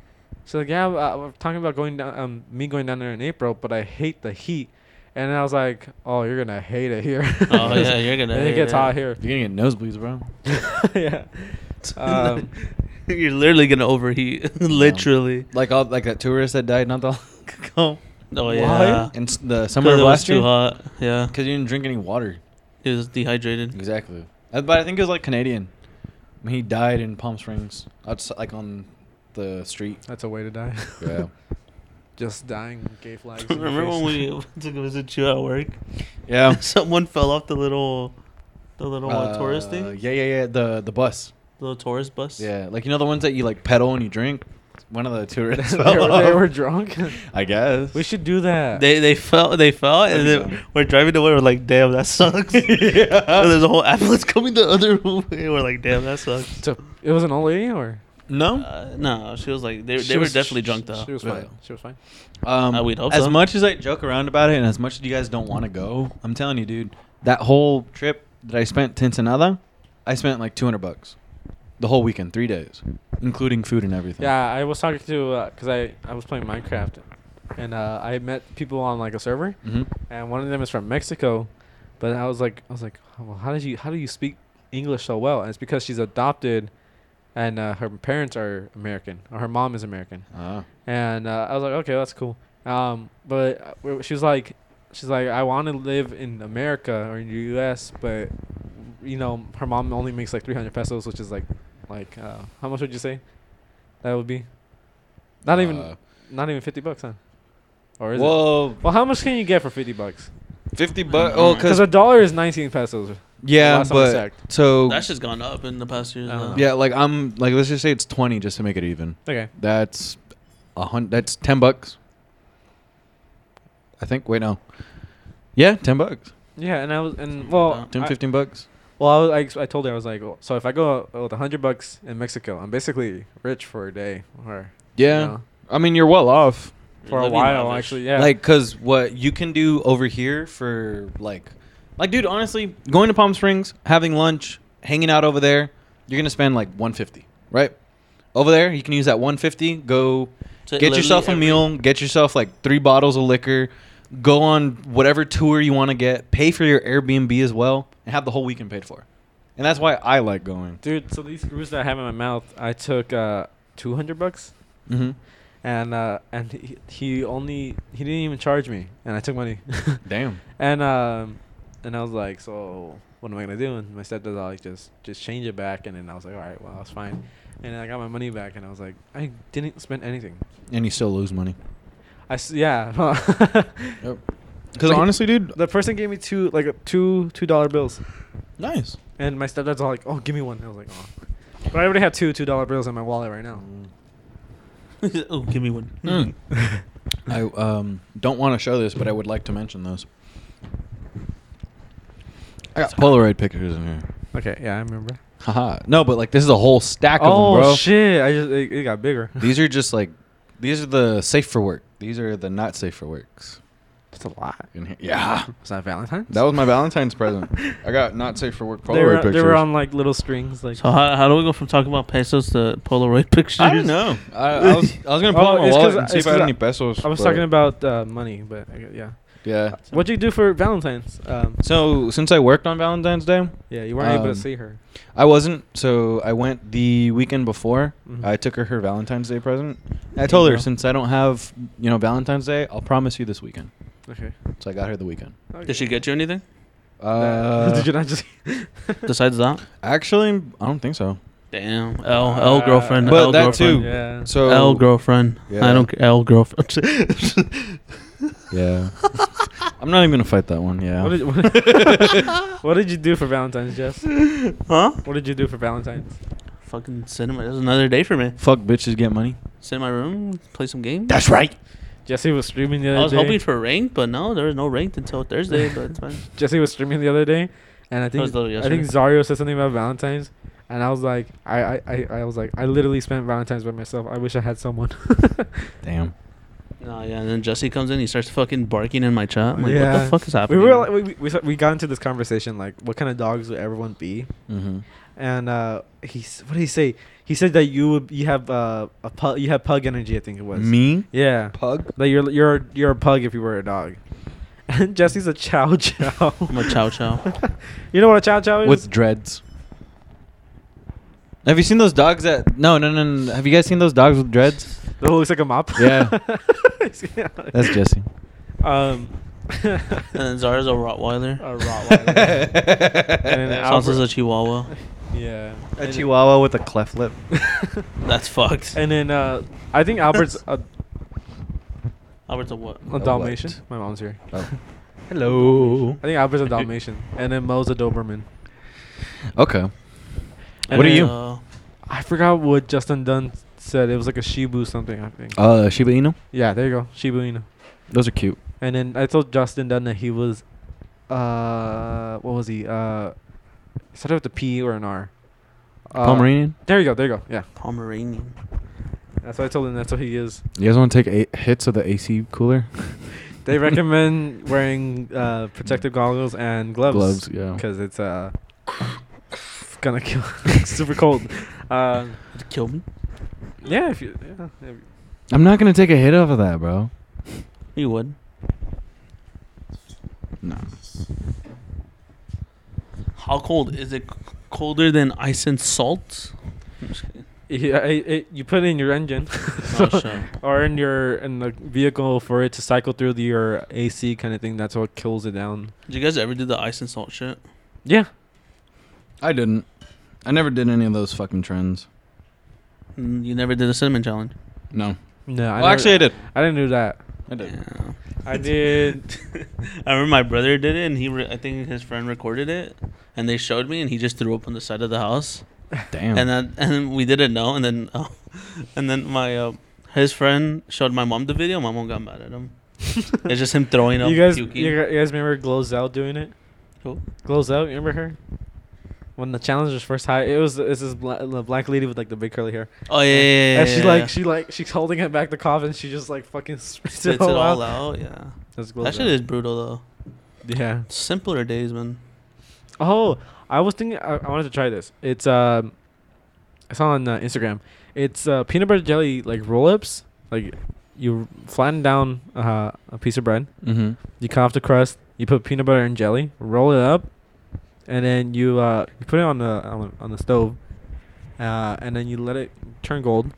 Speaker 3: she's like, yeah, uh, we're talking about going down, um, me going down there in April, but I hate the heat, and I was like, oh, you're gonna hate it here.
Speaker 2: Oh yeah, you're gonna.
Speaker 3: it
Speaker 2: hate
Speaker 3: gets
Speaker 2: it.
Speaker 3: hot here.
Speaker 1: You're gonna get nosebleeds, bro.
Speaker 3: yeah.
Speaker 1: Oh.
Speaker 3: Um,
Speaker 4: You're literally gonna overheat, literally.
Speaker 1: Like all like that tourist that died not that long ago
Speaker 2: Oh yeah.
Speaker 1: in s- the
Speaker 2: Because
Speaker 1: summer of
Speaker 2: it was
Speaker 1: last
Speaker 2: too
Speaker 1: year
Speaker 2: hot. Yeah.
Speaker 1: because you didn't drink any water.
Speaker 2: He was dehydrated.
Speaker 1: Exactly. Uh, But I think it was like Canadian. I mean, He died in Palm Springs, outside, like on the street.
Speaker 3: that's a way to die.
Speaker 1: Yeah.
Speaker 3: just dying gay flags. in your
Speaker 4: Remember when
Speaker 3: face.
Speaker 4: we took a visit to you at work?
Speaker 2: Um.
Speaker 1: Yeah.
Speaker 4: Someone fell off the little, the little uh, tourist
Speaker 1: Uh,
Speaker 4: thing,
Speaker 1: Yeah, yeah, yeah. The the bus.
Speaker 4: the little tourist bus.
Speaker 1: Yeah, like you know the ones that you like pedal and you drink. One of the tourists.
Speaker 3: they,
Speaker 1: fell
Speaker 3: were, they
Speaker 1: off.
Speaker 3: were drunk?
Speaker 1: I guess.
Speaker 3: we should do that.
Speaker 4: They they fell they fell and
Speaker 1: That'd be
Speaker 4: then
Speaker 1: dumb.
Speaker 4: we're driving away. We're like, damn, that sucks. And there's a whole ambulance coming the other way. We're like, damn, that sucks.
Speaker 3: So it was an old lady or
Speaker 1: No.
Speaker 4: Uh, no, she was like, they,
Speaker 3: She
Speaker 4: they were
Speaker 3: was-
Speaker 4: definitely
Speaker 3: she-
Speaker 4: drunk though.
Speaker 3: She was
Speaker 1: Yeah.
Speaker 3: fine. She was fine.
Speaker 1: Um,
Speaker 4: Uh, we'd hope
Speaker 1: as
Speaker 4: so.
Speaker 1: much as I joke around about it, and as much as you guys don't want to go, I'm telling you, dude, that whole trip that I spent to Ensenada, I spent like 200 bucks, the whole weekend, three days, including food and everything.
Speaker 3: Yeah, I was talking to because I I was playing Minecraft, and uh, I met people on like a server,
Speaker 1: hmm
Speaker 3: and one of them is from Mexico, but I was like I was like, "Oh, well, how did you how do you speak English so well? And it's because she's adopted, and uh, her parents are American, or her mom is American,
Speaker 1: Ah.
Speaker 3: and uh, I was like, okay, that's cool. Um, but uh, we- she was like, she's like, I want to live in America or in the U.S., but you know, her mom only makes like 300 pesos, which is like, like uh, how much would you say that would be? Not even,
Speaker 1: Uh,
Speaker 3: not even 50 bucks, huh? Or is it?
Speaker 1: Well,
Speaker 3: Well, how much can you get for 50 bucks?
Speaker 1: 50 bucks. Oh,
Speaker 3: Because
Speaker 1: because
Speaker 3: a dollar is 19 pesos.
Speaker 1: yeah,
Speaker 3: last time I
Speaker 1: but
Speaker 3: checked.
Speaker 1: so
Speaker 4: That shit's gone up in the past years.
Speaker 3: I don't
Speaker 4: though.
Speaker 3: know.
Speaker 1: yeah, like I'm like let's just say it's 20 just to make it even.
Speaker 3: Okay.
Speaker 1: That's a hundred. That's 10 bucks. I think. Wait, no. Yeah, 10 bucks.
Speaker 3: Yeah, and I was, and
Speaker 4: Something
Speaker 3: well,
Speaker 4: like
Speaker 1: 10,
Speaker 3: I-
Speaker 1: 15 bucks.
Speaker 3: Well, I, was, I, ex- I told her I was like, well, so if I go out with a hundred bucks in Mexico, I'm basically rich for a day, or you
Speaker 1: Yeah.
Speaker 3: know,
Speaker 1: I mean, you're well off.
Speaker 4: You're
Speaker 3: for a
Speaker 4: living
Speaker 3: while
Speaker 4: lavish.
Speaker 3: actually. Yeah,
Speaker 1: Like, cause what you can do over here for like, like, dude, honestly, going to Palm Springs, having lunch, hanging out over there, you're gonna spend like 150, right? Over there, you can use that 150. Go
Speaker 4: So
Speaker 1: get
Speaker 4: literally
Speaker 1: yourself a
Speaker 4: every-
Speaker 1: meal. Get yourself like three bottles of liquor. Go on whatever tour you want to get. Pay for your Airbnb as well, and have the whole weekend paid for. And that's why I like going.
Speaker 3: dude. So these screws that I have in my mouth, I took uh, two hundred bucks,
Speaker 1: Mm-hmm.
Speaker 3: and uh, and he, he only he didn't even charge me, and I took money,
Speaker 1: Damn.
Speaker 3: and um, and I was like, so what am I gonna do? And my stepdad like just just change it back, and then I was like, all right, well that's fine, and then I got my money back, and I was like, I didn't spend anything.
Speaker 1: And you still lose money.
Speaker 3: I s- yeah.
Speaker 1: Oh, Because
Speaker 3: Like-
Speaker 1: honestly, dude,
Speaker 3: The person gave me two like uh, two two dollar bills,
Speaker 1: nice.
Speaker 3: and my stepdad's all like, "Oh, give me one." I was like, "Oh," but I already have two two dollar bills in my wallet right now.
Speaker 4: oh, give me one.
Speaker 3: Hmm.
Speaker 1: Mm. I um, don't want to show this, but I would like to mention those. I got Polaroid pictures in here.
Speaker 3: Okay, yeah, I remember.
Speaker 1: Haha. No, but like this is a whole stack of
Speaker 3: Oh
Speaker 1: them, bro.
Speaker 3: shit! I just it, it got bigger.
Speaker 1: These are just like these are the safe for work. These are the not safe for works.
Speaker 3: That's a lot.
Speaker 1: In here. Yeah.
Speaker 3: It's not Valentine's.
Speaker 1: That was my Valentine's present. I got not safe for work Polaroid
Speaker 3: they were,
Speaker 1: pictures.
Speaker 3: they were um, on like little strings, like.
Speaker 4: So how, how do we go from talking about pesos to Polaroid pictures?
Speaker 1: I don't know. I, I was I was gonna pull
Speaker 3: Oh,
Speaker 1: out my
Speaker 3: it's 'cause-
Speaker 1: wallet and see
Speaker 3: it's
Speaker 1: if I
Speaker 3: 'cause
Speaker 1: had
Speaker 3: I-
Speaker 1: any pesos.
Speaker 3: I was
Speaker 1: but-
Speaker 3: talking about uh, money, but I, gu- yeah.
Speaker 1: yeah.
Speaker 3: What'd you do for Valentine's? Um,
Speaker 1: So since I worked on Valentine's Day,
Speaker 3: yeah, you weren't able
Speaker 1: Um,
Speaker 3: to see her.
Speaker 1: I wasn't. So I went the weekend before.
Speaker 3: Mhm.
Speaker 1: I took her her Valentine's Day present. And I
Speaker 4: There
Speaker 1: told
Speaker 4: you
Speaker 1: her
Speaker 4: go.
Speaker 1: since I don't have you know Valentine's Day, I'll promise you this weekend.
Speaker 3: Okay.
Speaker 1: So I got her the weekend.
Speaker 3: okay.
Speaker 4: Did she get you anything
Speaker 1: Uh,
Speaker 3: Did you not just?
Speaker 4: besides that?
Speaker 1: Actually, I don't think so.
Speaker 4: Damn, L L
Speaker 3: Uh,
Speaker 4: girlfriend,
Speaker 1: But
Speaker 4: L
Speaker 1: that
Speaker 4: girlfriend,
Speaker 1: too.
Speaker 3: yeah.
Speaker 1: So
Speaker 4: L girlfriend.
Speaker 1: Yeah.
Speaker 4: I don't c- L girlfriend.
Speaker 1: Yeah. I'm not even gonna fight that one. Yeah.
Speaker 3: What did, what, what did you do for Valentine's, Jess?
Speaker 4: huh?
Speaker 3: What did you do for Valentine's?
Speaker 4: Fucking cinema. That's another day for me.
Speaker 1: Fuck bitches get money.
Speaker 4: Sit in my room, play some games.
Speaker 1: That's right.
Speaker 3: Jesse was streaming the other
Speaker 4: I was
Speaker 3: day.
Speaker 4: hoping for ranked, but no, there was no ranked until Thursday. But it's fine.
Speaker 3: Jesse was streaming the other day, and I think
Speaker 4: was literally
Speaker 3: I think
Speaker 4: yesterday.
Speaker 3: Zario said something about Valentine's, and I was like, I I, I, I was like, I literally spent Valentine's by myself. I wish I had someone.
Speaker 1: Damn.
Speaker 4: No, yeah. And then Jesse comes in, he starts fucking barking in my chat. I'm like, what
Speaker 3: Yeah.
Speaker 4: the fuck is
Speaker 3: we
Speaker 4: happening?
Speaker 3: were like, we we, we, s- we got into this conversation like, what kind of dogs would everyone be?
Speaker 1: Mm-hmm.
Speaker 3: And uh, he's what did he say? He said that you would you have uh, a pug you have pug energy. I think it was
Speaker 1: Me?
Speaker 3: Yeah,
Speaker 1: Pug?
Speaker 3: like you're you're you're a pug if you were a dog. And Jesse's a chow chow.
Speaker 4: I'm a chow chow.
Speaker 3: You know what a chow chow is?
Speaker 1: With dreads. Have you seen those dogs that? No, no, no, no. Have you guys seen those dogs with dreads?
Speaker 3: That looks like a mop.
Speaker 1: Yeah. That's
Speaker 3: That's
Speaker 1: Jesse.
Speaker 3: Um.
Speaker 4: and then Zara's a Rottweiler.
Speaker 3: A Rottweiler.
Speaker 1: and
Speaker 3: then
Speaker 4: Sansa's
Speaker 3: Albert-
Speaker 4: a Chihuahua.
Speaker 3: yeah.
Speaker 1: A chihuahua with a cleft lip.
Speaker 4: That's fucked.
Speaker 3: And then uh, I think Albert's a
Speaker 2: Albert's a what?
Speaker 3: A
Speaker 1: what?
Speaker 3: Dalmatian. My mom's here.
Speaker 1: Oh.
Speaker 3: Hello. I think Albert's a Dalmatian, and then Mo's a Doberman.
Speaker 1: Okay.
Speaker 2: And
Speaker 1: What are
Speaker 2: then,
Speaker 1: you?
Speaker 2: Uh,
Speaker 3: I forgot what Justin Dunn said. It was like a Shibu something. I think.
Speaker 1: Uh, Shiba Inu.
Speaker 3: yeah, there you go. Shibu Inu.
Speaker 1: Those are cute.
Speaker 3: And then I told Justin Dunn that he was, uh, what was he? Uh, started with a P or an R. Uh,
Speaker 1: Pomeranian.
Speaker 3: There you go. There you go. Yeah.
Speaker 2: Pomeranian.
Speaker 3: That's what I told him. That's what he is.
Speaker 1: You guys want to take a- hits of the AC cooler?
Speaker 3: They recommend wearing uh, protective goggles and gloves.
Speaker 1: Gloves, yeah.
Speaker 3: Because it's uh, it's gonna kill. it's super cold. Uh,
Speaker 2: Would it kill me?
Speaker 3: yeah. If you, yeah. if-
Speaker 1: I'm not gonna take a hit off of that, bro.
Speaker 2: You would.
Speaker 1: No.
Speaker 2: How cold is it? C- Colder than ice and salt? I'm just kidding.
Speaker 3: Yeah, it, it, you put it in your engine,
Speaker 2: Oh, sure.
Speaker 3: or in your in the vehicle for it to cycle through the, your AC kind of thing. That's what kills it down.
Speaker 2: Did you guys ever do the ice and salt shit?
Speaker 3: Yeah,
Speaker 1: I didn't. I never did any of those fucking trends.
Speaker 2: Mm, You never did a cinnamon challenge.
Speaker 1: No.
Speaker 3: no. I
Speaker 1: well,
Speaker 3: never-
Speaker 1: actually, I did.
Speaker 3: I didn't do that.
Speaker 1: I did.
Speaker 2: Yeah.
Speaker 3: I did.
Speaker 2: I remember my brother did it, and he re- I think his friend recorded it, and they showed me, and he just threw up on the side of the house,
Speaker 1: Damn.
Speaker 2: and then and then we didn't know, and then uh, and then my uh, his friend showed my mom the video. My mom got mad at him. it's just him throwing up.
Speaker 3: you guys, you,
Speaker 2: puking.
Speaker 3: gu- you guys remember Glozell doing it?
Speaker 2: Who?
Speaker 3: Glozell, you remember her? When the challenge was first high, it was it's this bla- the black lady with like the big curly hair,
Speaker 2: Oh yeah, yeah, yeah,
Speaker 3: and she
Speaker 2: yeah, yeah.
Speaker 3: like she like she's holding it back the coffin. She just like fucking spits,
Speaker 2: spits it all out. Yeah,
Speaker 3: That's
Speaker 2: that shit
Speaker 3: Glozell.
Speaker 2: is brutal though.
Speaker 3: yeah.
Speaker 2: Simpler days, man.
Speaker 3: Oh, I was thinking I, I wanted to try this. It's um, it's on uh, Instagram. It's uh, peanut butter jelly like roll ups. Like you flatten down uh, a piece of bread,
Speaker 1: mm-hmm.
Speaker 3: you cut off the crust, you put peanut butter and jelly, roll it up, and then you uh, you put it on the on the, on the stove, uh, and then you let it turn gold,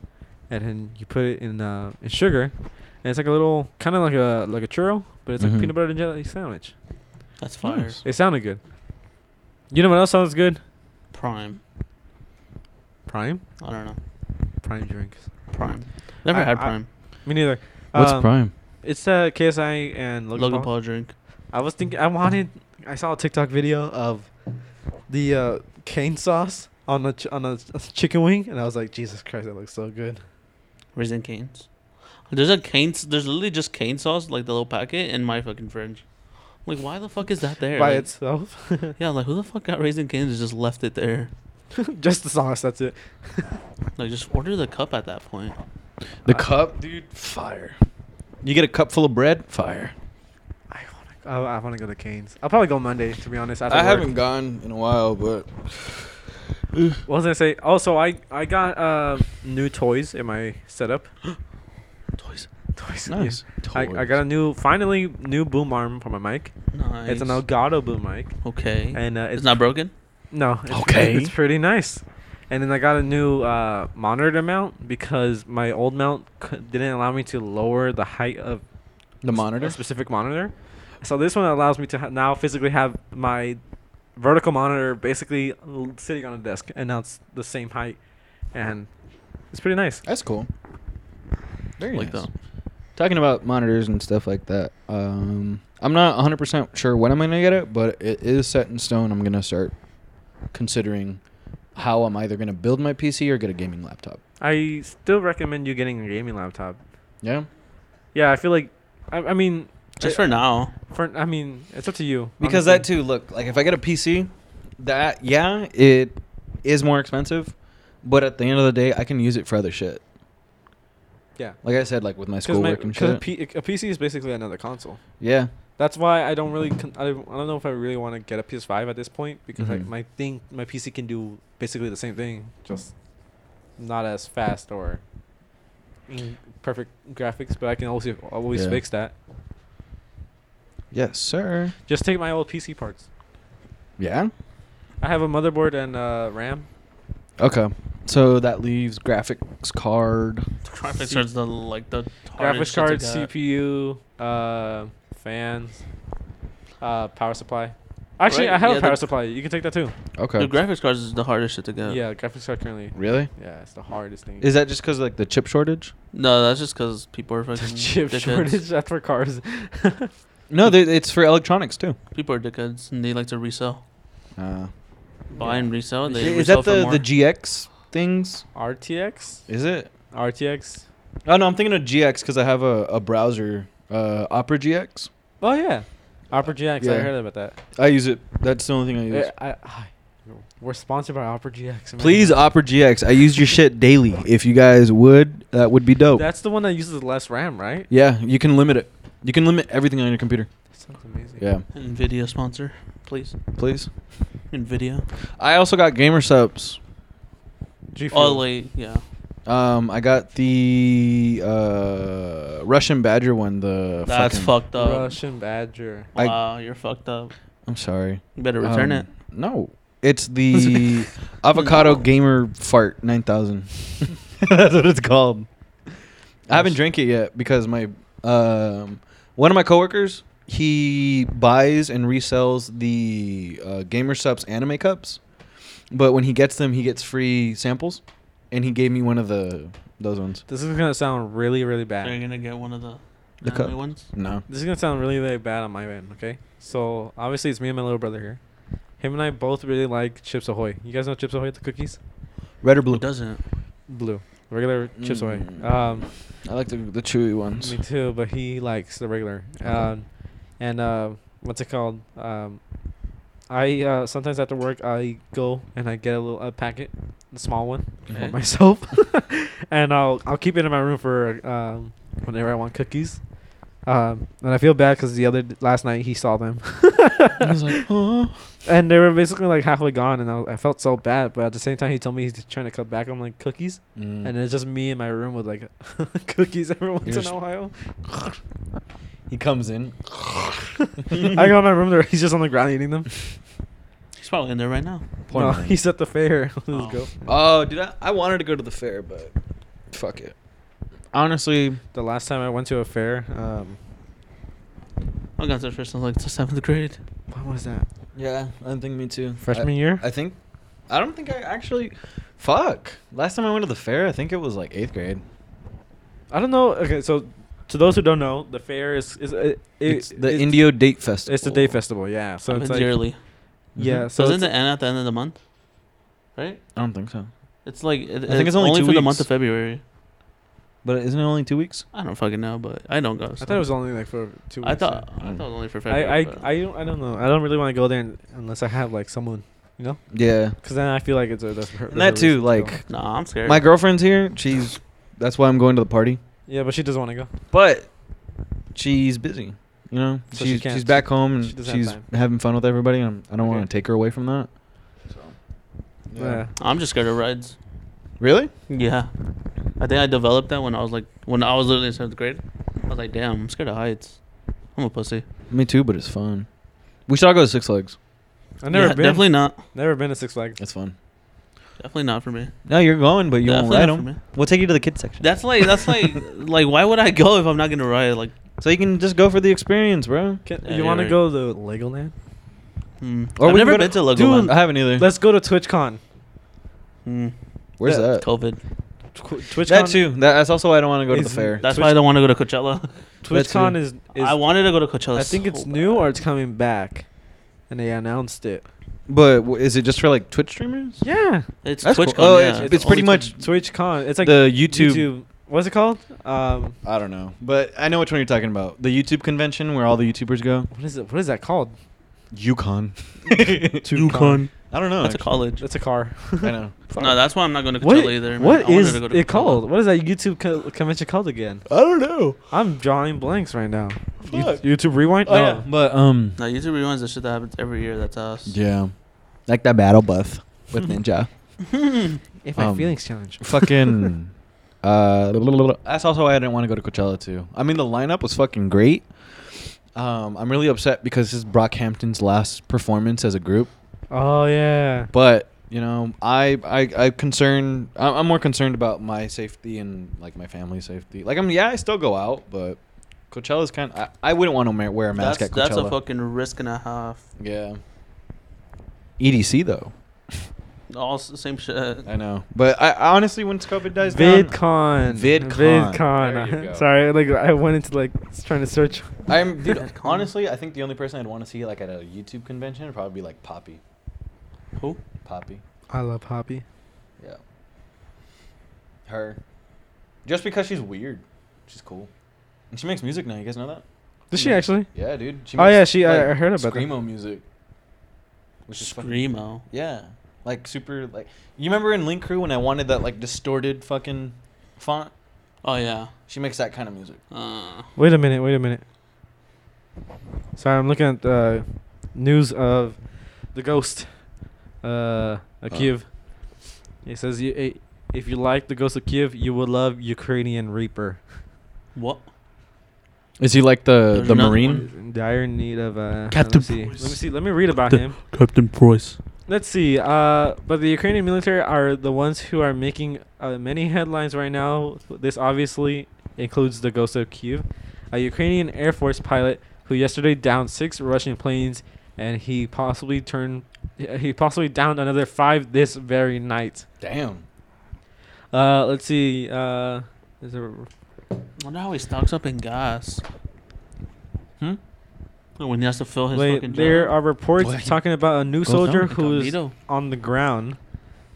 Speaker 3: and then you put it in uh, in sugar, and it's like a little kind of like a like a churro, but it's
Speaker 1: Mhm.
Speaker 3: like peanut butter and jelly sandwich.
Speaker 2: That's fire.
Speaker 1: Nice.
Speaker 3: It sounded good. You know what else sounds good?
Speaker 2: Prime.
Speaker 3: Prime?
Speaker 2: I don't know.
Speaker 3: Prime drinks.
Speaker 2: Prime. Never
Speaker 3: I-
Speaker 2: had
Speaker 3: I-
Speaker 2: prime.
Speaker 3: Me neither.
Speaker 1: What's
Speaker 3: Um,
Speaker 1: prime?
Speaker 3: It's uh, KSI and
Speaker 2: Logan,
Speaker 3: Logan, Paul.
Speaker 2: Paul drink.
Speaker 3: I was thinking, I wanted, I saw a TikTok video of the uh, cane sauce on a, ch- on a s- chicken wing, and I was like, Jesus Christ, that looks so good.
Speaker 2: Raisin canes. There's a cane. s- There's literally just cane sauce, like the little packet, in my fucking fridge. I'm like, why the fuck is that there?
Speaker 3: By
Speaker 2: Like,
Speaker 3: itself.
Speaker 2: yeah, like who the fuck got raisin canes and just left it there?
Speaker 3: Just the sauce, that's it.
Speaker 2: Like, just order the cup at that point.
Speaker 1: The cup, dude. Fire. You get a cup full of bread. Fire.
Speaker 3: I want to I, I wanna go to Cane's. I'll probably go Monday, to be honest. After
Speaker 1: I
Speaker 3: work.
Speaker 1: haven't gone in a while, but
Speaker 3: What was I gonna say? Also, I, I got uh, new toys in my setup.
Speaker 2: Toys.
Speaker 3: Toys. yeah.
Speaker 1: nice.
Speaker 3: I, I got a new, finally, new boom arm for my mic.
Speaker 2: Nice.
Speaker 3: It's an Elgato boom mic,
Speaker 2: Okay.
Speaker 3: and uh,
Speaker 2: it's, not broken.
Speaker 3: No. It's,
Speaker 1: Okay.
Speaker 3: It's pretty nice. And then I got a new uh, monitor mount because my old mount c- didn't allow me to lower the height of
Speaker 1: the
Speaker 3: s-
Speaker 1: monitor.
Speaker 3: a specific monitor. So this one allows me to ha- now physically have my vertical monitor basically l- sitting on a desk, and now it's the same height, and it's pretty nice.
Speaker 1: That's cool. Very
Speaker 2: Like
Speaker 1: nice.
Speaker 2: that.
Speaker 1: Talking about monitors and stuff like that. Um, I'm not 100% sure when I'm going to get it, but it is set in stone. I'm going to start considering how I'm either going to build my PC or get a gaming laptop.
Speaker 3: I still recommend you getting a gaming laptop.
Speaker 1: Yeah.
Speaker 3: Yeah, I feel like, I, I mean,
Speaker 2: Just
Speaker 3: I-
Speaker 2: for now.
Speaker 3: for I mean, it's up to you
Speaker 1: Because
Speaker 3: honestly.
Speaker 1: that too, look, like if I get a PC, that yeah, it is more expensive, but at the end of the day, I can use it for other shit.
Speaker 3: Yeah.
Speaker 1: Like I said, like with my
Speaker 3: Because my,
Speaker 1: schoolwork and
Speaker 3: cause a,
Speaker 1: shit.
Speaker 3: P, a PC is basically another console.
Speaker 1: yeah.
Speaker 3: That's why I don't really. Con- I, don't, I don't know if I really want to get a PS5 at this point because
Speaker 1: Mhm.
Speaker 3: I, my thing, my PC can do basically the same thing, just not as fast or in perfect graphics. But I can always always
Speaker 1: Yeah.
Speaker 3: fix that.
Speaker 1: Yes, sir.
Speaker 3: Just take my old PC parts.
Speaker 1: Yeah.
Speaker 3: I have a motherboard and uh, RAM.
Speaker 1: Okay. So that leaves graphics card.
Speaker 2: The graphics cards the like the hardest shit
Speaker 3: graphics
Speaker 2: to
Speaker 3: card,
Speaker 2: get.
Speaker 3: CPU, uh, fans, uh, power supply. Actually,
Speaker 2: Right,
Speaker 3: I have
Speaker 2: yeah,
Speaker 3: a power
Speaker 2: the-
Speaker 3: supply. You can take that too.
Speaker 1: Okay.
Speaker 2: The graphics cards is the hardest shit to get.
Speaker 3: Yeah, graphics card currently.
Speaker 1: really?
Speaker 3: Yeah, it's the hardest thing.
Speaker 1: Is that just because like the chip shortage?
Speaker 2: No, that's just because people are fucking
Speaker 3: chip
Speaker 2: dickheads.
Speaker 3: shortage? That's for cars.
Speaker 1: No, they- it's for electronics too.
Speaker 2: People are dickheads and they like to resell,
Speaker 1: Uh,
Speaker 2: buy and resell. and They
Speaker 1: is that
Speaker 2: resell for
Speaker 1: the
Speaker 2: more.
Speaker 1: the GX things?
Speaker 3: RTX?
Speaker 1: Is it?
Speaker 3: RTX?
Speaker 1: Oh no, I'm thinking of GX because I have a, a browser, uh, Opera GX.
Speaker 3: Oh yeah, Opera GX. I
Speaker 1: Yeah.
Speaker 3: heard about that.
Speaker 1: I use it. That's the only thing I use.
Speaker 3: Uh, I, I- we're sponsored by Opera GX. man.
Speaker 1: Please, Opera GX. I use your shit daily. If you guys would, that would be dope.
Speaker 3: That's the one that uses less RAM, right?
Speaker 1: yeah, you can limit it. You can limit everything on your computer.
Speaker 3: That sounds amazing.
Speaker 1: Yeah,
Speaker 2: Nvidia sponsor, please.
Speaker 1: please.
Speaker 2: Nvidia.
Speaker 1: I also got gamer subs.
Speaker 3: G Fuel.
Speaker 2: Oh wait, yeah.
Speaker 1: Um, I got the uh, Russian Badger one. The
Speaker 2: That's
Speaker 1: fucking-
Speaker 2: fucked up.
Speaker 3: Russian Badger.
Speaker 1: I-
Speaker 2: Wow, you're fucked up.
Speaker 1: I'm sorry.
Speaker 2: You better return
Speaker 1: Um,
Speaker 2: it.
Speaker 1: No, it's the Avocado Gamer Fart 9000. That's what it's called. I haven't drank it yet because my um, one of my coworkers he buys and resells the uh, Gamer Subs anime cups, but when he gets them, he gets free samples, and he gave me one of the those ones.
Speaker 3: This is gonna sound really,
Speaker 2: Are
Speaker 3: really
Speaker 2: you
Speaker 3: bad.
Speaker 2: gonna get one of the,
Speaker 1: The
Speaker 2: anime
Speaker 1: cup.
Speaker 2: ones?
Speaker 1: No,
Speaker 3: This is gonna sound really, really bad on my end. Okay. So obviously it's me and my little brother here. Him and I both really like Chips Ahoy. You guys know Chips Ahoy, the cookies,
Speaker 1: red or blue.
Speaker 2: Who doesn't?
Speaker 3: blue, regular Chips Ahoy.
Speaker 1: Mm.
Speaker 3: Um,
Speaker 1: I like the the chewy ones. Uh-huh.
Speaker 3: Me too, but he likes the regular. Um, and uh, what's it called? Um, I uh, sometimes after work I go and I get a little a packet, the small one
Speaker 1: Okay.
Speaker 3: for myself, and I'll I'll keep it in my room for um, whenever I want cookies. Um, and I feel bad because the other d- last night he saw them,
Speaker 1: I was like, oh.
Speaker 3: and they were basically like halfway gone, and I, I felt so bad. But at the same time, he told me he's trying to cut back on like cookies, and it's just me in my room with like cookies every once
Speaker 1: Mm. You're
Speaker 3: in
Speaker 1: just-
Speaker 3: a while.
Speaker 1: he comes in.
Speaker 3: I go in my room there. He's just on the ground eating them.
Speaker 2: He's probably in there right now.
Speaker 1: Poor
Speaker 3: no,
Speaker 1: man.
Speaker 3: he's at the fair. Let's
Speaker 2: Oh.
Speaker 3: go.
Speaker 1: Oh, dude, I, I wanted to go to the fair, but fuck it. Honestly,
Speaker 3: The last time I went to a fair, um,
Speaker 2: I got there first. I was like the seventh grade.
Speaker 3: what was that?
Speaker 1: yeah, I think me too.
Speaker 3: Freshman
Speaker 1: I,
Speaker 3: year?
Speaker 1: I think. I don't think I actually. Fuck. Last time I went to the fair, I think it was like eighth grade.
Speaker 3: I don't know. Okay, so to those who don't know, the fair is is uh, it, it,
Speaker 1: it's the Indio Date Festival.
Speaker 3: It's the day festival, yeah. So
Speaker 2: I've
Speaker 3: it's
Speaker 2: been
Speaker 3: like
Speaker 2: yearly.
Speaker 3: yeah.
Speaker 1: Mhm.
Speaker 3: So
Speaker 2: Doesn't
Speaker 3: it's,
Speaker 2: it end at the end of the month? Right.
Speaker 1: I don't think so.
Speaker 2: It's like it,
Speaker 1: think it's only two
Speaker 2: for the month
Speaker 1: weeks.
Speaker 2: of February.
Speaker 1: But isn't it only two weeks?
Speaker 2: I don't fucking know, but I don't go.
Speaker 3: I thought it was only like for two. Weeks
Speaker 2: I thought
Speaker 1: yeah.
Speaker 2: I thought it was only for
Speaker 3: I
Speaker 2: February.
Speaker 3: I,
Speaker 2: but-
Speaker 3: I don't I don't know. I don't really want to go there un- unless I have like someone, you know,
Speaker 1: Yeah.
Speaker 3: because then I feel like it's a that's, her-
Speaker 1: And that
Speaker 3: that's a
Speaker 1: too,
Speaker 3: reason to go.
Speaker 1: like
Speaker 2: Nah, I'm scared.
Speaker 1: my girlfriend's here. She's that's why I'm going to the party.
Speaker 3: yeah, but she doesn't want to go.
Speaker 1: But she's busy. You know,
Speaker 3: So she
Speaker 1: she's
Speaker 3: can't-
Speaker 1: she's back home and
Speaker 3: she doesn't have
Speaker 1: she's
Speaker 3: time.
Speaker 1: having fun with everybody. And I don't
Speaker 3: Okay.
Speaker 1: want to take her away from that.
Speaker 3: Yeah.
Speaker 2: I'm just scared of rides.
Speaker 1: Really?
Speaker 2: Yeah. I think I developed that when I was like when I was literally in seventh grade. I was like, damn, I'm scared of heights. I'm a pussy.
Speaker 1: Me too, but it's fun. We should all go to Six Flags.
Speaker 3: I've never
Speaker 2: Yeah,
Speaker 3: been.
Speaker 2: Definitely not.
Speaker 3: Never been to Six Flags.
Speaker 1: It's fun.
Speaker 2: Definitely not for me.
Speaker 1: No, you're going, but you
Speaker 2: Definitely
Speaker 1: won't ride
Speaker 2: not for
Speaker 1: them.
Speaker 2: me.
Speaker 1: We'll take you to the kids section.
Speaker 2: That's like that's like like why would I go if I'm not gonna ride? Like,
Speaker 1: so you can just go for the experience, bro.
Speaker 3: Can,
Speaker 2: Yeah,
Speaker 3: you
Speaker 2: you're
Speaker 3: want to
Speaker 2: right.
Speaker 3: go to Legoland?
Speaker 2: hmm.
Speaker 1: Or
Speaker 2: I've
Speaker 1: we can
Speaker 2: never
Speaker 1: go
Speaker 2: been to
Speaker 1: Dude,
Speaker 2: Legoland.
Speaker 1: I haven't either.
Speaker 3: Let's go to TwitchCon.
Speaker 2: Hmm.
Speaker 1: Where's
Speaker 3: Yeah,
Speaker 1: that?
Speaker 2: COVID.
Speaker 3: Tw- TwitchCon.
Speaker 1: That too. That, that's also why I don't want to go to the
Speaker 3: Is-
Speaker 1: fair.
Speaker 2: That's
Speaker 3: Twitch-
Speaker 2: why I don't want to go to Coachella.
Speaker 1: That's
Speaker 3: TwitchCon
Speaker 1: it.
Speaker 3: is, is
Speaker 2: I wanted to go to Coachella.
Speaker 3: I think it's
Speaker 2: so
Speaker 3: new
Speaker 2: bad.
Speaker 3: or it's coming back, and they announced it.
Speaker 1: But w- is it just for like Twitch streamers?
Speaker 3: Yeah,
Speaker 2: it's
Speaker 1: That's cool.
Speaker 2: TwitchCon.
Speaker 1: Oh,
Speaker 2: yeah.
Speaker 1: it's- it's pretty
Speaker 2: only
Speaker 1: much-
Speaker 2: Twitch-
Speaker 3: TwitchCon. It's like
Speaker 1: The YouTube-
Speaker 3: What's it called? Um,
Speaker 1: I don't know, but I know which one you're talking about. The YouTube convention where all the YouTubers go.
Speaker 3: what is it? What is that called?
Speaker 1: Yukon.
Speaker 3: TwitchCon.
Speaker 1: I don't know.
Speaker 2: That's a college.
Speaker 3: That's a car.
Speaker 1: I know.
Speaker 2: No, that's why I'm not going to Coachella
Speaker 3: What,
Speaker 2: either. man. I
Speaker 3: what
Speaker 2: wanted
Speaker 3: is
Speaker 2: to go to
Speaker 3: it
Speaker 2: Coachella.
Speaker 3: called? What is that YouTube co- convention called again?
Speaker 1: I don't know.
Speaker 3: I'm drawing blanks right now. You-
Speaker 1: Fuck.
Speaker 3: YouTube Rewind.
Speaker 1: Oh, yeah. But um.
Speaker 2: No, YouTube reruns the shit that happens every year. That's us.
Speaker 1: Yeah. Like that battle buff with Ninja.
Speaker 3: If my
Speaker 1: Um,
Speaker 3: feelings challenge.
Speaker 1: fucking uh blah, blah, blah, blah. that's also why I didn't want to go to Coachella too. I mean the lineup was fucking great. Um I'm really upset because this is Brockhampton's last performance as a group,
Speaker 3: Oh yeah.
Speaker 1: but you know, I I I concern I'm, I'm more concerned about my safety and like my family's safety. Like I'm yeah, I still go out, but Coachella's kind I, I wouldn't want to wear a mask
Speaker 2: That's,
Speaker 1: at Coachella.
Speaker 2: that's a fucking risk and a half.
Speaker 1: yeah. EDC though.
Speaker 2: All s- same shit.
Speaker 1: I know, but I, I honestly, once COVID dies down, VidCon. um,
Speaker 3: VidCon.
Speaker 1: There you go.
Speaker 3: VidCon. Sorry, like I went into like s- trying to search.
Speaker 1: I'm dude,
Speaker 2: VidCon.
Speaker 1: honestly, I think the only person I'd want to see like at a YouTube convention would probably be like Poppy.
Speaker 2: Who?
Speaker 1: Poppy.
Speaker 3: I love Poppy.
Speaker 1: Yeah. Her. Just because she's weird, she's cool, and she makes music now. You guys know that?
Speaker 3: Did she actually?
Speaker 1: Yeah, dude. She
Speaker 3: Oh, yeah, she- I- I heard about that.
Speaker 1: screamo music. Which is fucking
Speaker 2: Screamo.
Speaker 1: Yeah. Like super like you remember in Link Crew when I wanted that like distorted fucking font?
Speaker 2: Oh yeah.
Speaker 1: She makes that kind of music.
Speaker 2: Uh,
Speaker 3: Wait a minute. Wait a minute. Sorry, I'm looking at uh, news of the ghost, uh,
Speaker 4: Oh.
Speaker 3: of Kiev. It says you, eh, if you like the ghost of Kiev, you will love Ukrainian Reaper.
Speaker 2: what?
Speaker 1: Is he like the
Speaker 2: There's the another Marine?
Speaker 3: Is in dire need of uh,
Speaker 4: Captain
Speaker 3: Let me, see. let me
Speaker 4: Price.
Speaker 3: see. Let me read about
Speaker 4: The-
Speaker 3: him.
Speaker 4: Captain Price.
Speaker 3: Let's see. Uh, but the Ukrainian military are the ones who are making uh, many headlines right now. This obviously includes the ghost of Kiev, a Ukrainian Air Force pilot who yesterday downed six Russian planes, and he possibly turned uh, he possibly downed another five this very night.
Speaker 1: Damn.
Speaker 3: Uh, let's see. Uh, is there,
Speaker 2: wonder how he stocks up in gas. Oh,
Speaker 1: Hmm?
Speaker 2: When he has to fill his fucking.
Speaker 3: wait, there are reports
Speaker 1: Wait.
Speaker 3: talking about a new
Speaker 4: Goes down
Speaker 3: soldier
Speaker 2: like a
Speaker 3: who's
Speaker 2: needle.
Speaker 3: on the ground.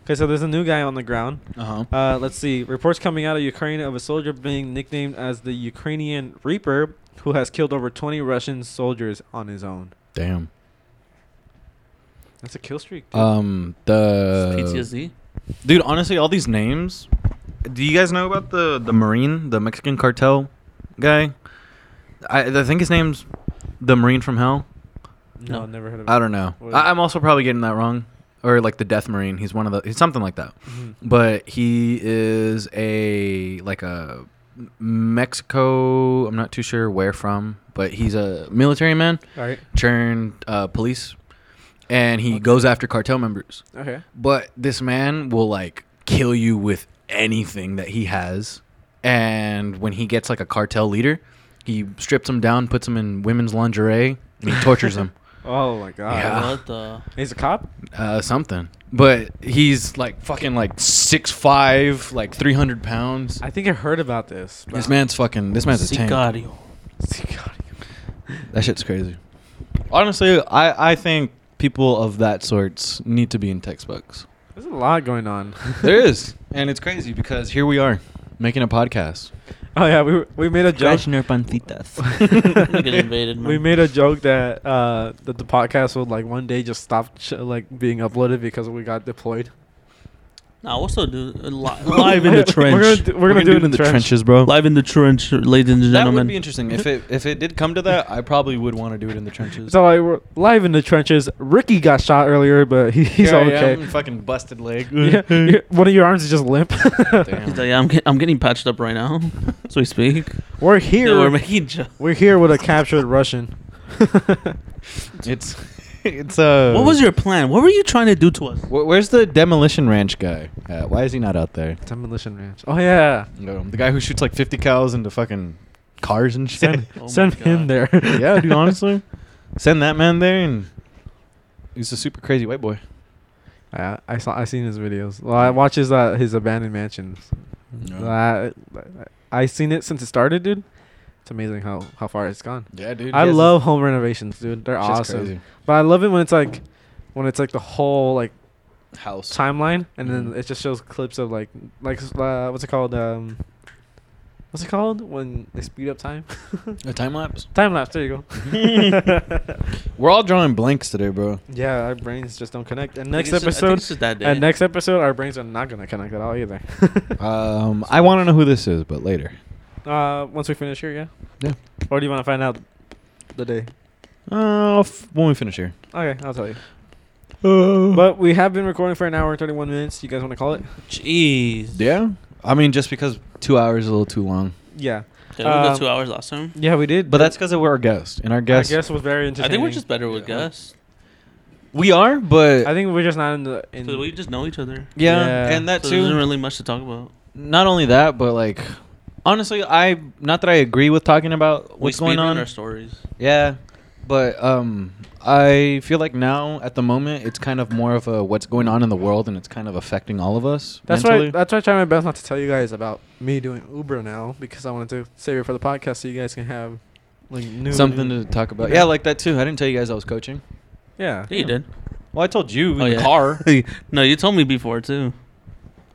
Speaker 3: Okay, so there's a new guy on the ground.
Speaker 1: Uh-huh.
Speaker 3: Uh, let's see. Reports coming out of Ukraine of a soldier being nicknamed as the Ukrainian Reaper, who has killed over 20 Russian soldiers on his own.
Speaker 1: Damn.
Speaker 3: That's a kill streak. dude.
Speaker 1: Um the
Speaker 2: PTSD.
Speaker 1: Dude, honestly, all these names. Do you guys know about the the Marine, the Mexican cartel guy? I I think his name's the Marine from Hell.
Speaker 3: no,
Speaker 2: no.
Speaker 3: never heard of it.
Speaker 1: I don't know.
Speaker 3: What is
Speaker 1: I,
Speaker 3: it?
Speaker 1: I'm also probably getting that wrong, or like the Death Marine. He's one of the. He's something like that.
Speaker 3: Mhm.
Speaker 1: But he is a like a Mexico. I'm not too sure where from, but he's a military man
Speaker 3: All right.
Speaker 1: turned uh, police, and he goes after cartel members.
Speaker 3: Okay.
Speaker 1: But this man will like kill you with anything that he has. And when he gets like a cartel leader, he strips him down, puts him in women's lingerie, and he tortures him.
Speaker 3: Oh my god.
Speaker 1: Yeah.
Speaker 2: What the?
Speaker 3: He's a cop.
Speaker 1: Uh, something. But he's like fucking like six five, like three hundred pounds.
Speaker 3: I think I heard about this.
Speaker 1: This
Speaker 3: but-
Speaker 1: man's fucking. This man's a tank.
Speaker 2: Sicario.
Speaker 1: That shit's crazy. Honestly, I I think people of that sorts need to be in textbooks.
Speaker 3: There's a lot going on.
Speaker 1: there is, and it's crazy because here we are making a podcast.
Speaker 3: Oh yeah, we were- we made a joke.
Speaker 2: Niggas invaded,
Speaker 3: we
Speaker 2: man.
Speaker 3: made a joke that uh that the podcast would like one day just stop sh- like being uploaded because we got deployed.
Speaker 2: Nah, we'll still do Uh, li-
Speaker 4: Live in the trench.
Speaker 3: We're gonna do, we're gonna do it in the trench.
Speaker 1: bro.
Speaker 4: Live in the trench, ladies and
Speaker 1: That would
Speaker 4: gentlemen.
Speaker 1: be interesting. If it if it did come to that, I probably would want to do it in the trenches.
Speaker 3: So like we're live in the trenches. Ricky got shot earlier, but he, he's
Speaker 1: Here I
Speaker 3: okay.
Speaker 1: am, fucking busted leg.
Speaker 3: Yeah, yeah, one of your arms is just limp.
Speaker 1: Damn.
Speaker 2: He's like, yeah, I'm, get, I'm getting patched up right now. so we speak.
Speaker 3: we're
Speaker 2: Yeah,
Speaker 3: here.
Speaker 2: we're
Speaker 3: we're,
Speaker 2: making jokes.
Speaker 3: here with a captured Russian.
Speaker 1: It's it's uh.
Speaker 2: What was your plan? What were you trying to do to us?
Speaker 1: Wh- where's the demolition ranch guy? At? Why is he not out there?
Speaker 3: Demolition Ranch. Oh yeah.
Speaker 1: No, the guy who shoots like 50 cows into fucking cars and shit.
Speaker 3: Send,
Speaker 2: Oh my
Speaker 3: send him
Speaker 2: God.
Speaker 3: there.
Speaker 1: yeah, dude. Honestly, send that man there, and he's a super crazy white boy.
Speaker 3: I, I saw. I seen his videos. Well, I watch his uh, his abandoned mansions. I, I seen it since it started, dude. It's amazing how how far it's gone.
Speaker 1: Yeah, dude.
Speaker 3: I love home renovations, dude. They're awesome. But I love it when it's like when it's like the whole like
Speaker 1: House.
Speaker 3: timeline, and
Speaker 1: Mhm.
Speaker 3: then it just shows clips of like like uh, what's it called? Um, what's it called when they speed up time?
Speaker 1: A time lapse.
Speaker 3: time lapse. There you go.
Speaker 1: We're all drawing blanks today, bro.
Speaker 3: yeah, our brains just don't connect. And next
Speaker 2: I think it's ju- I think
Speaker 3: episode,
Speaker 2: it's just that day.
Speaker 3: and next episode, our brains are not gonna connect at all either.
Speaker 1: Um, I want to know who this is, but later.
Speaker 3: uh, once we finish here, yeah.
Speaker 1: Yeah.
Speaker 3: Or do you want to find out the day? Oh,
Speaker 1: Uh, f- when we finish here.
Speaker 3: Okay, I'll tell you. But we have been recording for an hour and thirty-one minutes. You guys want to call it?
Speaker 2: Jeez.
Speaker 1: yeah. I mean, just because two hours is a little too long.
Speaker 3: Yeah.
Speaker 2: Did we go
Speaker 3: Um,
Speaker 2: two hours last time?
Speaker 3: Yeah, we did.
Speaker 1: But that's because we're our guest, and our guest.
Speaker 3: I guess was very
Speaker 2: I
Speaker 3: entertaining.
Speaker 2: think we're just better with
Speaker 1: Yeah.
Speaker 2: Gus.
Speaker 1: we are, but
Speaker 3: I think we're just not in the. In
Speaker 2: Because we just know each other.
Speaker 1: yeah,
Speaker 3: Yeah.
Speaker 1: and that
Speaker 2: so there
Speaker 1: too.
Speaker 2: isn't really much to talk about.
Speaker 1: not only that, but like honestly, I not that I agree with talking about
Speaker 2: we
Speaker 1: what's
Speaker 2: speed
Speaker 1: going
Speaker 2: read
Speaker 1: on.
Speaker 2: our stories.
Speaker 1: Yeah, But um, I feel like now at the moment it's kind of more of a what's going on in the world and it's kind of affecting all of us.
Speaker 3: That's
Speaker 1: mentally.
Speaker 3: why. That's why I try my best not to tell you guys about me doing Uber now because I wanted to save it for the podcast so you guys can have like new
Speaker 1: Something to talk about.
Speaker 3: Yeah.
Speaker 1: Yeah, like that too. I didn't tell you guys I was coaching.
Speaker 3: Yeah,
Speaker 6: Yeah, you did.
Speaker 1: Well, I told you in
Speaker 2: Oh,
Speaker 1: the
Speaker 2: yeah.
Speaker 1: car.
Speaker 2: no, you told me before too.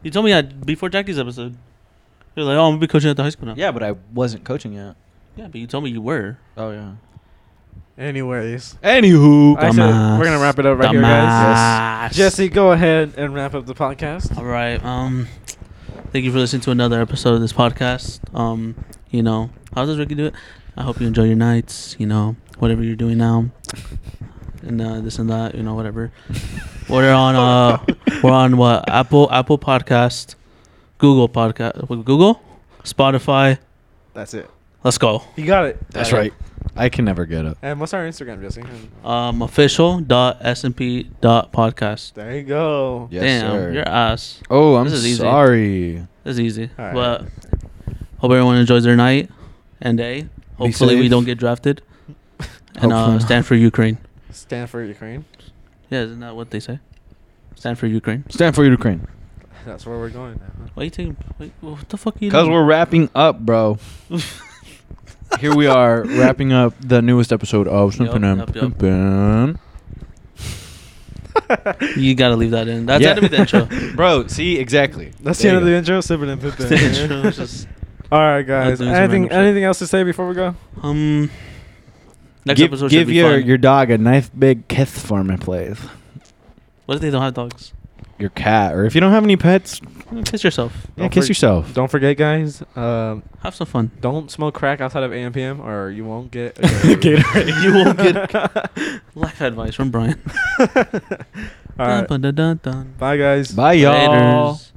Speaker 2: You told me that before Jackie's episode. You're like, oh, I'm gonna be coaching at the high school now.
Speaker 1: yeah, but I wasn't coaching yet.
Speaker 2: yeah, but you told me you were.
Speaker 1: Oh yeah.
Speaker 3: Anyways,
Speaker 1: Anywho,
Speaker 3: I said we're gonna wrap it up right here, guys.
Speaker 2: Dumbass.
Speaker 3: Jesse, go ahead and wrap up the podcast.
Speaker 2: All right. Um, thank you for listening to another episode of this podcast. Um, you know, how does Ricky do it? I hope you enjoy your nights. You know, whatever you're doing now, and uh, this and that. You know, whatever. we're on. Uh, we're on what Apple Apple Podcast, Google Podcast, Google, Spotify.
Speaker 3: That's it.
Speaker 2: Let's go.
Speaker 3: You got it.
Speaker 1: That's right. I can never get it.
Speaker 3: And what's our Instagram, Jesse? And
Speaker 2: Um, official dot SMP dot podcast.
Speaker 3: There you go.
Speaker 1: Yes,
Speaker 2: Damn,
Speaker 1: sir.
Speaker 2: your ass.
Speaker 1: Oh, I'm
Speaker 2: This is easy.
Speaker 1: sorry.
Speaker 2: That's easy.
Speaker 3: All right.
Speaker 2: But hope everyone enjoys their night and day. Hopefully we
Speaker 1: safe.
Speaker 2: don't get drafted. and
Speaker 1: Hopefully
Speaker 2: uh,
Speaker 1: not.
Speaker 2: stand for Ukraine.
Speaker 3: Stanford, Ukraine.
Speaker 2: Yeah, isn't that what they say? Stand for Ukraine.
Speaker 1: Stand for Ukraine.
Speaker 3: That's where we're going now.
Speaker 2: Why you taking? Wait, what the fuck are you?
Speaker 1: Because
Speaker 2: doing?
Speaker 1: we're wrapping up, bro. Here we are wrapping up the newest episode of
Speaker 2: Yup,
Speaker 1: Snoopin' and
Speaker 2: yup, yup.
Speaker 1: Pimpin'.
Speaker 2: You gotta leave that in. That's
Speaker 1: Yeah.
Speaker 2: gotta be the intro.
Speaker 1: Bro, see, exactly.
Speaker 3: That's
Speaker 1: There
Speaker 3: the end of
Speaker 1: you
Speaker 3: the intro. Sipping and
Speaker 2: That's the intro.
Speaker 3: pipping.
Speaker 2: It's just-
Speaker 3: All right,
Speaker 2: doing
Speaker 3: guys.
Speaker 2: some
Speaker 3: Anything?
Speaker 2: random shit.
Speaker 3: Anything else to say before we go?
Speaker 2: um.
Speaker 1: go.
Speaker 2: Next
Speaker 1: give
Speaker 2: episode
Speaker 1: give
Speaker 2: should be
Speaker 1: your,
Speaker 2: fun.
Speaker 1: your dog a nice big kiss for me, please.
Speaker 2: what if they don't have dogs?
Speaker 1: Your cat. Or if you don't have any pets,
Speaker 2: Kiss yourself.
Speaker 1: yeah,
Speaker 3: Don't
Speaker 1: kiss
Speaker 3: forg-
Speaker 1: yourself.
Speaker 3: Don't forget, guys. Um,
Speaker 2: Have some fun.
Speaker 3: don't smoke crack outside of 8 p.m. or you won't get a
Speaker 1: Gatorade.
Speaker 2: You won't get- Life advice from Brian.
Speaker 3: All right.
Speaker 2: Dun, dun, dun, dun, dun.
Speaker 3: Bye, guys.
Speaker 1: Bye, y'all.
Speaker 2: Laters.